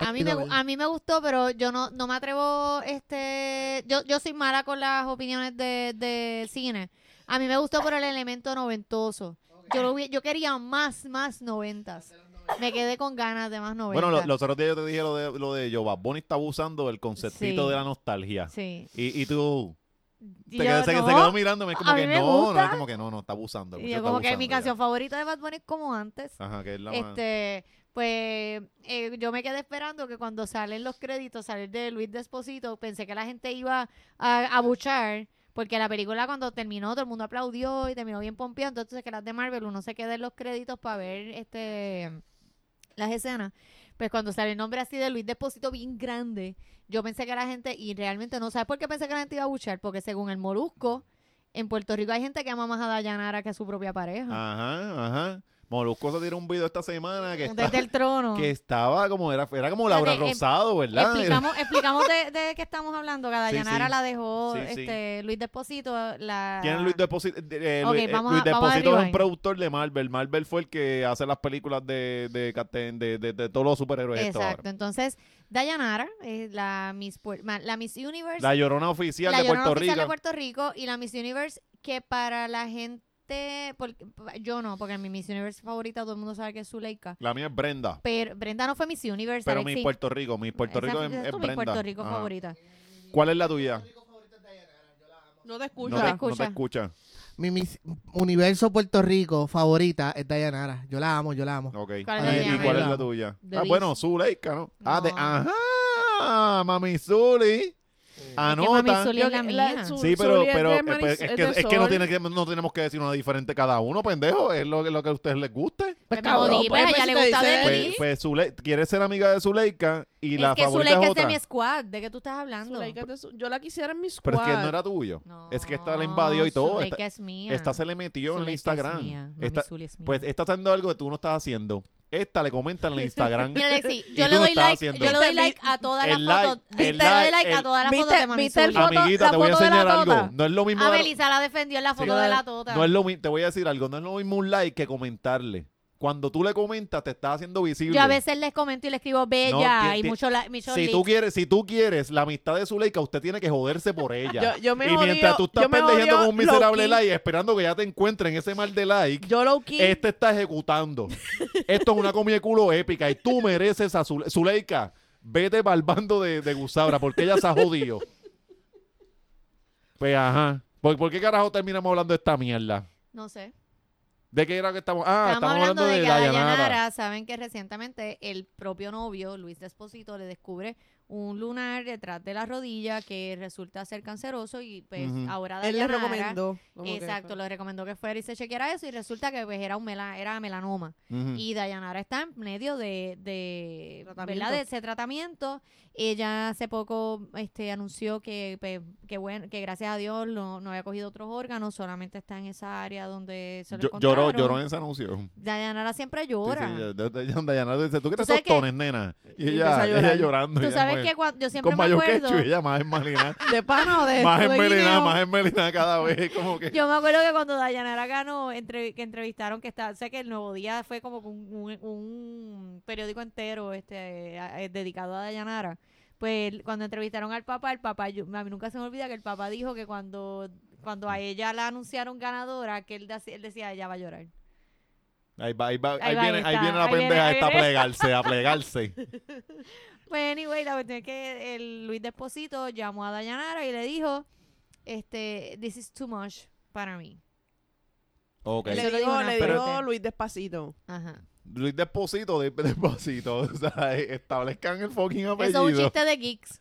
S2: A mí, me, gu- a mí me gustó, pero yo no, no me atrevo, este, yo, yo soy mala con las opiniones de, de cine. A mí me gustó por el elemento noventoso. Yo, lo vi- yo quería más, más noventas. Me quedé con ganas de más noventas.
S1: Bueno, lo- los otros días yo te dije lo de, lo de Jova. Bonnie está abusando del conceptito
S2: Sí.
S1: de la nostalgia.
S2: Sí.
S1: Y, y tú te
S2: Yo
S1: quedas- se,
S2: no.
S1: se quedó pues mirándome, es como
S2: a
S1: que
S2: mí me
S1: no, no,
S2: gusta.
S1: es como que no, no, está abusando. el
S2: Y
S1: muchacho
S2: yo
S1: está
S2: como que mi
S1: abusando ya.
S2: canción favorita de Bad Bunny es como antes.
S1: Ajá, que es la más-
S2: Este, pues eh, yo me quedé esperando que cuando salen los créditos, salir de Luis Desposito, pensé que la gente iba a a buchar. Porque la película cuando terminó, todo el mundo aplaudió y terminó bien pompeado. Entonces, que las de Marvel, uno se queda en los créditos para ver este las escenas. Pues cuando sale el nombre así de Luis Despósito bien grande, yo pensé que la gente, y realmente no, ¿sabes por qué pensé que la gente iba a buchar? Porque según el Molusco, en Puerto Rico hay gente que ama más a Dayanara que a su propia
S1: Ah,
S2: pareja.
S1: Ajá, ajá. Molusco se tiró un video esta semana que, está-
S2: Desde el trono.
S1: que estaba como, era, era como Laura
S2: Espérate, em-
S1: Rosado, ¿verdad?
S2: Explicamos, explicamos de, de qué estamos hablando. Que a
S1: Sí,
S2: Dayanara
S1: sí.
S2: la dejó
S1: Sí, sí.
S2: este, Luis Desposito. La...
S1: ¿Quién es Luis Deposito? Eh,
S2: Ok,
S1: Luis, eh,
S2: vamos a-
S1: Luis
S2: vamos a
S1: Deposito es un
S2: rewind.
S1: productor de Marvel. Marvel fue el que hace las películas de, de, Captain- de, de- de todos los superhéroes. estos ahora.
S2: Exacto. Entonces, Dayanara es la Miss, Puer- ma- la Miss Universe.
S1: La llorona oficial
S2: la
S1: de
S2: llorona
S1: Puerto
S2: oficial
S1: Rico.
S2: de Puerto Rico y la Miss Universe que para la gente... por- yo no, porque mi Miss Universe favorita todo el mundo sabe que es Zuleika.
S1: La mía es Brenda.
S2: Pero Brenda no fue Miss Universe.
S1: Pero
S2: Alexis.
S1: mi Puerto Rico, mi Puerto
S2: Esa-
S1: Rico es,
S2: esa
S1: es
S2: tu
S1: Brenda.
S2: Mi Puerto Rico
S1: Ajá.
S2: favorita.
S1: ¿Cuál es la tuya?
S3: No te
S1: No
S3: escuchas.
S1: te,
S2: escucha.
S1: no te escucha.
S4: Mi Miss universo Puerto Rico favorita es Dayanara. Yo la amo, yo la amo.
S1: Ok.
S2: ¿Cuál es
S1: Ah,
S2: la
S1: ¿Y
S2: tuya?
S1: cuál es la
S4: Brenda.
S1: tuya?
S2: De
S1: ah,
S2: Liz.
S1: bueno, Zuleika, ¿no? Ah, de,
S2: No.
S1: ajá, Mami Zuli.
S2: Es que
S1: Anota.
S2: Mami Zuli es la mía.
S3: su-
S1: Sí, pero,
S3: Zuliet
S1: pero
S3: de
S1: eh, pues,
S3: Maris-
S1: es,
S3: es
S1: que,
S3: de
S1: es que no,
S3: Sol.
S1: tiene que no tenemos que decir una diferente cada uno, pendejo. Es lo, que- lo que a ustedes les guste.
S2: Pues me
S4: cabrón,
S2: jodí,
S4: pues,
S2: pero a
S4: pues,
S2: ella
S4: si
S2: le
S4: te
S2: gusta
S4: dice-
S2: de
S1: Pues, pues Zule- quiere ser amiga de Zuleika y la
S2: es que
S1: favorita
S2: Zuleika
S1: es
S2: es de
S1: otra.
S2: mi squad. ¿De qué tú estás hablando?
S3: Zuleika es de su- Yo la quisiera en mi squad.
S1: pero es que no era tuyo.
S2: No,
S1: Es que esta la invadió y todo.
S2: Zuleika
S1: Esta,
S2: es mía.
S1: esta se le metió en
S2: Zuleika
S1: el
S2: es
S1: Instagram.
S2: mía. Mami
S1: Esta-
S2: Zuli es mía.
S1: pues está haciendo algo que tú no estás haciendo. Esta le comenta en el Instagram.
S2: Mira, Alexi,
S1: y
S2: yo
S1: tú
S2: le
S1: no
S2: doy
S1: estás
S2: like,
S1: haciendo.
S2: yo le doy
S3: Viste,
S2: like a todas
S1: el
S2: las
S1: like,
S2: fotos.
S1: el
S2: Viste, le doy
S1: like,
S2: like
S1: el-
S2: a todas las
S3: ¿Viste-
S2: fotos de Mami
S3: viste el
S2: Zuli.
S3: foto-
S1: Amiguita,
S3: la
S1: te voy a
S3: foto de la
S1: enseñar algo.
S3: tota.
S1: No es lo mismo.
S2: A
S1: dar-
S2: Melissa la defendió en la foto
S4: Sí.
S2: de la tota.
S1: no es lo mi- te voy a decir algo. No es lo mismo un like que comentarle. Cuando tú le comentas, te estás haciendo visible.
S2: yo a veces les comento y les escribo bella
S1: No, ti-
S2: y
S1: ti-
S2: mucho, la, mucho
S1: si
S2: like.
S1: tú quieres, si tú quieres la amistad de Zuleika, usted tiene que joderse por ella.
S3: Yo, yo me
S1: y mientras
S3: jodió-
S1: tú estás
S3: yo me
S1: pendejando
S3: jodió
S1: con un miserable
S3: low-key.
S1: like, esperando que ya te encuentren ese mal de like,
S3: Yo low key.
S1: este está ejecutando. Esto es una comida de culo épica y tú mereces a Zule- Zuleika. Vete para bando de, de Gusabra porque ella se ha jodido. Pues ajá. ¿Por, por qué carajo terminamos hablando de esta mierda?
S2: No sé.
S1: ¿De qué era que ah, estamos? Ah,
S2: estamos, hablando, de, que a
S1: Dayanara.
S2: Dayanara, saben que recientemente el propio novio, Luis Desposito, le descubre un lunar detrás de la rodilla que resulta ser canceroso y pues
S1: Ujú.
S2: ahora
S3: Él le
S2: Dayanara-
S3: recomendó. como que-
S2: Exacto, le recomendó que fuera y se chequeara eso y resulta que pues, era un mela- era melanoma.
S1: Ujú.
S2: Y Dayanara está en medio de, de,
S3: Tratamiento.
S2: ¿verdad? de ese tratamiento. Ella hace poco este, anunció que, pues, que, bueno, que gracias a Dios no, no había cogido otros órganos, solamente está en esa área donde se lo
S1: Yo- lloró,
S2: encontraron.
S1: lloró en ese anuncio.
S2: Dayanara siempre
S1: Sí,
S2: llora.
S1: sí, ya- ya- ya- Dayanara dice, ¿tú qué te
S2: ¿Tú sabes qué?
S1: tostones, nena? Y
S3: Y
S1: ella,
S3: empieza a llorar.
S1: ella llorando.
S2: Tú
S1: ella
S2: sabes
S1: más-
S2: que cuando, yo siempre
S1: con
S2: me
S1: mayo
S2: acuerdo,
S1: quechu, ella más enmalinada.
S3: ¿De pana o de
S1: más
S3: de guineo?
S1: envenenada, más envenenada cada vez. Como que...
S2: yo me acuerdo que cuando Dayanara ganó, entre, que entrevistaron que está, sé que el Nuevo Día fue como que un, un- un periódico entero este a- eh, dedicado a Dayanara. Pues cuando entrevistaron al papá, el papá, yo- a mí nunca se me olvida que el papá dijo que cuando, cuando a ella la anunciaron ganadora, que él, daci- él decía, ella va a llorar.
S1: Ahí, va, ahí, va, ahí,
S2: Ahí va
S1: viene,
S2: esta,
S1: ahí viene la
S2: ahí viene,
S1: pendeja
S2: ahí
S1: esta a
S2: viene.
S1: plegarse, a plegarse.
S2: Pues anyway, la cuestión es que el Luis Desposito llamó a Dayanara y le dijo, este, this is too much para mí.
S1: Ok.
S2: Él
S3: Le
S2: Eso lo dijo
S3: digo,
S2: una
S3: le
S2: parte.
S3: digo Luis despacito.
S2: Ajá.
S1: Luis Desposito, de- Desposito. O sea, eh, establezcan el fucking
S2: Eso es un
S1: apellido.
S2: chiste de geeks.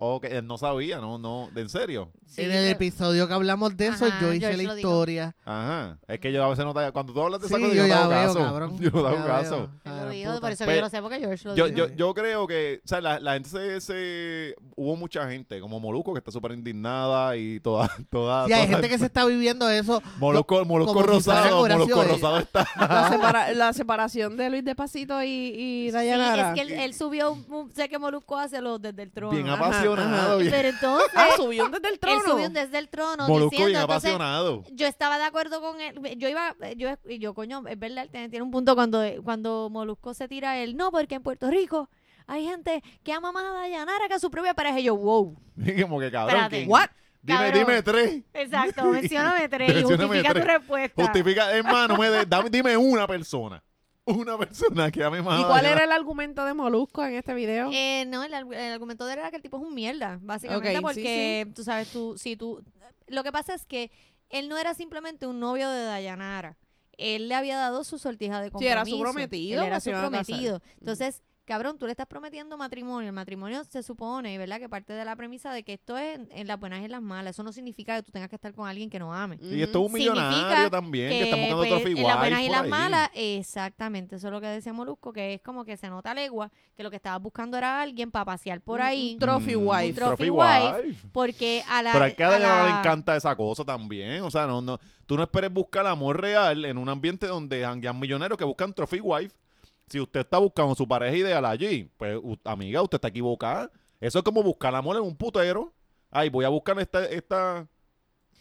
S1: Ok, eh, no sabía, no, no. ¿En serio?
S2: Sí,
S4: en el
S2: yo-
S4: episodio que hablamos de eso,
S2: Ajá,
S4: yo hice la
S2: George lo dijo.
S4: historia.
S1: Ajá. Es que yo a veces no te... Cuando tú hablas de
S4: Sí,
S1: esa cosa,
S4: yo
S1: no te
S4: ya
S1: hago
S4: veo,
S1: caso.
S4: cabrón.
S1: Yo no te hago
S4: Ya veo,
S1: caso.
S2: Él lo lo
S4: gran
S2: dijo,
S4: puta.
S2: por eso que
S1: Pues,
S2: yo lo sé, porque George lo
S1: Yo,
S2: dijo.
S1: yo, yo creo que, o sea, la, la gente se, se- Hubo mucha gente, como Molusco, que está súper indignada y toda... toda,
S4: Y hay
S1: toda-
S4: gente que se está viviendo eso.
S1: Molusco, Molusco
S4: como si fuera
S1: Rosado,
S4: Horacio,
S1: Molusco
S4: eh.
S1: Rosado está...
S3: La, separa- la separación de Luis Despacito y, y
S2: Sí,
S3: Dayanara.
S2: es que él, él subió, un- sé que Molusco hace lo desde el trono. Ah,
S1: Bien
S3: ajá,
S1: apasionado.
S3: ajá.
S1: bien-
S2: Pero entonces,
S3: Ah, subió un desde el
S2: él
S3: trono.
S2: subió un desde el trono
S1: Molusco bien
S2: diciendo, entonces,
S1: apasionado.
S2: yo estaba de acuerdo con él. Yo iba, eh, yo, y yo coño, es verdad, él tiene tiene un punto cuando, cuando Molusco se tira a él. No, porque en Puerto Rico hay gente que ama más a Dayanara que a su propia pareja. Y yo, wow.
S1: como que cabrón.
S2: Espérate.
S1: ¿quién?
S3: What?
S1: Dime,
S2: Cabrón.
S1: dime tres.
S2: Exacto, mencióname tres y
S1: Mencióname
S2: justifica
S1: tres.
S2: tu respuesta.
S1: Justifica, hermano, me de- dame- dime una persona. Una persona que ame más.
S3: ¿Y
S1: a
S3: cuál
S1: Dayana.
S3: era el argumento de Molusco en este video?
S2: Eh, no, el, argu- el argumento de él era que el tipo es un mierda, básicamente,
S3: Ok, sí,
S2: porque tú sabes, tú, si tú. Lo que pasa es que él no era simplemente un novio de Dayanara. Él le había dado su sortija de
S3: Sí,
S2: compromiso.
S3: era su prometido,
S2: Él era
S3: pues, se
S2: su
S3: iban a casar.
S2: prometido. Entonces, cabrón, tú le estás prometiendo matrimonio. El matrimonio se supone, ¿verdad?, que parte de la premisa de que esto es en las buenas y en las malas. Eso no significa que tú tengas que estar con alguien que no ame.
S1: Y esto es un
S2: Significa
S1: millonario también, que, está buscando
S2: pues,
S1: otro figura.
S2: en las buenas y las malas, exactamente, eso es lo que decía Molusco, que es como que se nota a legua que lo que estaba buscando era alguien para pasear por
S3: Un-
S2: ahí,
S3: un Trophy wife.
S2: Mm, Trophy wife. porque a la...
S1: Pero es que a
S2: a
S1: Dayana
S2: la-
S1: le encanta esa cosa también. O sea, no, no, tú no esperes buscar amor real en un ambiente donde janguean millonarios que buscan trophy wife. Si usted está buscando su pareja ideal allí, pues u- amiga, usted está equivocada. Eso es como buscar amor en un putero. Ay, voy a buscar esta... esta...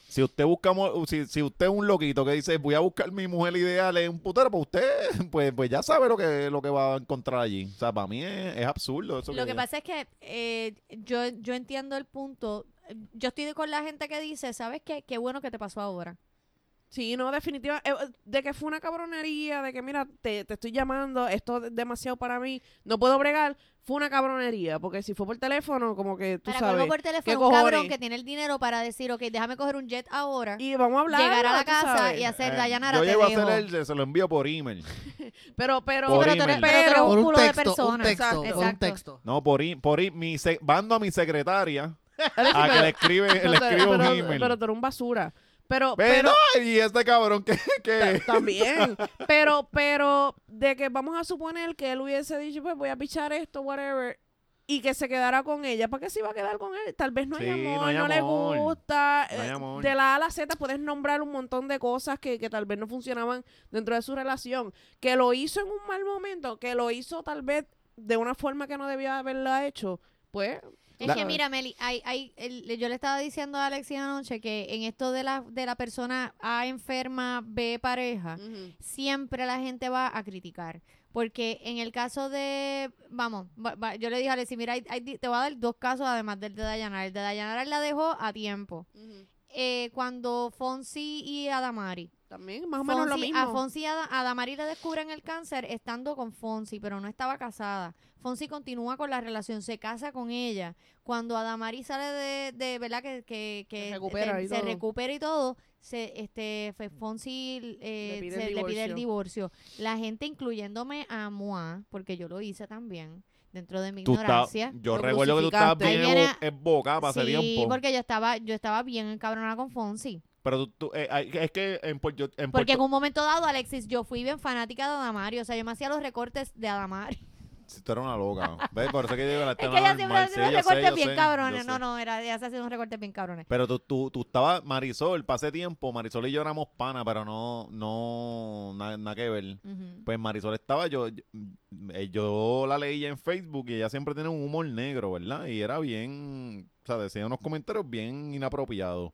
S1: Si usted busca amor- si, si usted es un loquito que dice voy a buscar mi mujer ideal en un putero, pues usted pues, pues ya sabe lo que, lo que va a encontrar allí. O sea, para mí es, es absurdo eso.
S2: Lo que pasa es que eh, yo, yo entiendo el punto, yo estoy con la gente que dice, ¿sabes qué? Qué bueno que te pasó ahora.
S3: Sí, no, definitiva. eh, eh, De que fue una cabronería, de que mira, te, te estoy llamando, esto es demasiado para mí, no puedo bregar, fue una cabronería. Porque si fue por teléfono, como que tú
S2: Para
S3: sabes.
S2: colmo por teléfono, un
S3: cojones?
S2: cabrón que tiene el dinero para decir, ok, déjame coger un jet ahora,
S3: Y vamos a hablar.
S2: llegar a la
S3: tú
S2: casa
S3: sabes.
S2: y hacer,
S1: Eh,
S2: Dayanara,
S1: yo
S2: te
S1: llego a
S2: dejo".
S1: hacer el, se lo envío por email.
S3: Pero, pero.
S1: Por
S2: pero tú eres,
S1: email.
S2: pero tú eres
S3: Pero-
S4: Por
S2: un
S4: un
S2: culo de
S4: texto, un
S2: persona.
S4: texto, por un
S2: Exacto.
S4: texto.
S1: No, por, i- por i- mi se- mando a mi secretaria
S3: Alexis,
S1: a Ah, que
S3: pero-
S1: le escribe,
S3: pero
S1: le
S3: tú-
S1: escribo un
S3: pero-
S1: email.
S3: pero tú eres un basura. Pero,
S1: pero,
S3: pero,
S1: y este cabrón que, que
S3: Ta- También. Pero, pero, de que vamos a suponer que él hubiese dicho, pues voy a pichar esto, whatever, y que se quedara con ella, ¿para qué se iba a quedar con él? Tal vez no hay
S1: Sí,
S3: amor,
S1: no
S3: no,
S1: hay
S3: le
S1: amor.
S3: gusta.
S1: No hay
S3: eh,
S1: amor.
S3: De la A a la Z puedes nombrar un montón de cosas que, que tal vez no funcionaban dentro de su relación. Que lo hizo en un mal momento, que lo hizo tal vez de una forma que no debía haberla hecho. Pues,
S2: Es
S1: La-
S2: que mira, Meli, hay, hay, el- yo le estaba diciendo a Alexia anoche que en esto de la, de la persona A enferma, B
S3: Mm.
S2: pareja, siempre la gente va a criticar. Porque en el caso de, vamos, va- va- yo le dije a Alexia, mira, hay- hay di- te voy a dar dos casos además del de Dayanara. El de Dayanara la dejó a tiempo. Eh, cuando Fonsi y Adamari.
S3: también más o menos lo
S2: Fonsi-
S3: mismo.
S2: A Fonsi y a, Da- a Damari le descubren el cáncer estando con Fonsi, pero no estaba casada. Fonsi continúa con la relación, se casa con ella. Cuando Adamari sale de, de ¿verdad? Que, que, que
S3: Se recupera
S2: de-
S3: y
S2: se
S3: todo.
S2: recupera y todo, se, este, fe- Fonsi eh,
S3: Le pide
S2: se-
S3: el
S2: le pide el divorcio. La gente, incluyéndome a Moa, porque yo lo hice también, dentro de mi
S1: tú estás,
S2: ignorancia.
S1: yo
S3: Lo
S1: recuerdo que tú estabas
S3: crucificaste.
S1: bien
S2: Ahí viene-
S1: en boca para ese
S2: sí,
S1: tiempo.
S2: porque yo estaba, yo estaba bien encabronada con Fonsi.
S1: Pero tú, tú- eh, hay- es que en, Puerto- en
S2: Porque en
S1: Puerto-
S2: un momento dado, Alexis, yo fui bien fanática de Adamari. O sea, yo me hacía los recortes de Adamari.
S1: si tú eres una loca. ¿ves? Por eso que yo digo la
S2: Es
S1: tema
S2: que ella siempre
S1: normal,
S2: hace
S1: sí,
S2: unos
S1: yo sé,
S2: recortes
S1: yo
S2: bien
S1: sé, yo
S2: cabrones. No,
S1: sé.
S2: no, era, ella se hacía unos recortes bien cabrones.
S1: Pero tú, tú, tú estabas, Marisol, pasé tiempo, Marisol y yo éramos pana, pero no, no, na- nada que ver.
S2: Ujú.
S1: Pues Marisol estaba, yo, yo, eh, yo la leía en Facebook y ella siempre tiene un humor negro, ¿verdad? Y era bien, o sea, decía unos comentarios bien inapropiados.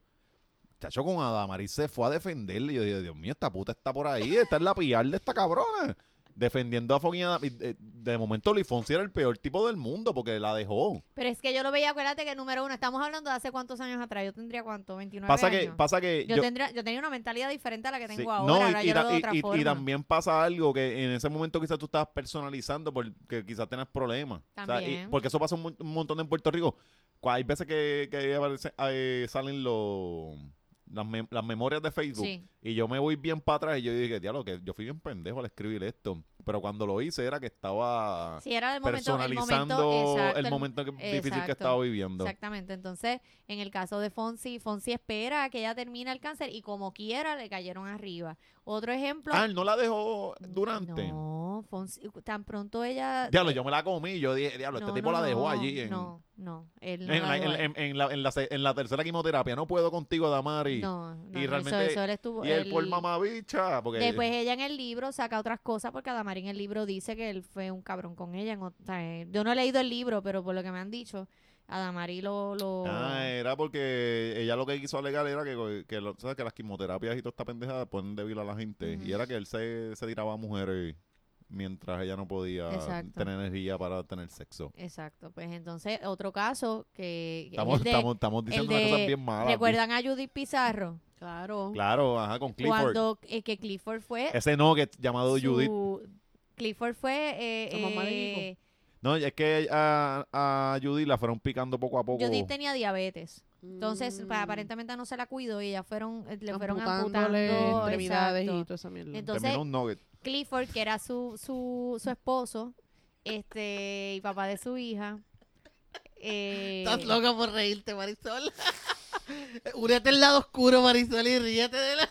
S1: Chacho con Adamaris se fue a defenderle. Y yo dije, Dios mío, esta puta está por ahí, esta es la pillar de esta cabrona. Defendiendo a Fon y Adamaris. Eh, De momento, Luis Fonsi era el peor tipo del mundo porque la dejó.
S2: Pero es que yo lo veía, acuérdate que número uno, estamos hablando de hace cuántos años atrás. Yo tendría cuánto, 29
S1: Pasa
S2: años.
S1: que, pasa que.
S2: yo,
S1: yo-
S2: tendría, yo tenía una mentalidad diferente a la que tengo
S1: Sí,
S2: ahora.
S1: no, y-
S2: ahora
S1: y,
S2: yo lo
S1: ta-
S2: veo de
S1: y-
S2: otra
S1: y- y
S2: forma.
S1: también pasa algo que en ese momento quizás tú estabas personalizando porque quizás tenías problemas. O sea, y-
S2: También.
S1: porque eso pasa un, mon- un montón en Puerto Rico. Cu- Hay veces que, que aparecen- eh, salen los las, mem- las memorias de Facebook
S2: Sí.
S1: y yo me voy bien para atrás y yo dije, diablo, que yo fui bien pendejo al escribir esto. Pero cuando lo hice era que estaba
S2: Si era el momento, el
S1: personalizando
S2: momento, exacto,
S1: el
S2: el-
S1: momento, que- difícil que
S2: exacto.
S1: estaba viviendo.
S2: Exactamente. Entonces, en el caso de Fonsi, Fonsi espera a que ella termine el cáncer y como quiera le cayeron arriba. Otro ejemplo.
S1: Ah, él no la dejó durante.
S2: No, Fonsi, tan pronto ella.
S1: Diablo, yo me la comí. Yo dije, diablo,
S2: No,
S1: este tipo
S2: no,
S1: la dejó
S2: no,
S1: allí en,
S2: No, no. Él
S1: en,
S2: no la
S1: la,
S2: dejó
S1: en-
S2: ahí.
S1: en- en la, en la se- en la tercera quimioterapia. No puedo contigo, Damari.
S2: No, no,
S1: y
S2: no, eso-
S1: realmente-
S2: eso él estuvo-
S1: y él
S2: él-
S1: por mamabicha. Porque
S2: Después ella en el libro saca otras cosas porque Adamari en el libro dice que él fue un cabrón con ella. en ot- o sea, eh, yo no he leído el libro, pero por lo que me han dicho, Adamari lo... lo
S1: Ah, era porque ella lo que quiso alegar era que, que, lo- ¿sabes? que las quimioterapias y toda esta pendejada ponen débil a la gente.
S2: Ujú.
S1: Y era que él se, se tiraba a mujeres mientras ella no podía
S2: Exacto.
S1: tener energía para tener sexo.
S2: Exacto, pues entonces otro caso que... que es
S1: Estamos,
S2: el de-
S1: estamos, estamos diciendo
S2: el
S1: unas cosas
S2: de-
S1: bien malas.
S2: ¿Recuerdan a Judith Pizarro?
S3: Claro.
S1: Claro, ajá, con Clifford.
S2: Cuando eh, que Clifford fue...
S1: Ese nugget llamado
S2: su-
S1: Judith.
S2: Clifford fue... eh,
S3: La mamá de
S2: eh,
S1: No, es que a, a Judith la fueron picando poco a poco.
S2: Judith tenía diabetes. Entonces, pues,
S3: Mm.
S2: aparentemente no se la cuidó y ellas fueron, eh, le fueron
S3: Amputándole
S2: amputando.
S3: extremidades
S2: exacto.
S3: y toda esa mierda.
S2: Entonces-
S1: Terminó un nugget.
S2: Clifford, que era su, su, su esposo, este, y papá de su hija. eh,
S4: Estás loca por reírte, Marisol. Únete al lado oscuro, Marisol, y ríete de la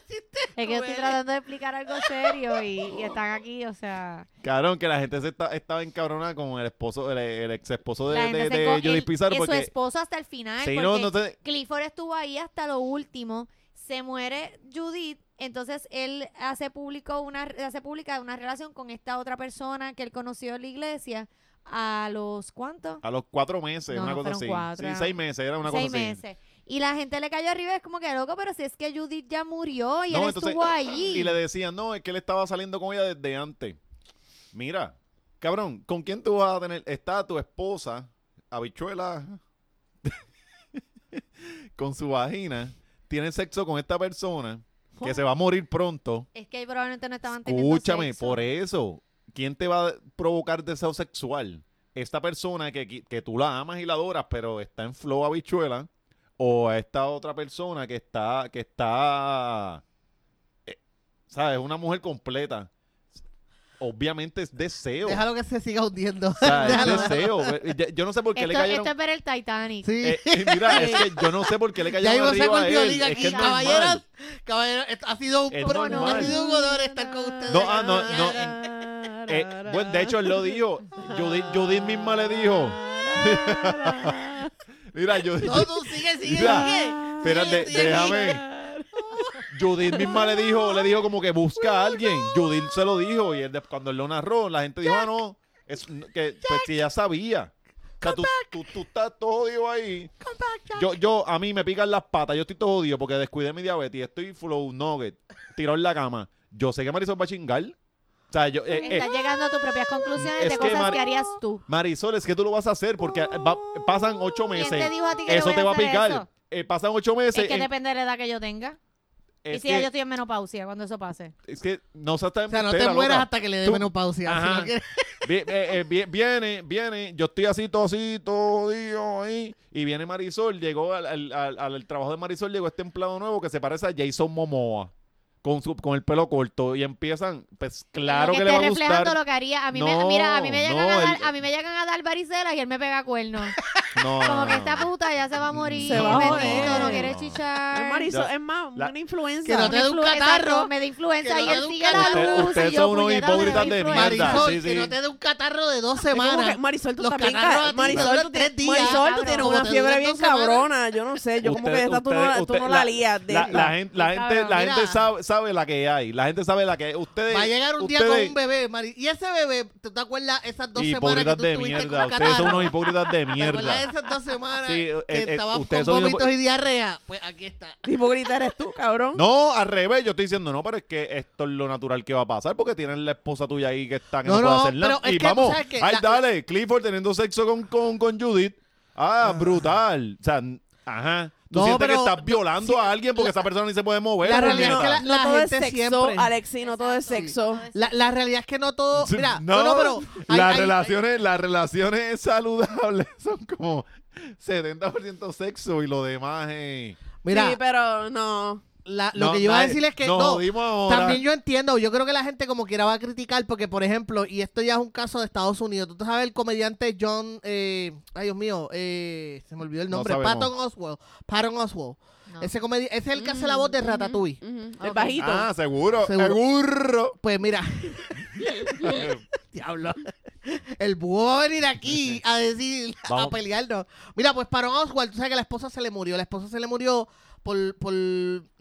S2: es que yo estoy
S4: cruel.
S2: tratando de explicar algo serio y, y están aquí, o sea.
S1: Cabrón, que la gente se está, estaba encabronada con el esposo, el, ex esposo
S2: la
S1: de,
S2: gente
S1: de,
S2: se
S1: de
S2: co-
S1: Judith
S2: el-
S1: Pizarro.
S2: es su
S1: Porque,
S2: esposo hasta el final.
S1: si
S2: porque
S1: no, no te,
S2: Clifford estuvo ahí hasta lo último. Se muere Judith, entonces él hace público una hace pública una relación con esta otra persona que él conoció en la iglesia a los cuántos
S1: A los cuatro meses,
S2: No,
S1: una
S2: no
S1: cosa
S2: fueron
S1: así.
S2: cuatro,
S1: sí,
S2: eran
S1: seis meses, era Ah, una cosa
S2: seis
S1: así.
S2: meses. Y la gente le cayó arriba, es como que loco, pero si es que Judith ya murió y
S1: No,
S2: él
S1: entonces,
S2: estuvo allí.
S1: Y le decían, no, es que él estaba saliendo con ella desde antes. Mira, cabrón, ¿con quién tú vas a tener? Está tu esposa, habichuela, con su vagina, tiene sexo con esta persona que se va a morir pronto.
S2: Es que ahí probablemente no estaban teniendo
S1: Escúchame,
S2: sexo.
S1: por eso, ¿quién te va a provocar deseo sexual? Esta persona que, qui- que tú la amas y la adoras, pero está en flow habichuela, o a esta otra persona que está, que está, eh, ¿sabes? Una mujer completa. Obviamente es deseo.
S4: Déjalo que se siga hundiendo.
S1: O sea, es
S4: Déjalo.
S1: deseo. Eh, ya- Yo no sé por qué
S2: esto,
S1: le cayeron.
S2: esto es ver el Titanic.
S4: Sí.
S1: Eh, eh, mira, es que yo no sé por qué le
S4: ya
S1: cayeron
S4: iba a
S1: arriba
S4: con
S1: a
S4: el
S1: él.
S4: violín
S1: Es
S4: aquí,
S1: que es normal.
S4: caballeros. Caballeros, esto ha sido un
S1: Es
S4: pro- ha
S1: normal.
S4: sido un honor estar con ustedes.
S1: No, ah, no, no, Eh, bueno, de hecho, él lo dijo. Judith, Judith misma le dijo. Mira, Judith,
S4: No, tú sigue, sigue,
S1: Mira,
S4: sigue.
S1: Espérate,
S4: Sí, sí,
S1: déjame. Judith misma le dijo, le dijo como que busca a alguien. Judith se lo dijo y él, de- cuando él lo narró, la gente dijo, ah, no, es n- que pues si ella sabía. O sea, tú, tú- tú estás todo jodido ahí. Yo, yo, a mí me pican las patas, yo estoy todo jodido porque descuidé mi diabetes y estoy flow nugget, tirado en la cama. Yo sé que Marisol va a chingar. O sea, yo, eh, eh,
S2: Estás llegando a tus propias conclusiones
S1: Es
S2: de
S1: que
S2: cosas
S1: Mar-
S2: que harías tú.
S1: Marisol, es que tú lo vas a hacer porque va- pasan ocho
S2: ¿Quién te
S1: meses.
S2: dijo a ti que yo
S1: Pues, Eso
S2: voy
S1: te va a
S2: hacer
S1: picar.
S2: eso?
S1: Eh, pasan ocho meses.
S2: es que
S1: en-
S2: depende de la edad que yo tenga.
S1: es
S2: y si
S1: que-
S2: ya yo estoy en menopausia cuando eso pase.
S1: Es que no se está
S4: O sea, no te mueras hasta que le dé
S1: Tú-
S4: menopausia.
S1: Ajá.
S4: Si no quieres-
S1: Vi- eh, eh, vi- viene, viene, yo estoy así, todo así, todo jodido ahí. Y viene Marisol, llegó al, al- al- al trabajo de Marisol, llegó este empleado nuevo que se parece a Jason Momoa. Con, su, con el pelo corto y empiezan, pues claro
S2: lo
S1: que,
S2: que
S1: le va a
S2: esté reflejando
S1: gustar.
S2: lo que haría. A mí me,
S1: No,
S2: mira, a mí me llegan,
S1: no,
S2: a, dar,
S1: el-
S2: a mí me llegan a dar varicelas y él me pega cuernos.
S1: No, no,
S2: Como que
S1: no,
S2: esta
S1: no.
S2: puta ya se va a morir.
S3: Se va a
S2: bendito,
S3: joder.
S2: No quiere chichar.
S3: Es Marisol,
S1: Ya.
S3: es más,
S1: La-
S3: una influenza.
S4: Que no te-
S2: Una
S4: dé un
S2: influenza,
S4: catarro.
S2: exacto, Me da influenza
S4: Que
S2: y
S4: no te
S2: él
S4: dé un
S2: sigue la
S1: catarro.
S2: luz.
S1: Ustedes
S2: y yo,
S1: son unos
S2: puñeta, me dio
S1: hipócritas de
S2: influenza.
S1: mierda.
S4: Marisol,
S1: sí, sí.
S4: que no te dé un catarro de dos
S3: Es como
S4: semanas.
S3: que, Marisol, tú
S4: Los
S3: también
S4: catarros a
S3: ca-
S4: ti
S3: Marisol,
S4: duran
S3: tú,
S4: tres
S3: tienes-
S4: días,
S3: Marisol, tú
S2: cabrón.
S3: tienes
S4: Como
S3: una
S4: te
S3: fiebre
S4: duran
S3: bien
S4: dos semanas.
S3: cabrona. Yo no sé, yo como que
S1: Usted-
S3: de esta tú no,
S1: usted-
S3: la- tú
S1: usted-
S3: no la lías. de
S1: La,
S3: esta.
S1: la gente, la
S2: Está
S1: gente, la
S4: cabrón.
S1: gente
S4: Mira.
S1: sabe, sabe la que hay. La gente sabe la que hay. Ustedes,
S4: Va a llegar un día con
S1: ustedes-
S4: un bebé, Mari. Y ese bebé, ¿tú te acuerdas esas dos semanas que
S1: Hipócritas
S4: tú
S1: de
S4: estuviste
S1: mierda.
S4: con
S1: Ustedes son
S4: catarro?
S1: unos hipócritas de
S4: ¿Te acuerdas de
S1: mierda.
S4: esas dos semanas
S1: Sí, eh,
S4: que
S1: eh,
S4: estabas
S1: ustedes
S4: con
S1: son unos-
S4: vómitos y diarrea? Pues aquí está.
S3: Hipócrita eres tú, cabrón.
S1: No, al revés, yo estoy diciendo, no, pero es que esto es lo natural que va a pasar porque tienen la esposa tuya ahí que está que no,
S4: No,
S1: puede
S4: no,
S1: hacer nada.
S4: pero es
S1: y
S4: que tú
S1: vamos,
S4: sabes que
S1: ay,
S4: la-
S1: dale, Clifford teniendo sexo con, con, con Judith. Ah, brutal. O sea, n- ajá. Tú
S4: No,
S1: sientes que
S4: pero-
S1: estás violando a alguien porque esa persona ni se puede mover.
S4: la
S1: puñeta.
S4: realidad es que la-
S3: no todo es
S4: gente
S3: sexo,
S4: siempre-
S3: Alexi, no todo es
S2: Exacto.
S3: sexo.
S4: La, la realidad es que no todo.
S1: Sí,
S4: Mira, no, no, pero. hay-
S1: las
S4: hay-
S1: relaciones, las relaciones saludables son como 70% sexo y lo demás es...
S4: Mira,
S3: Sí, pero no.
S4: la- lo
S1: No,
S4: que yo iba a
S1: nadie-
S4: decir es que
S1: nos
S4: no,
S1: jodimos ahora.
S4: También yo entiendo, yo creo que la gente como quiera va a criticar porque, por ejemplo, y esto ya es un caso de Estados Unidos, tú sabes el comediante John, eh, ay Dios mío, eh, se me olvidó el
S1: No
S4: nombre,
S1: sabemos.
S4: Patton Oswald, Patton Oswald,
S2: No.
S4: ese comedi ese es el que hace la
S2: Mm,
S4: voz de
S2: ujú.
S4: Ratatouille.
S3: El
S2: Ok.
S3: bajito.
S1: Ah, seguro,
S4: Seguro.
S1: seguro.
S4: Pues mira, diablo, el búho va a venir aquí a decir, a
S1: Vamos.
S4: pelearnos. Mira, pues Patton Oswald, tú sabes que la esposa se le murió, la esposa se le murió por, por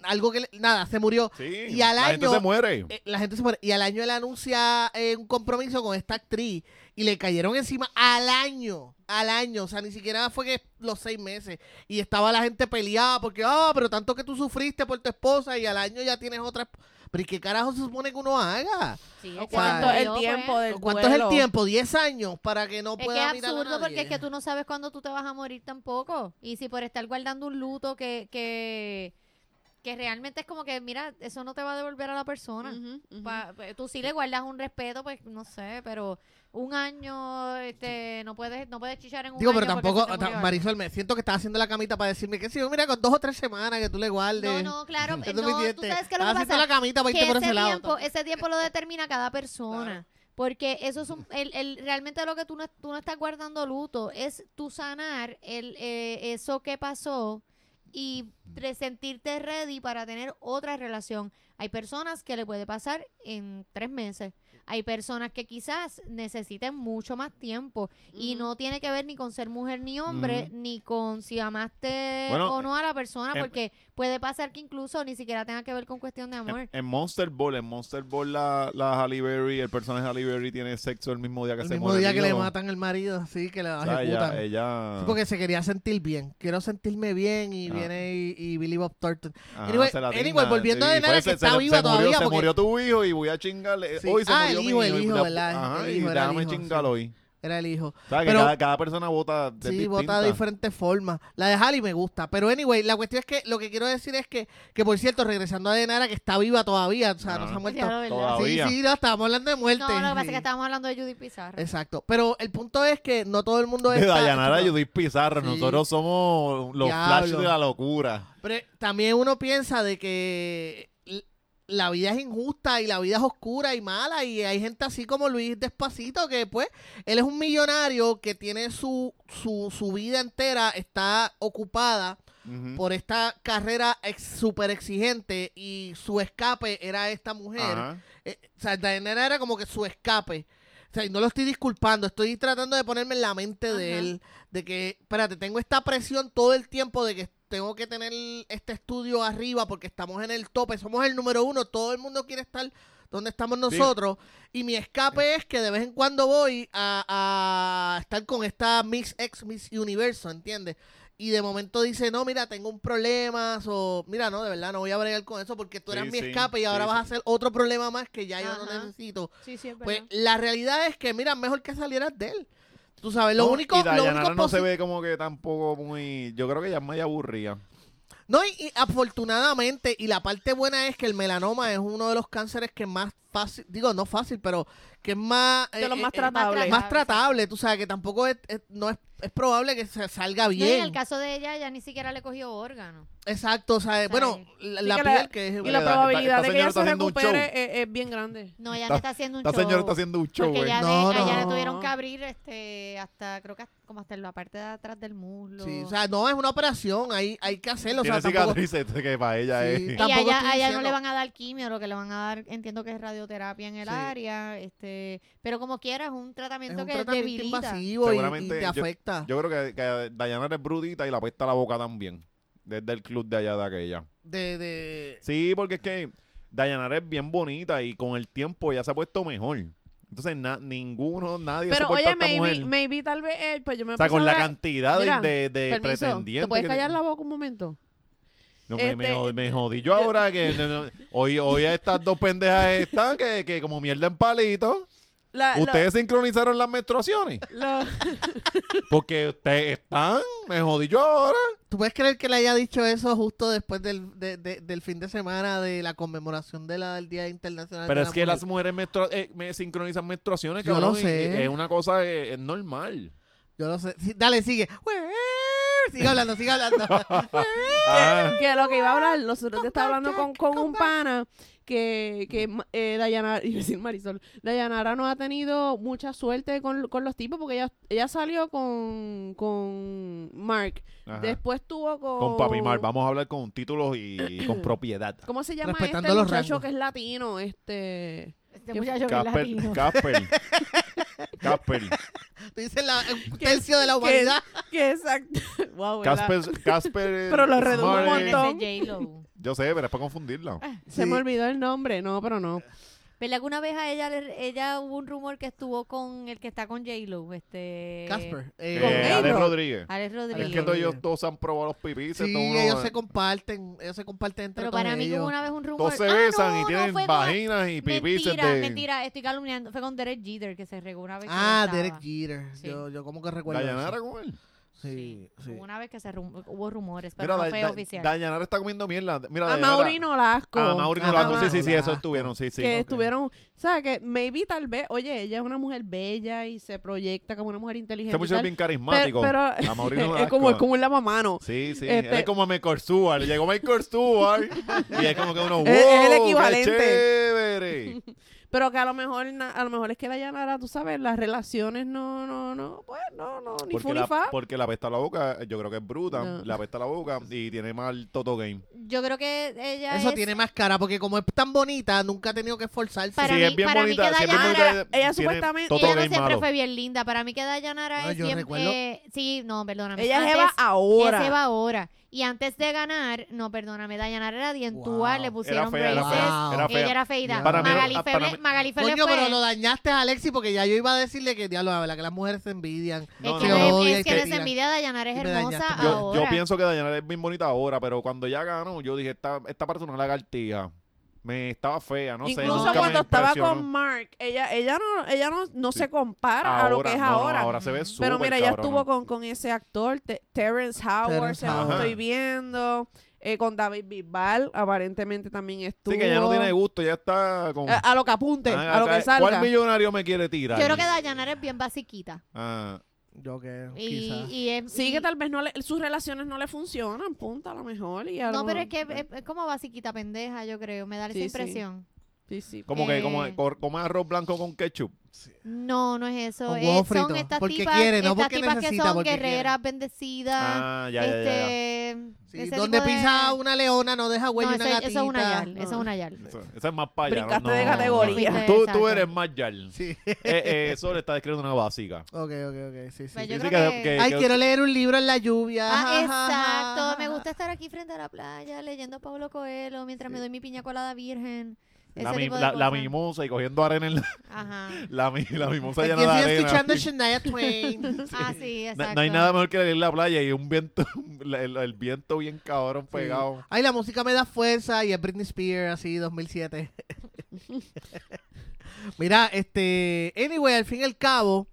S4: algo que, le- nada, se murió.
S1: Sí,
S4: Y al
S1: la gente
S4: año-
S1: se muere.
S4: Eh, la gente se muere. Y al año él anuncia eh, un compromiso con esta actriz. Y le cayeron encima al año. Al año. O sea, ni siquiera fue que los seis meses. Y estaba la gente peleada porque, ah, pero tanto que tú sufriste por tu esposa y al año ya tienes otra. esp-". Pero ¿y qué carajo se supone que uno haga?
S2: Sí,
S4: O
S2: es que
S3: ¿Cuánto
S2: se
S3: es el
S2: murió,
S3: tiempo
S2: pues.
S3: del
S4: ¿Cuánto es el
S3: duelo?
S4: tiempo? ¿10 años para que no
S2: Es que es
S4: pueda mirar a
S2: absurdo porque
S4: nadie?
S2: es que tú no sabes cuándo tú te vas a morir tampoco. Y si por estar guardando un luto que, que, que realmente es como que, mira, eso no te va a devolver a la persona.
S3: Ujú, ujú.
S2: Pa- pues, tú sí le guardas un respeto, pues no sé, pero un año este, no puedes no puedes chichar en un
S4: Digo,
S2: año
S4: pero
S2: porque
S4: tampoco,
S2: se te
S4: ta-
S2: murió alguien.
S4: Marisol, me siento que estás haciendo la camita para decirme que si yo, mira, con dos o tres semanas que tú le guardes.
S2: No, no, claro,
S4: Es
S2: eh, no, tú
S4: suficiente.
S2: sabes que lo que
S4: Estás haciendo
S2: pasa
S4: la camita para
S2: que
S4: irte por
S2: ese,
S4: ese lado.
S2: tiempo, ese tiempo lo determina cada persona. Porque eso es un, el, el- realmente lo que tú no, tú no estás guardando luto, es tú sanar el, eh, eso que pasó y re- sentirte ready para tener otra relación. Hay personas que le puede pasar en tres meses. Hay personas que quizás necesiten mucho más tiempo. Y no tiene que ver ni con ser mujer ni hombre,
S1: Ujú.
S2: ni con si amaste
S1: Bueno,
S2: o no a la persona,
S1: em-
S2: porque puede pasar que incluso ni siquiera tenga que ver con cuestión de amor.
S1: En, en Monster Ball, en Monster Ball la, la Halle Berry, el personaje de Halle Berry tiene sexo el mismo día que
S4: El
S1: se
S4: mismo
S1: muere el
S4: día que le
S1: niño.
S4: matan al marido, sí, que la
S1: O sea,
S4: ejecutan.
S1: ella, ella-
S4: Sí, porque se quería sentir bien. Quiero sentirme bien y
S1: Ah.
S4: viene y, y Billy Bob Thornton.
S1: Ajá,
S4: Anyway,
S1: se la
S4: anyway,
S1: digna,
S4: volviendo
S1: fue
S4: de Nara,
S1: ese-
S4: que está
S1: le-
S4: viva
S1: murió,
S4: todavía,
S1: Se
S4: porque-
S1: murió tu hijo y voy a chingarle. eh,
S4: Sí.
S1: Hoy se
S4: Ah, el
S1: murió mi
S4: hijo, el
S1: y
S4: hijo,
S1: la-
S4: ¿verdad?
S1: Ajá,
S4: El
S1: y
S4: hijo era el
S1: déjame
S4: hijo,
S1: chingarlo hoy.
S4: Era el hijo.
S1: O sea, que
S4: Pero-
S1: cada, cada persona vota de
S4: sí,
S1: distinta.
S4: vota de diferentes formas. La de Halley me gusta. Pero anyway, la cuestión es que lo que quiero decir es que, que por cierto, regresando a Denara, que está viva todavía, o sea,
S1: Ah.
S4: no se ha
S2: Ya, la
S4: muerto.
S2: verdad.
S1: Toda- Todavía.
S4: Sí, sí, no, estábamos hablando de muerte.
S2: No, lo que pasa
S4: sí. Eh,
S2: es que estábamos hablando de Judy Pizarro.
S4: Exacto. Pero el punto es que no todo el mundo es.
S1: De Dayanara a Judith Pizarro.
S4: Sí.
S1: Nosotros somos los
S4: Diablo.
S1: flash de la locura.
S4: Pero también uno piensa de que l- la vida es injusta y la vida es oscura y mala y hay gente así como Luis Despacito que pues él es un millonario que tiene su, su, su vida entera está ocupada
S1: Ujú.
S4: por esta carrera ex, súper exigente y su escape era esta mujer.
S1: Ajá.
S4: Eh, o sea, Diana era como que su escape. O sea, y no lo estoy disculpando, estoy tratando de ponerme en la mente de
S2: Ajá.
S4: él, de que, espérate, tengo esta presión todo el tiempo de que tengo que tener este estudio arriba porque estamos en el tope, somos el número uno, todo el mundo quiere estar donde estamos nosotros. Y mi escape es que de vez en cuando voy a, a estar con esta Miss X, Miss Universo, ¿entiendes? Y de momento dice, no, mira, tengo un problema, o mira, no, de verdad, no voy a bregar con eso porque tú eras
S1: Sí,
S4: mi
S1: sí,
S4: escape y
S1: sí,
S4: ahora vas a
S1: sí.
S4: hacer otro problema más que ya yo no
S2: Ajá.
S4: necesito.
S2: Sí, sí, es
S4: Pues
S2: verdad.
S4: la realidad es que, mira, mejor que salieras de él. Tú sabes, lo
S1: No,
S4: único...
S1: Y
S4: lo
S1: Dayanara
S4: único
S1: no se
S4: posi-
S1: ve como que tampoco muy. Yo creo que ella es media aburrida.
S4: No, y, y afortunadamente, y la parte buena es que el melanoma es uno de los cánceres que más fácil, digo, no fácil, pero que es más...
S3: De los
S4: eh,
S3: más
S4: eh,
S3: tratables.
S4: más tratable, tú sabes, que tampoco es, es- no es, es probable que se salga
S2: No, y en
S4: bien.
S2: el caso de ella, ya ni siquiera le cogió órgano.
S4: Exacto, o sea, bueno, la,
S3: Sí
S4: la
S3: que la-
S4: piel que es...
S3: Y
S1: Porque
S3: la
S1: esta-
S3: probabilidad
S1: esta
S3: de que ella
S1: señora
S3: se
S1: está haciendo un
S3: recupere
S1: show.
S3: es, es bien grande.
S2: No, ella
S1: Esta-
S2: no está haciendo un
S1: Esta señora
S2: show.
S1: está haciendo un show.
S2: Porque
S1: eh.
S2: ya
S4: No,
S2: de, allá le
S4: no.
S2: tuvieron que abrir este, hasta, creo que hasta- como hasta en la parte de atrás del muslo.
S4: Sí, o sea, no es una operación, hay, hay que hacerlo. O sea,
S1: Tiene
S4: tampoco,
S1: cicatrices que para ella
S4: Sí.
S1: es.
S2: y
S4: tampoco
S2: allá,
S4: estoy
S2: allá
S4: diciendo-
S2: no le van a dar quimio, lo que le van a dar, entiendo que es radioterapia en el
S4: Sí.
S2: área, este, pero como quiera es un
S4: es
S2: tratamiento
S4: un
S2: que
S4: tratamiento
S2: debilita.
S4: invasivo y- y,
S1: Seguramente
S4: te
S1: yo-
S4: afecta.
S1: Yo creo que, que Dayanara es brutita y la apesta la boca también. Desde el club de allá de aquella.
S4: de, de-
S1: Sí, porque es que Dayanara es bien bonita y con el tiempo ya se ha puesto mejor. Entonces, na- ninguno, nadie
S3: Pero
S1: soporta a
S3: oye,
S1: esta
S3: maybe,
S1: mujer.
S3: maybe tal vez él, pues yo me
S1: o sea,
S3: puse a
S1: con la
S3: hablar-
S1: cantidad de-
S3: Mira,
S1: de, de
S3: permiso,
S1: pretendientes.
S3: ¿Te puedes
S1: que
S3: callar
S1: tiene-
S3: la boca un momento?
S1: No, me, me
S3: Este-
S1: jod- me jodí yo ahora que no, no, hoy, hoy a estas dos pendejas están que, que como mierda en palito.
S3: La- la-
S1: Ustedes sincronizaron las menstruaciones.
S3: la-
S1: Porque ustedes están, me jodí yo ahora.
S4: ¿Tú puedes creer que le haya dicho eso justo después del, de- de- del fin de semana de la conmemoración de la, del Día
S3: Ah,
S4: Internacional
S1: Pero
S4: de
S1: es
S4: la
S1: que
S4: Mujer?
S1: las mujeres menstrua- eh, me sincronizan menstruaciones,
S4: Yo
S1: cabrón,
S4: lo
S1: y-
S4: sé.
S1: y es una cosa, eh, es normal.
S4: Yo no sé. Sí, dale, sigue. Where Sigue hablando, sigue hablando.
S1: Ah,
S3: que lo que iba a hablar, nosotros estaba hablando con, con un pana que, que eh, Dayanara, iba a decir Marisol, Dayanara no ha tenido mucha suerte con, con los tipos porque ella, ella salió con, con Mark,
S1: ajá.
S3: después tuvo con...
S1: Con Papi Mar, vamos a hablar con títulos y con propiedad.
S3: ¿Cómo se llama
S4: Respetando
S3: este
S4: los
S3: muchacho
S4: rangos.
S3: que es latino? Este...
S2: Este
S3: ¿Qué
S2: muchacho que es
S1: Casper,
S2: latino.
S1: Casper, Casper,
S4: Tú dices la, un tercio de la humanidad.
S3: Que exacto. Wow, ¿verdad?
S1: Casper, Casper.
S3: Pero lo redujo un
S1: Smart.
S2: Ese es
S3: montón.
S2: J-Lo.
S1: Yo sé, pero es para confundirlo.
S3: Se me olvidó el nombre, no, pero no.
S2: ¿Verdad que una vez a ella, le- ella hubo un rumor que estuvo con el que está con J-Lo? Este,
S4: Casper. eh,
S3: con
S1: Eh, Alex
S3: Aaron.
S1: Rodríguez.
S2: Alex Rodríguez.
S1: Es que todos ellos dos han probado los pipices.
S4: Sí,
S1: todos uno-
S4: ellos se comparten, ellos se comparten entre
S2: Pero
S4: todos
S2: para mí que
S4: ellos.
S2: hubo una vez un rumor.
S1: todos se
S2: Ah,
S1: besan
S2: no,
S1: y
S2: no,
S1: tienen
S2: fue con-
S1: vaginas y pipices
S2: Mentira,
S1: de...
S2: mentira, estoy calumniando. Fue con Derek Jeter que se regó una vez. que
S4: Ah,
S2: él estaba.
S4: Derek Jeter.
S2: Sí.
S4: Yo, yo como que recuerdo.
S1: Dayanara
S4: eso.
S1: con él.
S4: Sí, sí.
S2: Hubo una vez que se rum- hubo rumores, pero
S1: Mira,
S2: no
S1: Da-
S2: fue
S1: Da-
S2: oficial.
S1: Dayanara está comiendo mierda. Mira,
S3: A
S1: Dayanara-
S3: Mauri Nolasco.
S1: Ah, Mauri
S4: Ah,
S1: Nolasco. Sí, sí, sí, eso
S4: Mauri Nolasco.
S1: estuvieron. Sí, sí.
S3: que
S1: ok.
S3: estuvieron, o sea, que maybe tal vez, oye, ella es una mujer bella y se proyecta como una mujer inteligente.
S1: Ese
S3: y
S1: muchacho es
S3: tal,
S1: bien carismático.
S3: pero,
S1: a Mauri
S3: pero es
S1: Nolasco.
S3: como, es como un lavamano.
S1: Sí, sí.
S3: Este-
S1: Él es como Michael Stewart. Llegó Michael Stewart y es como que uno. ¡Wow!
S3: Es- es el
S1: qué
S3: equivalente.
S1: chévere!
S3: Pero que a lo mejor, na- a lo mejor es que la llanara, tú sabes, las relaciones no, no, no, pues no, no, ni fu
S1: Porque
S3: ni
S1: la,
S3: fa.
S1: porque la pesta a la boca, yo creo que es bruta.
S3: No.
S1: La pesta a la boca y tiene mal Toto Game.
S2: Yo creo que ella
S4: Eso
S2: es-
S4: tiene más cara, porque como es tan bonita, nunca ha tenido que esforzarse.
S2: Para
S1: Sí,
S2: mí-
S1: es bien
S2: para mí
S1: bonita,
S2: que
S1: sí, es bien
S2: Dayanara-
S1: bonita,
S3: ella
S1: tiene
S3: supuestamente-
S1: Toto
S2: ella no
S1: Game
S2: siempre
S1: malo.
S2: fue bien linda. Para mí que Dayanara
S4: No,
S2: es
S4: yo
S2: siempre...
S4: recuerdo-
S2: Sí, no, perdóname.
S3: Ella
S2: antes,
S3: lleva ahora.
S2: Ese va ahora. Y antes de ganar, no, perdóname, Dayanara era dientúa,
S4: Wow.
S2: le
S1: Era
S2: pusieron
S1: fea, era
S2: braces.
S1: fea.
S4: Wow.
S1: Era fea.
S2: Ella era feita.
S4: Para mí-
S2: Magali
S1: ah,
S2: Fele-
S1: para mí-
S2: Magali Fele
S4: Coño,
S2: fue-
S4: pero lo dañaste a Alexi porque ya yo iba a decirle que diablo, la verdad que las mujeres se envidian.
S1: No,
S2: es que
S1: no,
S2: no,
S4: no.
S2: es
S4: Odia
S2: que
S4: y te
S2: no es
S4: tiran.
S2: envidia, Dayanara es
S4: Y me
S2: hermosa
S4: dañaste.
S1: Yo,
S2: ahora.
S1: yo pienso que Dayanara es bien bonita ahora, pero cuando ya ganó, yo dije, esta, esta parte es una lagartija. Me estaba fea, no sé.
S3: Incluso
S1: Nunca
S3: cuando
S1: me
S3: estaba
S1: impresionó.
S3: con Mark, ella, ella no, ella no, no
S1: Sí.
S3: se compara a lo que es
S1: no, no,
S3: ahora.
S1: ahora se ve súper
S3: Pero mira, ella
S1: cabrona.
S3: estuvo con, con ese actor, Te- Terrence Howard,
S4: Terrence
S3: según
S1: Howard.
S3: estoy viendo, eh, con David Bisbal, aparentemente también estuvo.
S1: Sí, que ya no tiene gusto, ya está con...
S3: a, a lo que apunte,
S1: Ah,
S3: Eh, a lo
S1: acá,
S3: que salga.
S1: ¿Cuál millonario me quiere tirar?
S2: Yo creo que Dayanara es bien basiquita.
S1: Ah,
S4: Yo que
S2: Y,
S4: quizás.
S2: y es-
S3: Sí,
S2: y-
S3: que tal vez no le- sus relaciones no le funcionan, punta a lo mejor. Y eh, a lo-
S2: No, pero es que eh, es, es como basiquita pendeja, yo creo. Me da esa
S3: Sí, sí.
S2: impresión.
S3: Sí, sí.
S1: como que como,
S2: Eh.
S1: cor- come arroz blanco con ketchup.
S2: No, no es eso.
S4: Con
S2: eh,
S4: huevo frito,
S2: son estas
S4: porque
S2: tipas,
S4: quiere, no
S2: estas
S4: porque
S2: tipas que
S4: necesita,
S2: son
S4: porque quiere.
S2: guerreras, bendecidas.
S1: Ah, ya, ya, ya, ya.
S2: este,
S4: Sí,
S2: ese
S4: donde
S2: tipo de-
S4: pisa una leona no deja
S2: No,
S4: huella una
S2: eso,
S4: gatita.
S2: eso es una yal,
S3: no.
S2: eso es una yal.
S1: Eso, eso es más paya. ¿no?
S3: Brincaste
S1: No, no,
S3: de
S1: no.
S3: categoría.
S2: Sí,
S1: Tú,
S2: exacto.
S1: tú eres más yal.
S4: Sí.
S1: Eh, eh, eso le está describiendo una básica.
S4: Ok, ok, ok. Sí, sí.
S2: Pues
S1: Dice
S2: yo creo que-
S1: Eh,
S4: Ay, quiero leer un libro en la lluvia.
S2: Ah,
S4: Ja, ja, ja, ja,
S2: exacto. Me
S4: ja.
S2: gusta estar aquí frente a la playa leyendo a Pablo Coelho mientras me doy mi piña colada virgen. Ese
S1: la, mi-
S2: tipo de
S1: la, la
S2: cosas.
S1: mimosa y cogiendo arena en la,
S2: Ajá.
S1: la, mi- Pues la mimosa
S4: Aquí
S1: llena de
S4: estoy
S1: arena.
S4: escuchando Shania Twain.
S2: Ah, sí,
S1: No-
S2: exacto.
S1: No, hay nada mejor que leer la playa y un viento, la- el, el viento bien cabrón pegado.
S4: Ay, la música me da fuerza y es Britney Spears, así, 2007. Mira, este. Anyway, al fin y al cabo,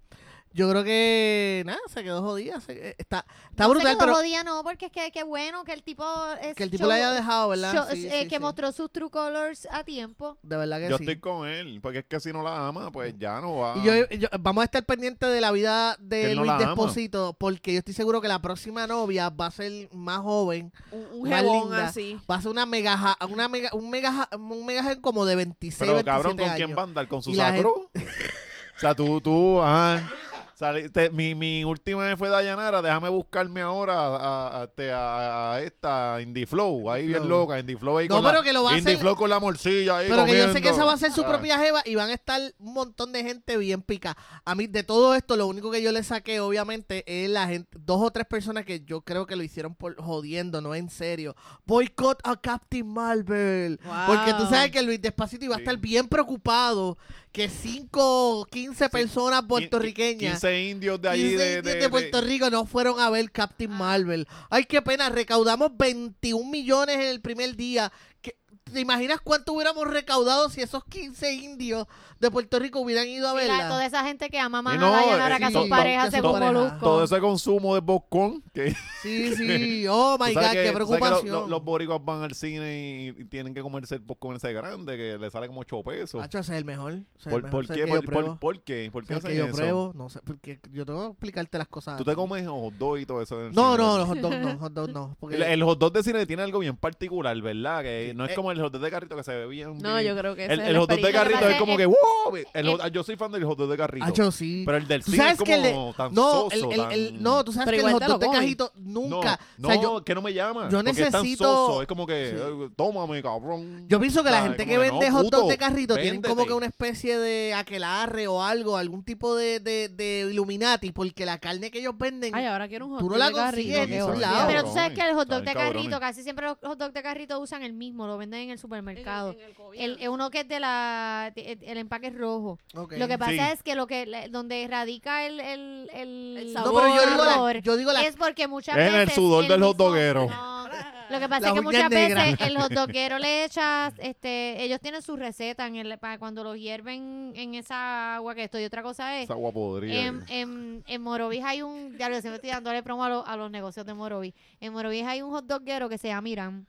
S4: yo creo que. Nada, se quedó jodida. se- eh, está está
S2: No sé
S4: brutal,
S2: que
S4: pero.
S2: lo jodía, no, porque es que qué bueno que el tipo es
S4: Que el tipo
S2: show-
S4: la haya dejado, ¿verdad?
S2: show-
S4: Sí,
S2: eh,
S4: sí,
S2: que
S4: sí.
S2: mostró sus true colors a tiempo.
S4: De verdad que
S1: Yo
S4: sí.
S1: estoy con él, porque es que si no la ama, pues ya no va.
S4: Y yo- yo- vamos a estar pendientes de la vida
S1: Que
S4: de
S1: él no
S4: Luis
S1: la ama.
S4: Desposito, porque yo estoy seguro que la próxima novia va a ser más joven,
S3: Un, un
S4: Más
S3: jebón
S4: linda.
S3: así.
S4: va a ser una mega, ja- una mega, un mega, ja- un mega ja- como de 26,
S1: Pero cabrón,
S4: 27
S1: ¿con quién
S4: años.
S1: va a andar? ¿Con su
S4: Y la
S1: sacro? o sea, tú, tú, ajá. Saliste- mi, mi última vez fue Dayanara, déjame buscarme ahora a, a- este, a- a esta Indie Flow, ahí bien
S4: Flow.
S1: loca, Indie Flow ahí
S4: No,
S1: con
S4: pero
S1: la,
S4: que lo va a
S1: Indie
S4: hacer-
S1: Flow con la morcilla ahí
S4: Pero que yo sé que
S1: comiendo.
S4: esa va a ser su
S1: Ah.
S4: propia jeva y van a estar un montón de gente bien pica. A mí, de todo esto, lo único que yo le saqué, obviamente, es la gente, dos o tres personas que yo creo que lo hicieron por jodiendo, no en serio. Boycott a Captain Marvel. Porque tú
S3: Wow.
S4: sabes que Luis Despacito iba a
S1: Sí.
S4: estar bien preocupado que 5 o 15 personas puertorriqueñas.
S1: 15 indios de allí
S4: 15
S1: de, de-
S4: de Puerto
S1: de- Ah.
S4: Rico no fueron a ver Captain Marvel. Ay, qué pena, recaudamos 21 millones en el primer día. ¿Qué- ¿Te imaginas cuánto hubiéramos recaudado si esos 15 indios de Puerto Rico hubieran ido a
S2: Mira,
S4: verla?
S2: toda esa gente que ama más
S1: Y no,
S2: a Dayan ahora
S1: eh,
S2: que a
S1: y
S2: sus
S1: to-
S2: parejas
S4: to-
S2: se
S4: to-
S2: molusco.
S1: Todo ese consumo de popcorn que...
S4: Sí, sí. Oh, my
S1: Tú sabes que-
S4: God, qué
S1: tú sabes que lo-
S4: preocupación.
S1: lo- los boricuas van al cine y, y tienen que comerse el popcorn ese grande que le sale como 8 pesos.
S4: Hacho, ese es el mejor. ese es el
S1: ¿Por,
S4: mejor,
S1: por
S4: ese es
S1: qué?
S4: el que
S1: Por,
S4: yo
S1: por-
S4: pruebo.
S1: por qué? ¿Por
S4: Ese
S1: qué
S4: es el
S1: hacen
S4: que yo
S1: eso?
S4: pruebo, no sé, porque yo tengo que explicarte las cosas.
S1: ¿Tú te comes hot dog y todo eso? en el
S4: Ah, No,
S1: cine?
S4: no, los hot dog no, hot dog no. Porque
S1: El, el hot dog de cine tiene algo bien particular, ¿verdad? Que
S4: Sí,
S1: no es
S4: eh,
S1: como el hot dog de carrito que se ve bien.
S3: No,
S1: bien-
S3: yo creo que ese
S1: el,
S3: es
S1: el hot dog de
S2: experimento.
S1: carrito es como
S2: Lo
S1: que
S2: que
S1: ¡wow! El
S2: eh,
S1: hot- yo soy fan del hot dog de carrito.
S4: Hacho, sí.
S1: pero el del
S4: ¿Tú
S1: cine es
S4: sabes que
S1: como
S4: el de-
S1: tan
S4: no, el,
S1: soso,
S4: el- el-
S1: tan-
S4: no, tú sabes
S3: Pero
S4: que el
S3: igual
S4: hot
S3: te
S4: dog
S3: lo
S4: de
S3: comes.
S4: cajito nunca.
S1: No,
S4: o sea,
S1: no,
S4: yo,
S1: que no me llama.
S4: yo
S1: porque es tan
S4: necesito-
S1: soso, es como que,
S4: Sí.
S1: eh, tómame, cabrón.
S4: yo pienso que la
S1: Ay,
S4: gente
S1: como
S4: que
S1: que
S4: vende
S1: no,
S4: hot dog
S1: puto,
S4: de carrito tienen como
S1: véndete.
S4: que una especie de aquelarre o algo, algún tipo de, de, de Illuminati, porque la carne que ellos venden.
S3: Ay, ahora quiero un hot
S4: Tú no
S3: dog
S4: la
S3: de carrito,
S4: consigues,
S3: qué
S4: ni un
S3: hostia.
S4: lado.
S2: Pero tú
S1: Cabrones,
S2: sabes que el hot dog
S1: saben,
S2: de
S1: cabrones.
S2: carrito, casi siempre los hot dog de carrito usan el mismo, lo venden en el supermercado. El, el uno que es de la de- el, el empaque es rojo.
S4: Ok.
S2: Lo que pasa
S1: Sí.
S2: es que lo que la- donde radica el el, el,
S3: El
S4: No,
S3: sabor.
S4: pero yo
S2: el
S4: digo, la,
S2: sabor
S4: yo digo la-
S2: es porque muchas
S1: En el
S2: veces
S1: sudor del hot
S2: mismo-
S1: doguero.
S2: No, Lo
S3: Ah,
S2: que pasa
S4: La
S2: es que
S4: uña
S2: muchas
S4: negra.
S2: veces el hot doguero le echas, este, ellos tienen su receta en el, para cuando lo hierven en esa agua que esto y otra cosa es
S1: Esa agua podrida. eh,
S2: en, en, en Morovis hay un. Ya lo siempre estoy dándole promo a, los- a los negocios de Morovis. En Morovis hay un hot doguero que se llama Irán.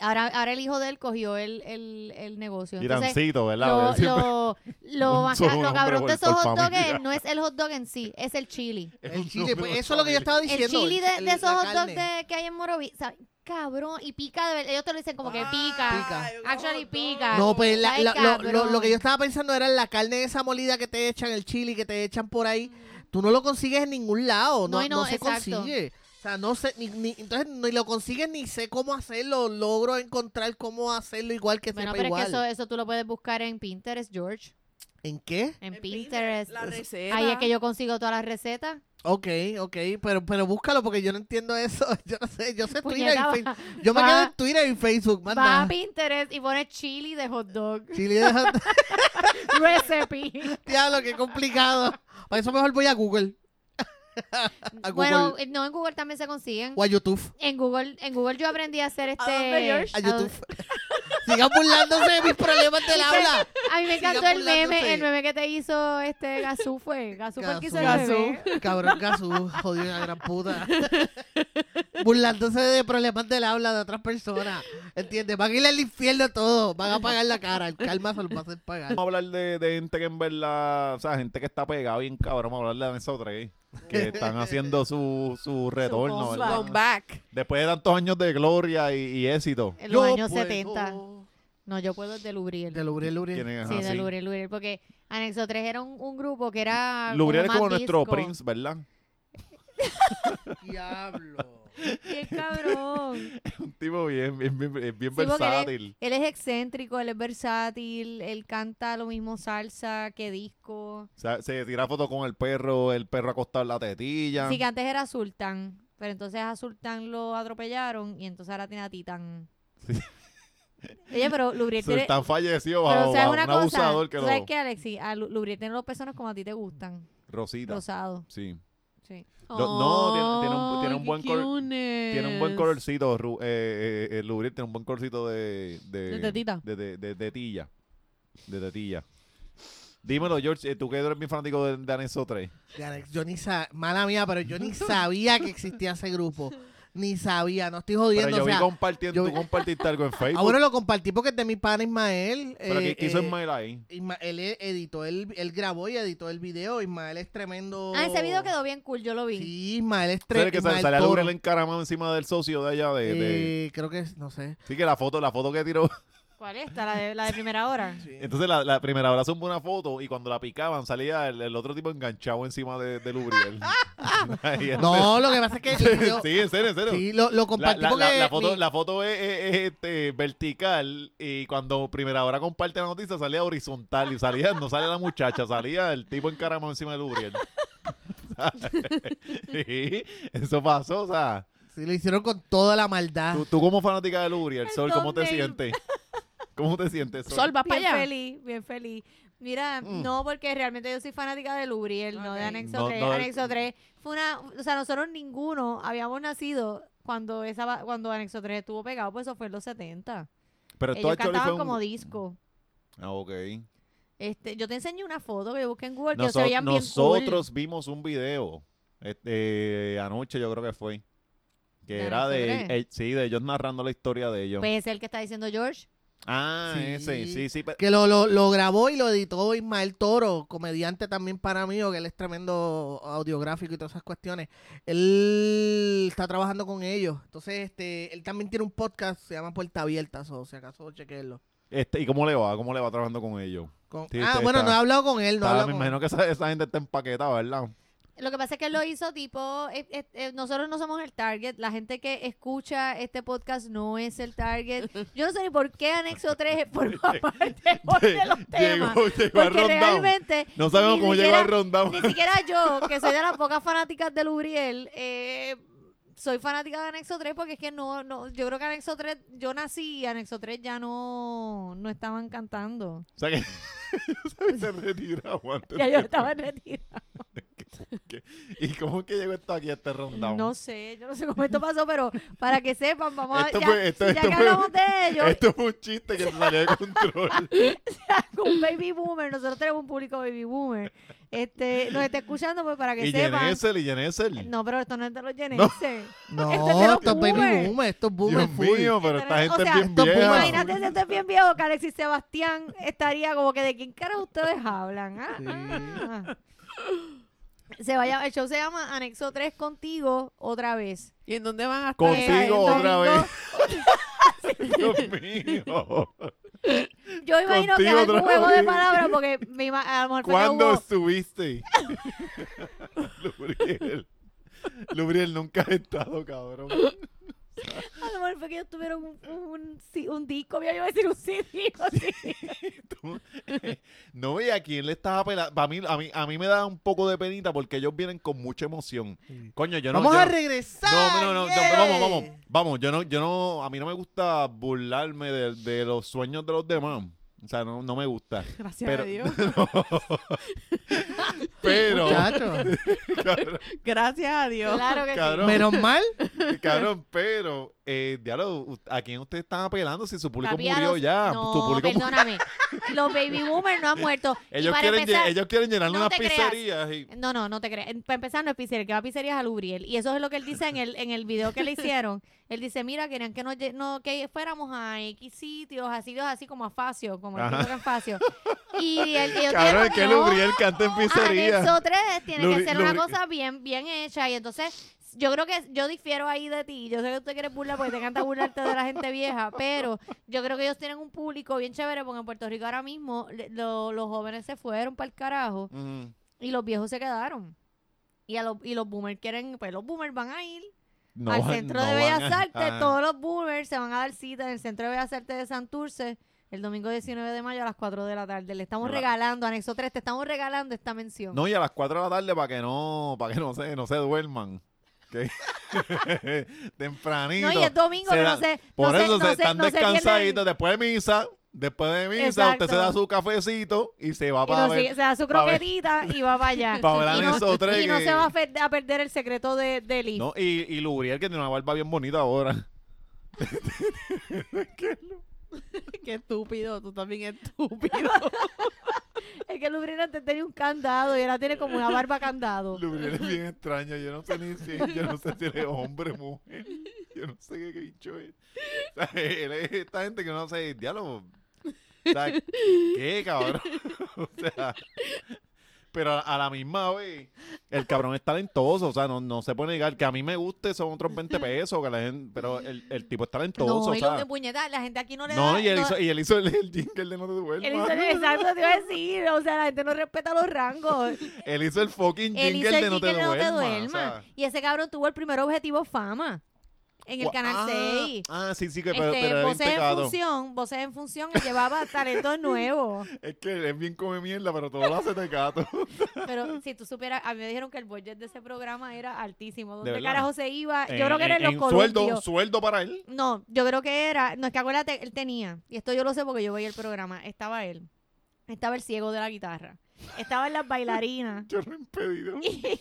S2: Ahora, ahora el hijo de él cogió el, el, el negocio. Entonces,
S1: Tirancito, ¿verdad?
S2: lo,
S1: Porque siempre-
S2: lo, lo,
S1: Un
S2: baja-
S1: solo
S2: lo
S1: nombre
S2: cabrón
S1: por-
S2: de esos
S1: por
S2: hot dogs
S1: familia.
S2: es- no es el hot dog en sí, es el chili.
S1: es un
S4: el chile.
S1: nombre
S4: pues,
S1: de
S4: eso es lo que
S1: familia.
S4: yo estaba
S2: El
S4: diciendo.
S2: chili de,
S4: el-
S2: de esos
S4: la
S2: hot dogs
S4: carne.
S2: de- que hay en Morovis. o sea, cabrón, y pica de verdad. Ellos te lo dicen como que pica.
S4: Ah, Pica.
S2: Actually pica.
S4: No, pues la-
S2: Ay,
S4: la- lo, lo- lo
S2: cabrón.
S4: que yo estaba pensando era en la carne esa molida que te echan, el chili que te echan por ahí. Tú no lo consigues en ningún lado, no,
S2: No, y no,
S4: no se
S2: exacto.
S4: consigue. O sea, no sé, ni, ni- entonces ni lo consigues ni sé cómo hacerlo, logro encontrar cómo hacerlo igual que
S2: Bueno,
S4: sepa
S2: pero
S4: igual.
S2: es que eso, eso tú lo puedes buscar en Pinterest, George.
S4: ¿En qué?
S2: En,
S3: En
S2: Pinterest.
S3: La receta.
S2: Ahí es que yo consigo todas las recetas.
S4: Ok, ok, pero, pero búscalo porque yo no entiendo eso. Yo no sé, yo sé Twitter
S2: Puñeta,
S4: y Facebook. Yo me
S2: va-
S4: quedo en Twitter y Facebook, más
S2: Va a
S4: nada.
S2: Pinterest y pones chili de hot dog.
S4: Chili de hot-
S2: Recipe.
S4: Diablo, qué complicado. Para eso mejor voy a Google. a Google
S2: bueno, eh, no, en Google también se consiguen.
S4: o a YouTube.
S2: En Google, en Google yo aprendí a hacer este.
S3: dónde, George?
S4: a
S2: dónde-
S4: YouTube. Sigan burlándose de mis problemas del habla.
S2: A mí me
S4: Siga
S2: encantó el
S4: burlándose.
S2: meme, el meme que te hizo este Gazú fue. Gazú fue el que hizo el
S4: Gazú.
S2: meme.
S4: Cabrón Gazú, jodido la gran puta. burlándose de problemas del habla de otras personas. ¿Entiendes? Van a ir al infierno todo. Van a pagar la cara. El calma se los va a hacer pagar.
S1: Vamos a hablar de, de gente que en verdad, o sea, gente que está pegada bien cabrón, vamos a hablar de esos tres que están haciendo su, su retorno,
S2: comeback.
S1: ¿verdad?
S3: Comeback.
S1: Después de tantos años de gloria y, y éxito.
S2: En los
S4: Yo
S2: años
S4: puedo.
S2: 70. No, yo puedo de Lubriel.
S4: De Lubriel, Lubriel.
S1: Tienen-
S2: sí,
S1: ajá,
S2: de
S1: sí.
S2: Lubriel, Lubriel. Porque Anexo 3 era un, un grupo que era.
S1: Lubriel es
S2: ah, más
S1: como nuestro
S2: disco.
S1: Prince, ¿verdad?
S4: Diablo.
S2: Qué cabrón.
S1: Un tipo bien, bien, bien, bien
S2: Sí, porque él es-
S1: versátil.
S2: Él es excéntrico, él es versátil, él canta lo mismo salsa que disco.
S1: O sea, se tira fotos con el perro, el perro acostado en la tetilla.
S2: Sí, que antes era Sultán, pero entonces a Sultán lo atropellaron y entonces ahora tiene a Titán.
S1: Sí.
S2: Oye, pero Lubriel tiene...
S1: Sultán falleció
S2: Pero
S1: bajo,
S2: ¿sabes
S1: bajo
S2: una
S1: Oh, un
S2: cosa?
S1: abusador que
S2: ¿Tú
S1: lo...
S2: ¿Sabes qué, Alexi? A Lu- Lubriel tiene los pezones como a ti te gustan,
S1: Rosita,
S2: rosados.
S1: sí.
S2: Sí.
S1: No, no, tiene- tiene un- tiene un buen col- Tiene un buen
S3: color
S1: colorcito, Ru- eh, eh, eh, Lubriel tiene un buen colorcito de...
S3: De tetita.
S1: De, de, de tetilla. De tetilla. Dímelo, George, eh, tú que eres bien fanático de, de Anexo 3.
S4: De Alex, yo ni sa- mala mía, pero yo ni sabía que existía ese grupo. Ni sabía, no estoy
S1: Pero
S4: jodiendo.
S1: yo
S4: o
S1: vi
S4: sea,
S1: compartiendo,
S4: yo
S1: tú
S4: vi-
S1: compartiste algo en Facebook.
S4: ahora lo compartí porque es de mi pana Ismael.
S1: pero
S4: eh,
S1: ¿qué, qué hizo
S4: eh,
S1: Ismael ahí?
S4: Isma- él e- editó, el, él grabó y editó el video. Ismael es tremendo.
S2: Ah, ese
S1: Oh.
S2: video quedó bien cool, yo lo vi.
S4: Sí, Ismael es
S1: ¿Sabes que sal-
S4: tremendo.
S1: salía Lubriel encaramado encima del socio de allá de... de-
S4: creo que es, no sé.
S1: Sí, que la foto, la foto que tiró.
S4: eh,
S2: ¿Cuál es esta? La de, la de primera hora.
S1: Entonces la, la primera hora zumbó una foto y cuando la picaban salía el, el otro tipo enganchado encima de, de Lubriel. Ahí,
S4: No, lo que pasa es que el video-
S1: sí, en serio, en serio.
S4: sí, lo, lo
S1: La,
S4: compartí
S1: la-
S4: porque
S1: la- la foto,
S4: mi-
S1: la foto es, es- es, este, vertical y cuando primera hora comparte la noticia salía horizontal y salía, no salía la muchacha, salía el tipo encaramado encima de Lubriel. sí, eso pasó, o sea,
S4: sí, lo hicieron con toda la
S2: Ah.
S4: maldad.
S1: tú, tú como fanática de Lubriel, Sol, ¿cómo te
S2: thumbnail.
S1: sientes? ¿Cómo te sientes, Sol?
S3: Sol, vas para
S2: Bien
S3: allá.
S2: feliz, bien feliz. Mira,
S1: Mm.
S2: no, porque realmente yo soy fanática de Lubriel, no de
S4: Ok.
S2: Anexo
S1: No,
S2: 3.
S1: no, eh,
S2: Anexo 3 fue una, o sea, nosotros ninguno habíamos nacido cuando esa va- cuando Anexo 3 estuvo pegado, pues eso fue en los 70.
S1: Pero esto
S2: Ellos
S1: actually
S2: cantaban
S1: fue un...
S2: como disco.
S1: Ah, ok.
S2: Este, yo te enseñé una foto que yo busqué en Google que
S1: Noso-
S2: se veían bien cool.
S1: nosotros vimos un video este, eh, anoche, yo creo que fue. Que
S2: ¿De
S1: era de,
S2: nosotros?
S1: eh, sí, de ellos narrando la historia de ellos.
S2: Pues es el que está diciendo George.
S1: ah,
S4: Sí.
S1: ese, sí, sí. pe-
S4: Que lo, lo, lo grabó y lo editó Ismael Toro, comediante también para mí, o que él es tremendo audiográfico y todas esas cuestiones. Él está trabajando con ellos. Entonces, este, él también tiene un podcast, se llama Puerta Abierta, o si acaso chequenlo.
S1: este, ¿Y cómo le va? ¿Cómo le va trabajando con ellos?
S4: Con-
S1: Sí,
S4: ah,
S1: usted
S4: bueno,
S1: está-
S4: no he hablado con él, no he
S1: Está-
S4: hablado
S1: me
S4: con
S1: imagino que esa, esa gente está empaquetada, ¿verdad?
S2: Lo que pasa es que él lo hizo tipo, eh, eh, eh, nosotros no somos el target, la gente que escucha este podcast no es el target. Yo no sé ni por qué Anexo 3 forma parte hoy de los temas.
S1: Llegó, llegó al
S2: Porque
S1: rundown.
S2: realmente
S1: No sabemos
S2: ni
S1: cómo llegó
S2: siquiera-
S1: al rundown.
S2: Ni siquiera yo, que soy de las pocas fanáticas de Lubriel, eh, soy fanática de Anexo 3 porque es que no, no, yo creo que Anexo 3, yo nací y Anexo 3 ya no, no estaban cantando.
S1: O sea que se retiraba antes
S2: Ya
S1: de-
S2: yo estaba en retiro.
S1: ¿Y cómo es que llegó esto aquí a este rundown?
S2: No sé, yo no sé cómo esto pasó, pero para que sepan, vamos a
S1: Esto
S2: ya,
S1: fue- esto-
S2: ya
S1: esto
S2: que
S1: fue-
S2: hablamos de ellos,
S1: Esto fue un chiste que se salió de control.
S2: un baby boomer, nosotros tenemos un público baby boomer. Este, nos está escuchando pues para que
S1: y
S2: sepan.
S1: Genesel, y Genesel.
S2: No, pero esto no es de los Gen
S1: No.
S2: Xs.
S4: él. No,
S2: Este es de los
S4: estos baby
S2: boomers.
S4: boomers, estos boomers
S1: Dios
S4: full.
S1: mío, pero esta
S2: O
S1: gente
S2: sea,
S1: es bien
S4: estos
S1: vieja.
S4: boomers-
S2: Imagínate si usted es bien viejo que Alexis Sebastián estaría como que de quién cara ustedes hablan. Ah, ah. Se vaya, el show se llama Anexo 3 contigo otra vez.
S3: ¿Y en dónde van a estar?
S2: Eh,
S1: Contigo otra
S2: domingo-
S1: vez. Dios mío.
S2: Yo imagino
S1: Contigo
S2: que es
S1: otra
S2: un juego de
S1: vez.
S2: palabras porque me ima- a lo mejor fue que
S1: ¿Cuándo
S2: hubo-
S1: estuviste? Lubriel. Lubriel nunca ha estado, cabrón.
S2: A lo mejor fue que ellos tuvieron un, un, sí, un disco, yo iba a decir un CD. o sí.
S1: Tú- no, y a quién le estás apelando. A mí, a, mí, a mí me da un poco de penita porque ellos vienen con mucha emoción. Coño, yo no.
S4: Vamos
S1: yo
S4: a
S1: no-
S4: regresar.
S1: No, no, no, no,
S4: yeah.
S1: vamos, vamos, vamos, yo no, yo no, a mí no me gusta burlarme de, de los sueños de los demás, o sea, no, no me gusta,
S3: Gracias
S1: Pero-
S3: a Dios.
S1: pero,
S4: Muchachos,
S1: cabrón,
S3: Gracias a Dios.
S2: Claro que sí.
S1: Cabrón.
S4: menos mal.
S1: cabrón, pero, eh, diablo, u- ¿a quién ustedes están apelando si su público
S2: Papi, a
S1: murió
S2: los-
S1: ya?
S2: No,
S1: Su público mu-
S2: perdóname. los baby boomers no han muerto. Y
S1: ellos,
S2: para
S1: quieren, lle-
S2: empezar-
S1: ellos quieren llenar
S2: no
S1: unas
S2: te creas.
S1: pizzerías y...
S2: No, no, no te creas. En- Para empezar, no es pizzería, el que va a pizzería es a Lubriel. Y eso es lo que él dice en el, en el video que le hicieron. Él dice, mira, querían que nos, lle- no, que fuéramos a X sitios, a sitios así como a Facio, como el
S1: Ajá.
S2: que toca en Facio. Y él, y ellos
S1: Cabrón,
S2: dijeron,
S1: es que
S2: "No,
S1: Lubriel canta
S2: Ah,
S1: en pizzería.
S2: Anexo 3 tiene
S1: Lubri-
S2: que ser una
S1: lubri-
S2: cosa bien, bien hecha. Y entonces, yo creo que yo difiero ahí de ti. Yo sé que tú te quieres burlar porque te encanta burlarte de la gente vieja, pero yo creo que ellos tienen un público bien chévere porque en Puerto Rico ahora mismo le- lo- los jóvenes se fueron para el carajo
S1: Mm.
S2: y los viejos se quedaron. Y, a los, y los boomers quieren, pues los boomers van a ir
S1: No
S2: al
S1: van-
S2: centro
S1: no
S2: de
S1: van
S2: Bellas
S1: a-
S2: Artes.
S1: ah,
S2: Todos los boomers se van a dar cita en el centro de Bellas Artes de Santurce el domingo 19 de mayo a las 4 de la tarde. Le estamos
S1: Ra-
S2: regalando, anexo 3, te estamos regalando esta mención.
S1: No, y a las 4 de la tarde para que no, para que no se, no se duerman. Que- Tempranito.
S2: No, y es domingo,
S1: Se
S2: pero
S1: da-
S2: no sé.
S1: Por
S2: no sé-
S1: eso
S2: no
S1: se,
S2: sé-
S1: están
S2: no se pierden-
S1: descansaditos después de misa. Después de misa,
S2: Exacto.
S1: usted se da su cafecito y se va
S2: y no
S1: para
S2: sigue-
S1: ver.
S2: se da su
S1: pa' ver-
S2: croquetita y va para allá.
S1: pa' ver a
S2: y no,
S1: esos tres
S2: y no
S1: que-
S2: se va a, fer- a perder el secreto de, de Lee.
S1: No, y, y Lubriel que tiene una barba bien bonita ahora.
S3: Qué estúpido. Tú también estúpido.
S2: Es que Lubrina antes tenía un candado y ahora tiene como una barba candado.
S1: Lubriel es bien extraño. Yo no sé ni si, yo no sé si él es hombre o mujer. Yo no sé qué, qué bicho es. O sea, él es esta gente que no sé, diálogo. O sea, ¿qué, cabrón? O sea, pero a, a la misma vez, el cabrón es talentoso. O sea, no, no se puede negar que a mí me guste, son otros 20 pesos. Que la gente, pero el, el tipo es talentoso.
S2: no,
S1: o
S2: y
S1: sea.
S2: lo que puñeta, la gente aquí no le
S1: No,
S2: da.
S1: y él
S2: no-
S1: hizo, y él hizo el, el jingle de No te duermas.
S2: él hizo el- exacto, te iba a decir. O sea, la gente no respeta los rangos.
S1: Él hizo el fucking
S2: Él hizo
S1: jingle
S2: el
S1: de No te
S2: jingle de No te
S1: duermas. o sea.
S2: duermas. Y ese cabrón tuvo el primer objetivo fama en el
S1: Gua-
S2: Canal
S1: ah,
S2: 6.
S1: Ah, sí, sí, que pero,
S2: este,
S1: pero era bien
S2: voces en
S1: pecado.
S2: función, voces en función y llevaba talentos nuevos.
S1: Es que él es bien come mierda, pero todo lo hace de gato.
S2: Pero si tú supieras, a mí me dijeron que el budget de ese programa era altísimo. ¿Dónde
S1: verdad?
S2: carajo se iba? Yo creo que era en los
S1: sueldo,
S2: columpios.
S1: sueldo para él.
S2: No, yo creo que era, no es que acuérdate, él tenía, y esto yo lo sé porque yo veía el programa, estaba él, estaba el ciego de la guitarra, estaban las bailarinas,
S1: Yo lo he impedido.
S2: y, y-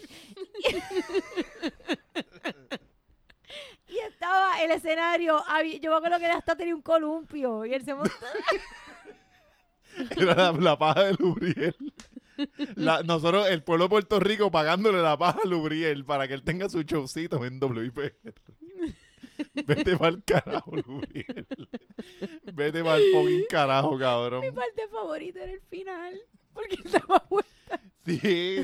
S2: y
S5: estaba el escenario. había- Yo me acuerdo que él hasta tenía un columpio y él se montó.
S1: Era la, la paja de Lubriel. La- nosotros, el pueblo de Puerto Rico, pagándole la paja a Lubriel para que él tenga su showcito en WIPR. Vete para el carajo, Lubriel. Vete para el fucking carajo, cabrón.
S5: parte favorita era el final. Porque él daba, vuel-
S1: Sí,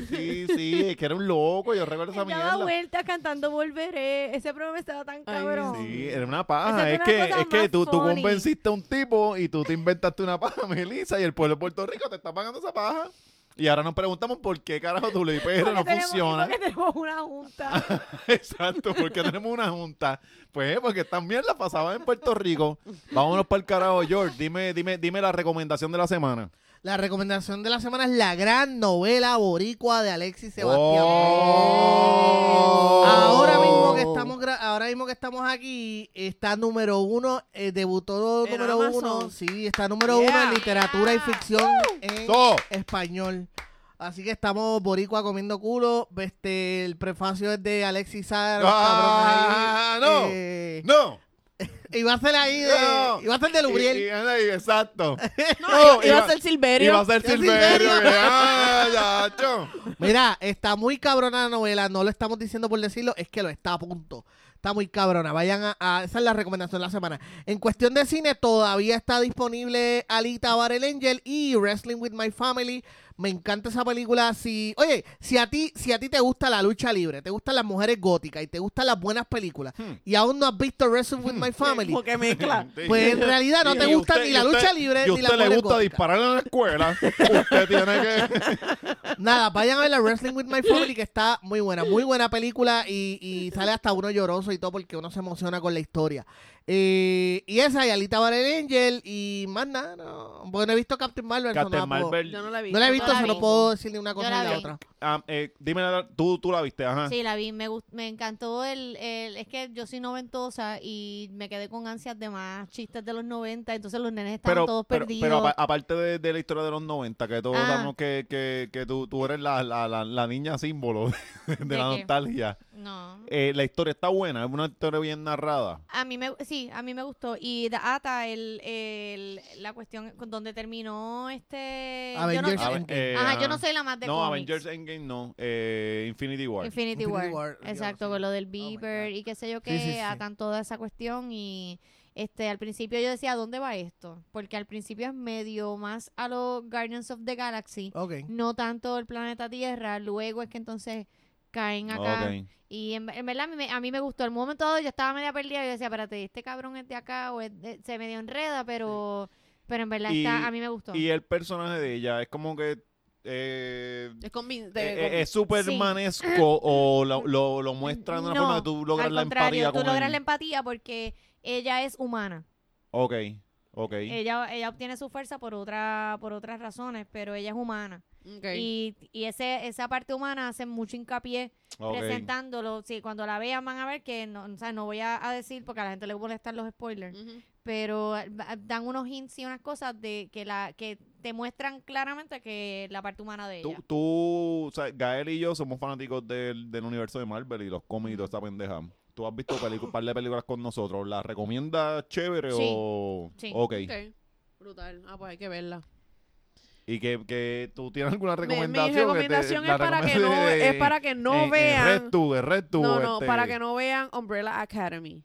S1: sí, sí. Es que era un loco. Yo recuerdo esa
S5: él daba
S1: mierda.
S5: vueltas cantando Volveré. Ese programa estaba tan cabrón.
S1: Sí, era una paja.
S5: Esa
S1: Es
S5: fue
S1: que,
S5: una cosa
S1: es que
S5: más
S1: tú, tú
S5: funny.
S1: convenciste a un tipo y tú te inventaste una paja, Melissa, y el pueblo de Puerto Rico te está pagando esa paja. Y ahora nos preguntamos por qué carajo tu
S5: Porque
S1: no
S5: tenemos-
S1: funciona.
S5: Porque tenemos una junta.
S1: Exacto, porque tenemos una junta. Pues porque estas mierdas pasaban en Puerto Rico. Vámonos para el carajo, George. Dime, dime, dime la recomendación de la semana.
S4: La recomendación de la semana es la gran novela boricua de Alexis Sebastián.
S1: Oh.
S4: Ahora mismo que estamos gra- ahora mismo que estamos aquí está número uno eh, debutó
S3: En
S4: número
S3: Amazon.
S4: uno sí está número
S3: Yeah.
S4: uno en literatura y
S2: Yeah.
S4: ficción en
S1: So,
S4: español así que estamos boricua comiendo culo este el prefacio es de Alexis Sar
S1: Ah, no.
S4: eh,
S1: no.
S4: iba a ser ahí de,
S1: No.
S4: iba a ser de Lubriel
S1: Y- y anda ahí, exacto.
S3: No,
S1: No,
S3: iba
S1: iba-
S3: a ser
S1: Y
S3: Silverio.
S1: va a ser
S4: Es
S1: Silverio.
S4: Silverio.
S1: que- Ah, ya, chon.
S4: Mira, está muy cabrona la novela, no lo estamos diciendo por decirlo, es que lo está a punto. Está muy cabrona. Vayan a, a- esa es la recomendación de la semana. En cuestión de cine todavía está disponible Alita Battle Angel y Wrestling with My Family. Me encanta esa película. Si, oye, si a ti, si a ti te gusta la lucha libre, te gustan las mujeres góticas y te gustan las buenas películas
S1: Hmm.
S4: y aún no has visto Wrestling with My Family,
S3: Porque mezcla.
S1: Sí.
S4: pues en realidad no
S1: Y-
S4: te
S1: y
S4: gusta
S1: usted-
S4: ni
S1: y
S4: la
S1: usted-
S4: lucha libre
S1: Y
S4: ni
S1: usted
S4: las
S1: le
S4: mujeres
S1: gusta
S4: góticas.
S1: disparar en la escuela. Usted tiene que.
S4: Nada, vayan a ver la Wrestling with My Family, que está muy buena, muy buena película y, y sale hasta uno lloroso y todo porque uno se emociona con la historia. Eh, y esa, y Alita Battle Angel, y más nada, no. Bueno, he visto Captain Marvel, so
S1: Captain
S4: no, la puedo-
S1: Marvel.
S3: Yo no la vi.
S4: no la he visto,
S2: la
S4: se
S2: vi.
S4: no puedo decir ni una cosa
S2: Yo la
S4: ni la
S2: vi.
S4: otra.
S1: Ah, eh, dime, la- tú, tú la viste, ajá.
S2: Sí, la vi, me, gust- me encantó el, el- Es que yo soy noventosa y me quedé con ansias de más chistes de los 90, entonces los nenes estaban
S1: Pero,
S2: todos
S1: pero,
S2: perdidos.
S1: pero apa- aparte de, de la historia de los 90, que todos
S2: Ah.
S1: sabemos que, que, que tú, tú eres la, la, la, la niña símbolo de,
S2: ¿De
S1: la
S2: qué?
S1: nostalgia,
S2: no.
S1: eh, la historia está buena, es una historia bien narrada.
S2: A mí me, sí, a mí me gustó. Y The Ata, el, el- la cuestión con donde terminó este... yo no-
S4: Avengers.
S1: A ver,
S4: Endgame.
S1: eh,
S2: ajá, yo no
S1: ajá.
S2: soy la más de
S1: No,
S2: cómics.
S1: Avengers Endgame no, eh, Infinity War.
S2: Infinity,
S4: Infinity
S2: War.
S4: War, yo no
S2: Exacto,
S4: sé.
S2: con lo del
S4: my
S2: Bieber
S4: God.
S2: y qué sé yo
S4: Sí,
S2: qué,
S4: sí, sí.
S2: atan toda esa cuestión y este al principio yo decía, ¿dónde va esto? Porque al principio es medio más a los Guardians of the
S1: Oh.
S2: Galaxy,
S4: Ok.
S2: no tanto el planeta Tierra, luego es que entonces caen acá
S1: Ok.
S2: y en, en verdad a mí, me, a mí me gustó el momento dado yo estaba media perdida y yo decía, espérate, este cabrón es de acá o es de- se medio enreda, pero pero en verdad
S1: Y-
S2: está, a mí me gustó.
S1: Y el personaje de ella es como que... eh,
S3: Es convin-
S1: eh,
S3: de-
S1: eh,
S3: convin-
S1: ¿Es supermanesco o lo, lo, lo muestran de una
S2: No,
S1: forma que tú logras
S2: al
S1: la
S2: contrario,
S1: empatía
S2: tú
S1: con
S2: logras
S1: él?
S2: la em- empatía porque ella es humana.
S1: Ok, ok.
S2: ella, ella obtiene su fuerza por otra por otras razones, pero ella es humana.
S3: Ok.
S2: Y, y ese, esa parte humana hace mucho hincapié
S1: ok.
S2: presentándolo. Sí, cuando la vean van a ver que no, o sea, no voy a, a decir porque a la gente le molestan los spoilers,
S1: Mm.
S3: Ujú.
S2: pero eh, va- dan unos hints y unas cosas de que la que te muestran claramente que la parte humana de
S1: Tú,
S2: ella.
S1: tú, o sea, Gael y yo somos fanáticos del, del universo de Marvel y los cómics y toda esta pendeja. Tú has visto pelicu- un par de películas con nosotros. ¿Las recomiendas chévere
S2: Sí,
S1: o...?
S2: sí.
S1: Ok.
S3: Ok. Brutal. Ah, pues hay que verla.
S1: ¿Y que, que tú tienes alguna
S3: Mi- Mi,
S1: recomendación? que te-
S3: recomendación
S1: la
S3: es para que no,
S1: recomendación de-
S3: es para que no
S1: en- en
S3: vean.
S1: Red Tube, en Red Tube,
S3: no, no,
S1: este,
S3: para que no vean Umbrella Academy.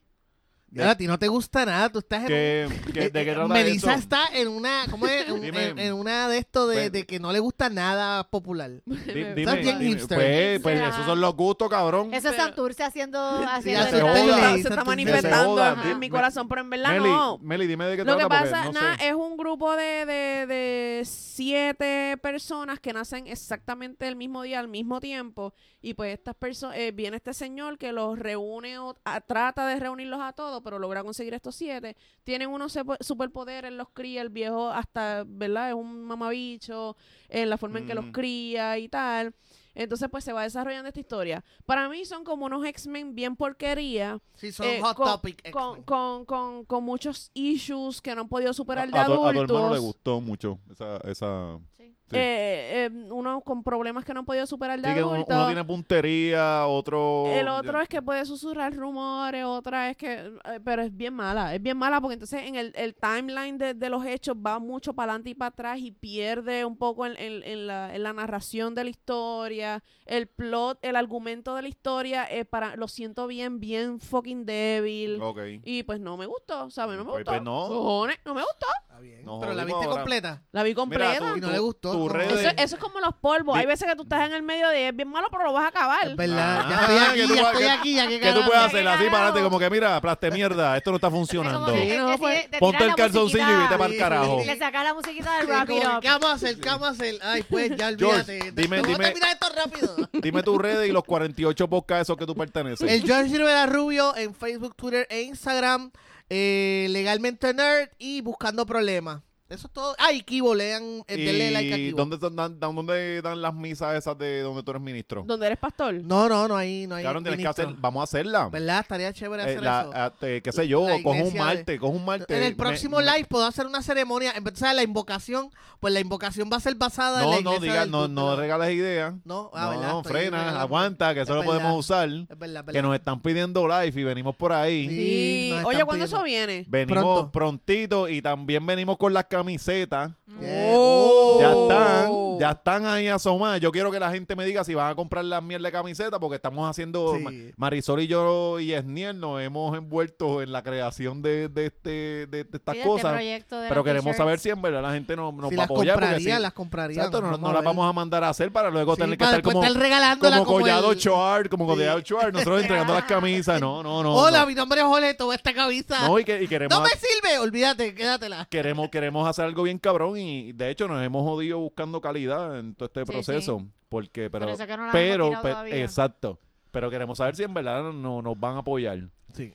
S4: Ya, a ti no te gusta nada, tú estás en un-
S1: que- que- ¿De qué
S4: eh,
S1: trata
S4: Melissa
S1: eso?
S4: está en una, ¿cómo es? En,
S1: Dime.
S4: en- en una de esto de,
S1: Ven.
S4: de que no le gusta nada popular.
S1: Di-
S3: Estás
S1: dime,
S4: bien
S1: dime.
S4: hipster.
S1: Pues, pues
S2: Ajá.
S1: esos son los gustos, cabrón.
S2: Eso es
S3: pero-
S2: Santurce haciendo,
S4: Sí,
S2: haciendo
S4: ya
S1: se
S2: el-
S1: joda.
S3: está-
S4: leí,
S3: se está
S4: entonces,
S1: se
S3: manifestando
S1: joda.
S3: en- en mi
S1: Me-
S3: corazón, pero en verdad
S1: Meli,
S3: no.
S1: Meli, dime de qué
S3: Lo
S1: trata
S3: que
S1: porque
S3: pasa,
S1: no sé.
S3: nada, es un grupo de, de, de siete personas que nacen exactamente el mismo día, al mismo tiempo. Y pues estas personas, viene este señor que los reúne, o- a- trata de reunirlos a todos, pero logra conseguir estos siete. Tienen unos sepo- superpoderes, los cría el viejo hasta, ¿verdad? Es un mamabicho, en la eh, forma en que los
S1: Mm.
S3: cría y tal. Entonces, pues se va desarrollando esta historia. Para mí son como unos X-Men bien porquería.
S4: Sí, son
S3: eh,
S4: Hot
S3: con-
S4: Topic.
S3: Con,
S4: X-Men.
S3: con, con, con muchos issues que no han podido superar de
S1: a, tu, a tu
S3: adultos.
S1: hermano le gustó mucho esa... esa
S2: Sí.
S1: sí.
S3: Eh, eh, uno con problemas que no han podido superar de
S1: Sí, que uno,
S3: adultos.
S1: uno tiene puntería, otro...
S3: El otro es que puede susurrar rumores, otra es que... eh, Pero es bien mala, es bien mala porque entonces en el, el timeline de, de los hechos va mucho para adelante y para atrás y pierde un poco en, en- en la, en la narración de la historia, el plot, el argumento de la historia, eh, para, lo siento bien, bien fucking débil.
S1: Ok.
S3: Y pues no me gustó, ¿sabes? No me
S1: Oh. Pues-
S3: gustó.
S1: pues no.
S3: Cojones, no me gustó.
S4: Está bien.
S1: Nos
S4: Pero la
S1: jodimos
S4: viste
S1: ahora.
S4: completa.
S3: La vi completa.
S1: Mira, tú-
S4: Y no
S1: tú-
S4: le gustó.
S1: tus
S4: No.
S1: redes-
S3: Eso, eso es como los polvos.
S1: Di-
S3: Hay veces que tú estás en el medio de es bien malo, pero lo vas a acabar.
S4: Es verdad.
S1: Ah,
S4: ya estoy
S1: que
S4: aquí,
S1: tú
S4: ya
S1: puedas-
S4: estoy
S1: que-
S4: aquí, ya
S1: Que
S4: que
S1: tú
S4: carajo.
S1: puedes hacer
S2: Qué
S1: así para adelante,
S2: carajo.
S1: como que mira, plaste mierda, esto no está
S2: Es como
S1: funcionando.
S2: que-
S3: Sí, no,
S2: es-
S3: pues,
S2: es- te
S1: Ponte
S2: tiras
S1: el
S2: la
S1: calzoncillo y
S2: musiquita,
S1: vete para el
S4: Sí,
S1: carajo.
S4: sí.
S2: Le sacas la musiquita
S4: Sí,
S2: del wrap
S4: como
S2: it
S4: que,
S2: up.
S4: ¿Qué vamos a hacer? ¿Qué vamos a hacer? Ay, pues ya
S1: George,
S4: olvídate.
S1: dime,
S4: Vamos a
S1: dime.
S4: terminar esto rápido.
S1: Dime tus redes y los 48 podcasts esos que tú perteneces.
S4: El George Rivera Rubio en Facebook, Twitter e Instagram. eh, legalmente Nerd y Buscando Problemas. Eso es todo. Ay, Kibo, lean. eh, denle like a
S1: ¿Y
S4: Kibo.
S1: dónde, son- dan, dan- dónde dan las misas esas de donde tú eres ministro?
S3: Donde eres pastor.
S4: No, no, no hay. No hay
S1: Cabrón, tienes que
S4: ministro.
S1: hacer, vamos a hacerla.
S4: ¿Verdad? Estaría chévere
S1: Eh,
S4: hacer
S1: la-
S4: eso.
S1: a- te- qué sé yo,
S4: La
S1: cojo un
S4: iglesia de-
S1: martes, cojo un martes.
S4: En el
S1: me-
S4: próximo
S1: me-
S4: live puedo hacer una ceremonia. Empezar la invocación. Pues la invocación va a ser basada en la
S1: No, no,
S4: iglesia
S1: diga,
S4: del
S1: no,
S4: culto,
S1: no regales ideas.
S4: No, ah,
S1: No,
S4: ¿verdad?
S1: no,
S4: Estoy
S1: frena,
S4: regalando.
S1: aguanta, que eso
S4: Es
S1: lo podemos
S4: verdad.
S1: usar.
S4: Es verdad, es
S1: Que
S4: verdad.
S1: nos están pidiendo live y venimos por ahí.
S4: Sí,
S3: Sí.
S4: nos están
S3: Oye, ¿cuándo
S4: pidiendo.
S3: eso viene?
S1: Venimos
S4: Pronto.
S1: prontito y también venimos con las camisetas.
S2: Mm.
S4: Yeah.
S3: Oh.
S1: Ya están, ya están ahí asomadas. Yo quiero que la gente me diga si van a comprar las miel de camiseta porque estamos haciendo
S4: Sí.
S1: Ma- Marisol y yo y Esniel nos hemos envuelto en la creación de, de este de, de estas
S2: Sí, de este
S1: cosas.
S2: proyecto de
S1: pero
S2: las
S1: queremos
S2: t-shirts.
S1: saber si en verdad la gente no- nos
S4: Si
S1: va a
S4: las
S1: apoyar porque
S4: compraría,
S1: si-
S4: las compraría.
S1: Exacto, no, no
S4: a
S1: las
S4: ver.
S1: vamos a mandar a hacer para luego
S4: Sí,
S1: tener que
S4: para
S1: estar
S4: después
S1: como,
S4: estar regalándola
S1: como Collado
S4: el-
S1: Char, como
S4: Sí.
S1: Collado Char, nosotros entregando las camisas. No, no, no.
S4: Hola,
S1: no.
S4: mi nombre es Jorge, toma esta camisa.
S1: No, y, que- y queremos,
S4: No me sirve, olvídate, quédatela.
S1: queremos, queremos hacer algo bien cabrón y de hecho nos hemos jodido buscando calidad en todo este
S2: Sí,
S1: proceso. Porque, pero,
S2: Por eso que no las hemos
S1: pero,
S2: tirado
S1: pe-
S2: todavía.
S1: exacto. Pero queremos saber si en verdad no, no- nos van a apoyar.
S4: Sí.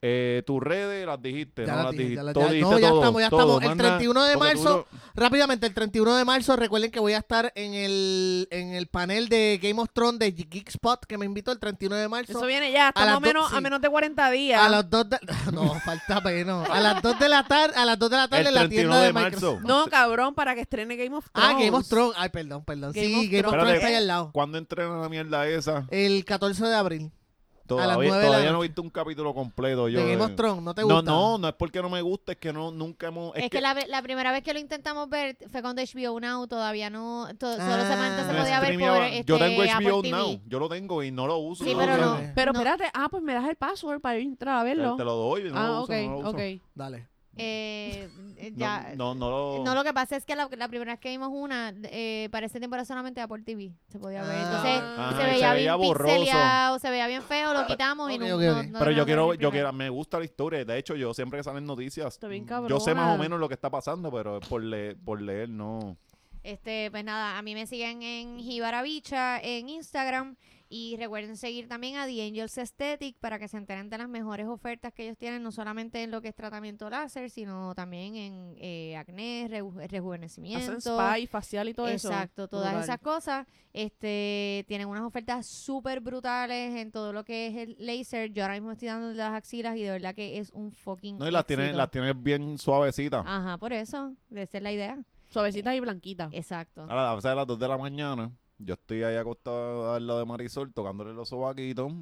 S1: Eh, tus redes las dijiste,
S4: Ya
S1: no
S4: las
S1: las
S4: dije,
S1: dijiste.
S4: ya las-
S1: todo
S4: ya-
S1: dijiste
S4: no, ya
S1: todo,
S4: estamos, ya
S1: todo.
S4: estamos. El
S1: Manda-
S4: 31 de
S1: porque tú
S4: marzo,
S1: no-
S4: Rápidamente, el 31 de marzo, recuerden que voy a estar en el, en el panel de Game of Thrones de Geek Spot que me invitó el 31 de marzo.
S3: Eso viene ya,
S4: a
S3: está
S4: las
S3: más o menos,
S4: do-
S3: a
S4: sí.
S3: menos de 40 días.
S4: A las 2 de no, falta menos. A las 2 de la tarde, a las 2 de la tarde
S1: el
S4: en la
S1: 31
S4: tienda
S1: de,
S4: de,
S1: marzo.
S4: Microsoft.
S3: No, cabrón, para que estrene Game of Thrones.
S4: Ah, Game of Thrones. Ay, perdón, perdón.
S3: Game
S4: sí,
S3: of
S4: Game of
S1: Thrones.
S4: Thrones está ahí al lado.
S1: ¿Cuándo entrena la mierda esa?
S4: El 14 de abril. nueve
S1: Todavía,
S4: de la
S1: todavía
S4: noche.
S1: no he visto un capítulo completo. Yo,
S4: de Game
S1: de-
S4: of Thrones, ¿no te
S1: no,
S4: gusta?
S1: no, no es porque no me gusta, es que no, nunca hemos.
S2: Es, que, la, ve- la primera vez que lo intentamos ver fue cuando HBO Now todavía no, to- solo
S4: Ah.
S2: solamente se
S1: no
S2: podía ver por
S1: streameaba.
S2: este,
S1: Yo tengo HBO
S2: Apple TV.
S1: Now, yo lo tengo y no lo uso.
S2: Sí,
S1: no
S2: pero
S1: lo
S2: no.
S1: uso.
S4: Dale,
S3: Pero
S2: No.
S3: espérate, ah, pues me das el password para ir a entrar a
S1: Te,
S3: verlo.
S1: te lo doy, no
S3: ah,
S1: lo uso,
S3: ok,
S1: no lo uso.
S3: ok.
S4: Dale.
S2: Eh, eh,
S1: No,
S2: ya,
S1: no, no lo.
S2: No, lo que pasa es que la, la primera vez que vimos una, eh, para esa temporada solamente Apple TV se podía ver. Entonces
S1: Ah,
S2: se,
S1: y se
S2: veía
S1: veía
S2: bien
S1: borroso.
S2: pixeleado, se veía bien feo, lo quitamos y
S4: Ah, Ok,
S2: no,
S4: ok,
S2: no-
S1: pero
S4: ok.
S2: no
S1: yo
S2: dejamos
S1: quiero,
S2: ver el
S1: yo
S2: primero.
S1: quiero, me gusta la historia. De hecho, yo siempre que salen noticias, mm,
S3: Está bien
S1: yo sé más o
S3: cabrona.
S1: menos lo que está pasando, pero es por, le- por leer, no.
S2: Este, pues nada, a mí me siguen en Jibarabicha en Instagram y recuerden seguir también a The Angels Aesthetic para que se enteren de las mejores ofertas que ellos tienen, no solamente en lo que es tratamiento láser, sino también en eh, acné, reju-
S3: Hacen
S2: rejuvenecimiento.
S3: spa y facial y todo eso.
S2: Exacto, todas
S3: Brutal.
S2: esas cosas. Este, tienen unas ofertas súper brutales en todo lo que es el laser. Yo ahora mismo estoy dando las axilas y de verdad que es un fucking.
S1: No, y las tienes,
S2: éxito.
S1: las tienes bien suavecitas.
S2: Ajá, por eso. Esa es la idea.
S3: Suavecitas y blanquitas.
S2: Exacto.
S1: A las, a las 2 de la mañana, yo estoy ahí acostado al lado de Marisol tocándole los sobaquitos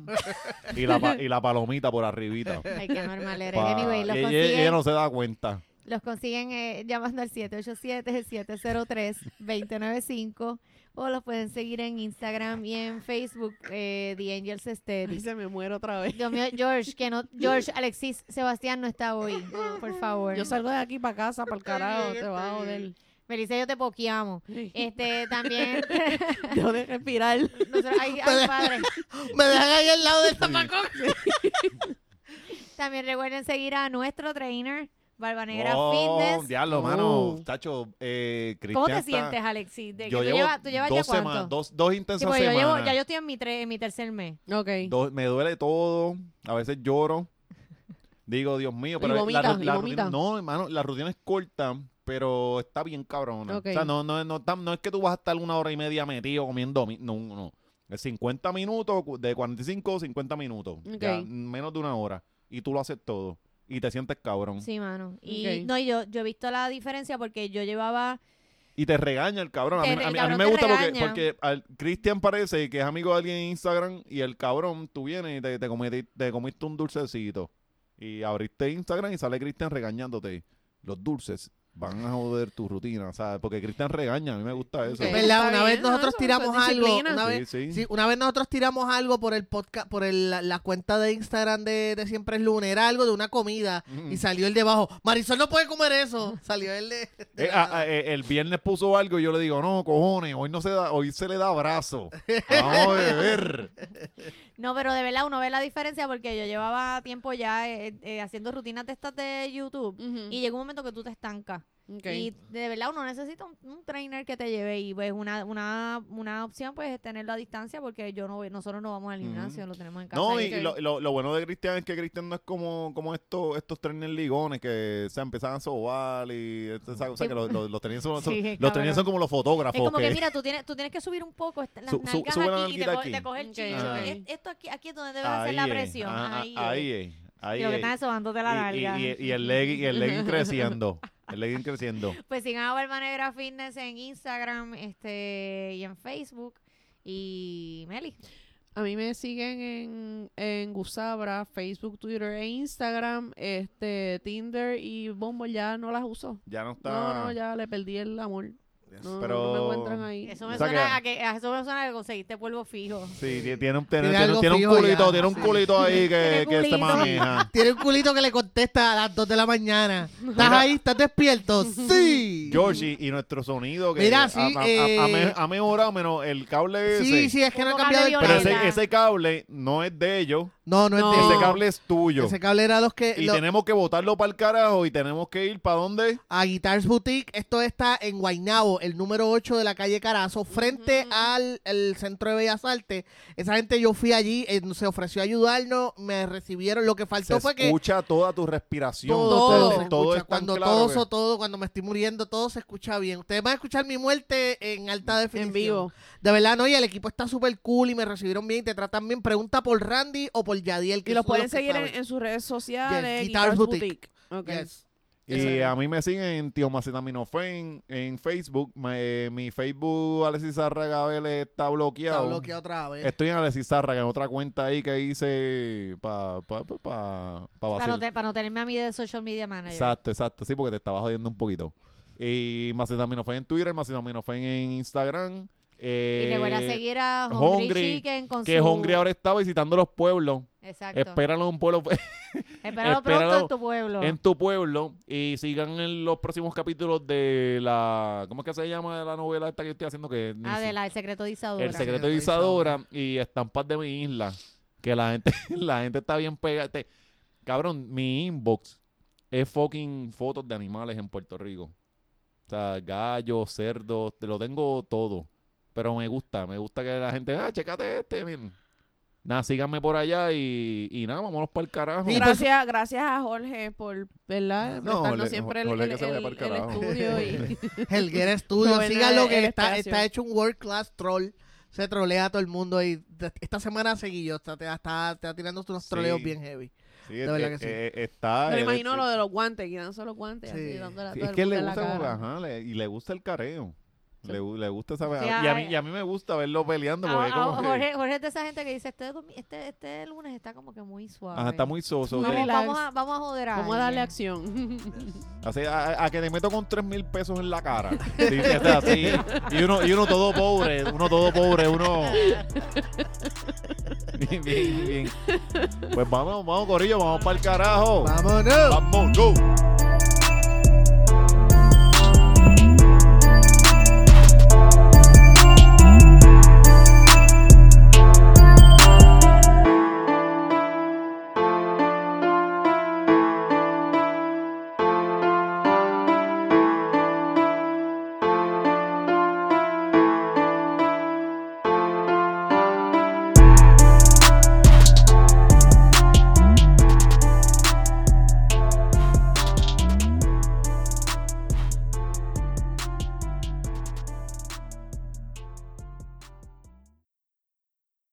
S1: y, la, pa- y la palomita por arribita.
S2: Ay, qué normal eres.
S1: Pa-
S2: Anyway, los
S1: y ella,
S2: consiguen,
S1: ella no se da cuenta.
S2: los consiguen eh, llamando al 787-703-2095 o los pueden seguir en Instagram y en Facebook, eh, The Angels
S3: Ay,
S2: Aesthetic.
S3: se me muero otra vez.
S2: Dios mío, George, que no, George, Alexis, Sebastián no está hoy, por favor.
S3: Yo salgo de aquí para casa, para el carajo, te va a joder.
S2: Melissa, yo te poqueamos. Este, también.
S3: Dejo de respirar.
S2: nosotros- ay, ay, padre.
S4: Me dejan ahí al lado del zapacón.
S2: También recuerden seguir a nuestro trainer, Barbanegra
S1: Oh,
S2: Fitness.
S1: Diablo, mano.
S3: Oh.
S1: Tacho, eh, Cristian.
S2: ¿Cómo te
S1: está-
S2: sientes, Alexis? De que
S1: Yo
S2: tú,
S1: llevo
S2: llevas, tú llevas ya
S1: dos
S2: cuánto?
S1: semanas, dos, dos intensas
S2: Sí, pues yo llevo,
S1: semanas.
S2: ya yo estoy en mi, tre- en mi tercer mes.
S3: Ok.
S1: Do- me duele todo, a veces lloro. Digo, Dios mío,
S3: Y
S1: pero la
S3: vomitas,
S1: ru-
S3: y
S1: la, rutina,
S3: vomitas.
S1: no, hermano, la rutina es corta pero está bien cabrona.
S3: Ok.
S1: O sea, no, no, no, tam- no es que tú vas a estar una hora y media metido comiendo, mi- no, no. Es 50 minutos, cu- de 45 a 50 minutos, ya,
S3: Ok.
S1: menos de una hora, y tú lo haces todo, y te sientes cabrón.
S2: Sí, mano. Y
S3: Ok.
S2: no, y yo, yo he visto la diferencia porque yo llevaba.
S1: Y te regaña el cabrón. A
S2: Te
S1: mí,
S2: re-
S1: a mí-
S2: el
S1: a mí
S2: cabrón
S1: me
S2: te
S1: gusta porque,
S2: regaña.
S1: porque al Cristian parece que es amigo de alguien en Instagram y el cabrón, tú vienes y te, te, cometi- te comiste un dulcecito. Y abriste Instagram y sale Cristian regañándote. Los dulces van a joder tu rutina, ¿sabes? Porque Cristian regaña, a mí me gusta eso.
S3: Ok.
S4: ¿Verdad?
S3: Está
S4: Una
S3: bien,
S4: vez
S3: ¿no?
S4: nosotros
S3: Eso- eso es
S4: tiramos algo.
S3: disciplina.
S4: Una
S1: Sí,
S4: vez,
S1: sí.
S4: Sí, una vez nosotros tiramos algo por el podcast, por el- la, la cuenta de Instagram de, de Siempre es Lunes, era algo de una comida
S1: Ujú.
S4: y salió el de abajo. Marisol no puede comer eso. Salió el de. de
S1: Eh,
S4: la-
S1: ah, ah, eh, el viernes puso algo y yo le digo, no, cojones, hoy no se da, hoy se le da abrazo. Vamos a beber.
S2: No, pero de verdad uno ve la diferencia porque yo llevaba tiempo ya eh, eh, haciendo rutinas de estas de YouTube. Y llega un momento que tú te estancas.
S3: Ok.
S2: Y de verdad uno necesita un, un trainer que te lleve y pues una, una, una opción pues es tenerlo a distancia porque yo no voy- nosotros no vamos al
S1: Ujú.
S2: gimnasio, lo tenemos en casa.
S1: No, y,
S2: y-
S1: y lo, lo- lo bueno de Cristian es que Cristian no es como, como estos, estos trenes ligones que se empezaban a sobar y este, o sea, o sea, que los, los, los trenes son, son-
S2: Sí,
S1: los
S2: cabrón.
S1: trenes son como los fotógrafos.
S2: es como que
S1: que-
S2: mira, tú tienes, tú tienes que subir un poco esta- las
S1: Su- su-
S2: nalgas
S1: sube la
S2: aquí y te,
S1: nalguita
S2: co- te
S1: aquí.
S2: coge el
S3: Ok,
S2: chicho.
S1: ok.
S2: Es- Esto aquí, aquí es donde debes hacer la
S1: ahí es,
S2: presión.
S1: ah, ah,
S2: ahí,
S1: ahí
S2: es.
S1: es, ahí
S2: Y lo que
S1: es.
S2: estás sobándote la
S1: Y-
S2: larga.
S1: y, y- y el legging, y el legging creciendo. El legging creciendo.
S2: Pues sigan a Barba Negra Fitness en Instagram este y en Facebook. Y Meli.
S3: A mí me siguen en, en Gusabra, Facebook, Twitter e Instagram, este, Tinder y Bombo ya no las uso.
S1: Ya no está.
S3: No, no, ya le perdí el amor. No,
S1: Ah. Pero-
S3: no me encuentran ahí.
S2: Eso me
S1: O sea
S2: suena
S1: que-
S2: a que a eso me suena a que conseguiste polvo fijo.
S1: Sí, ti- tiene un, tiene,
S4: Tiene
S1: tiene-
S4: algo
S1: tiene un
S4: fijo ya,
S1: culito, tiene un
S4: sí.
S1: culito ahí que,
S2: Tiene
S1: que se
S2: culito.
S1: maneja.
S4: Tiene un culito que le contesta a las 2 de la mañana. ¿Estás ahí? ¿Estás despierto? Sí.
S1: Georgie y nuestro sonido que
S4: Mira,
S1: ha-
S4: sí,
S1: ha, ha- ha
S4: eh,
S1: me- ha mejorado menos el cable
S4: sí,
S1: ese.
S4: sí, es que no ha
S2: Como
S4: cambiado el
S2: cable
S1: Pero
S2: violeta.
S4: cable.
S1: ese, ese cable no es de ellos.
S4: No, no es de
S3: No.
S1: Ese cable es tuyo.
S4: Ese cable era los que.
S1: Y
S4: los-
S1: tenemos que botarlo para el carajo y tenemos que ir para dónde.
S4: a Guitars Boutique. Esto está en Guaynabo, el número 8 de la calle Carazo, frente al el Centro de Bellas Artes. Esa gente, yo fui allí, eh, se ofreció a ayudarnos, me recibieron. Lo que faltó
S1: Se
S4: fue que
S1: escucha toda tu respiración.
S4: todo,
S1: Ustedes-
S4: se
S1: todo
S4: escucha.
S1: es tan
S4: cuando
S1: claro
S4: todo,
S1: que-
S4: so- todo, cuando me estoy muriendo, todo se escucha bien. Ustedes van a escuchar mi muerte en alta definición.
S3: En vivo.
S4: De verdad, no, y el equipo está súper cool y me recibieron bien y te tratan bien. Pregunta por Randy o por Yadiel. que
S3: Y los
S4: son
S3: pueden
S4: que
S3: seguir en,
S4: saben.
S3: en sus redes sociales.
S4: Yes,
S3: Guitars
S4: Guitars
S3: Boutique. Ok.
S4: Yes.
S1: Y a mí me siguen en Tío Macetaminofen en Facebook. Me- mi Facebook Alexis Zárraga Vélez está
S4: Está
S1: bloqueado.
S4: bloqueado otra vez.
S1: Estoy en Alexis Zárraga, en otra cuenta ahí que hice para pa, pa, pa, pa
S2: Para
S1: vacilar.
S2: no, te- para no tenerme a mí de social media manager.
S1: Exacto, exacto. Sí, porque te estaba jodiendo un poquito. Y Macetaminofen en Twitter, Macetaminofen en Instagram.
S2: Y
S1: Eh,
S2: recuerda seguir a Hungry,
S1: Hungry,
S2: Chicken con
S1: Que
S2: su...
S1: Hungry ahora está visitando los pueblos.
S2: Exacto.
S1: Espéralo en un pueblo
S2: Espéralo
S1: espéralo
S2: pronto en tu pueblo.
S1: en tu pueblo y sigan en los próximos capítulos de la ¿cómo es que se llama la novela esta que estoy haciendo que ni
S2: Ah,
S1: si-
S2: de la El Secreto de Isadora.
S1: El secreto de Isadora y Estampas de mi isla, que la gente la gente está bien pegada. Te- Cabrón, mi inbox es fucking fotos de animales en Puerto Rico. O sea, gallos, cerdos, te lo tengo todo. Pero me gusta, me gusta que la gente, ah, checate este, miren. Nada, síganme por allá y, y nada, vámonos para el carajo.
S4: Y-
S3: Gracias, gracias a Jorge por, ¿verdad?
S1: No,
S3: Prestarnos
S1: Jorge-
S3: siempre el,
S1: Jorge
S3: el-
S1: que se vaya
S3: el-
S1: pa'l
S3: el
S1: carajo.
S3: estudio y
S4: Helguera Studio,
S3: Joven,
S4: síganlo
S3: el-
S4: que
S3: el
S4: está,
S3: espacio.
S4: está hecho un world class troll. Se trolea a todo el mundo y de- esta semana seguí yo, está, te- está, está tirando unos
S1: Sí.
S4: troleos bien heavy.
S1: Sí,
S4: pues,
S1: eh,
S4: de verdad que sí.
S1: está.
S3: me
S1: el-
S3: imagino
S1: el-
S3: lo de los guantes, quitándose los guantes,
S4: Sí.
S3: así dándole a
S1: Sí,
S3: todo
S1: es
S3: el
S1: que le
S3: mundo en la
S1: gusta, como que,
S3: cara.
S1: ajá, le- y le gusta el careo.
S3: Sí.
S1: Le, gu- le gusta esa
S2: Sí,
S1: y, a mí,
S2: ay.
S1: y a mí me gusta verlo peleando.
S2: Ah,
S1: Porque
S2: ah,
S1: como que-
S2: Jorge, Jorge es de esa gente que dice, este, domi- este, este lunes está como que muy suave.
S1: Ajá, está muy soso.
S3: No,
S1: que-
S2: Vamos,
S3: Relax.
S2: vamos a, vamos a joder a
S3: Vamos a darle
S2: alguien.
S3: acción.
S1: así, a, a- a que te meto con tres mil pesos en la cara. Sí, o sea, así. Y uno, y uno todo pobre, uno todo pobre, uno. Bien, bien, bien. Pues vamos, vamos, Corillo, vamos para el carajo.
S4: ¡Vámonos!
S1: Vamos, go.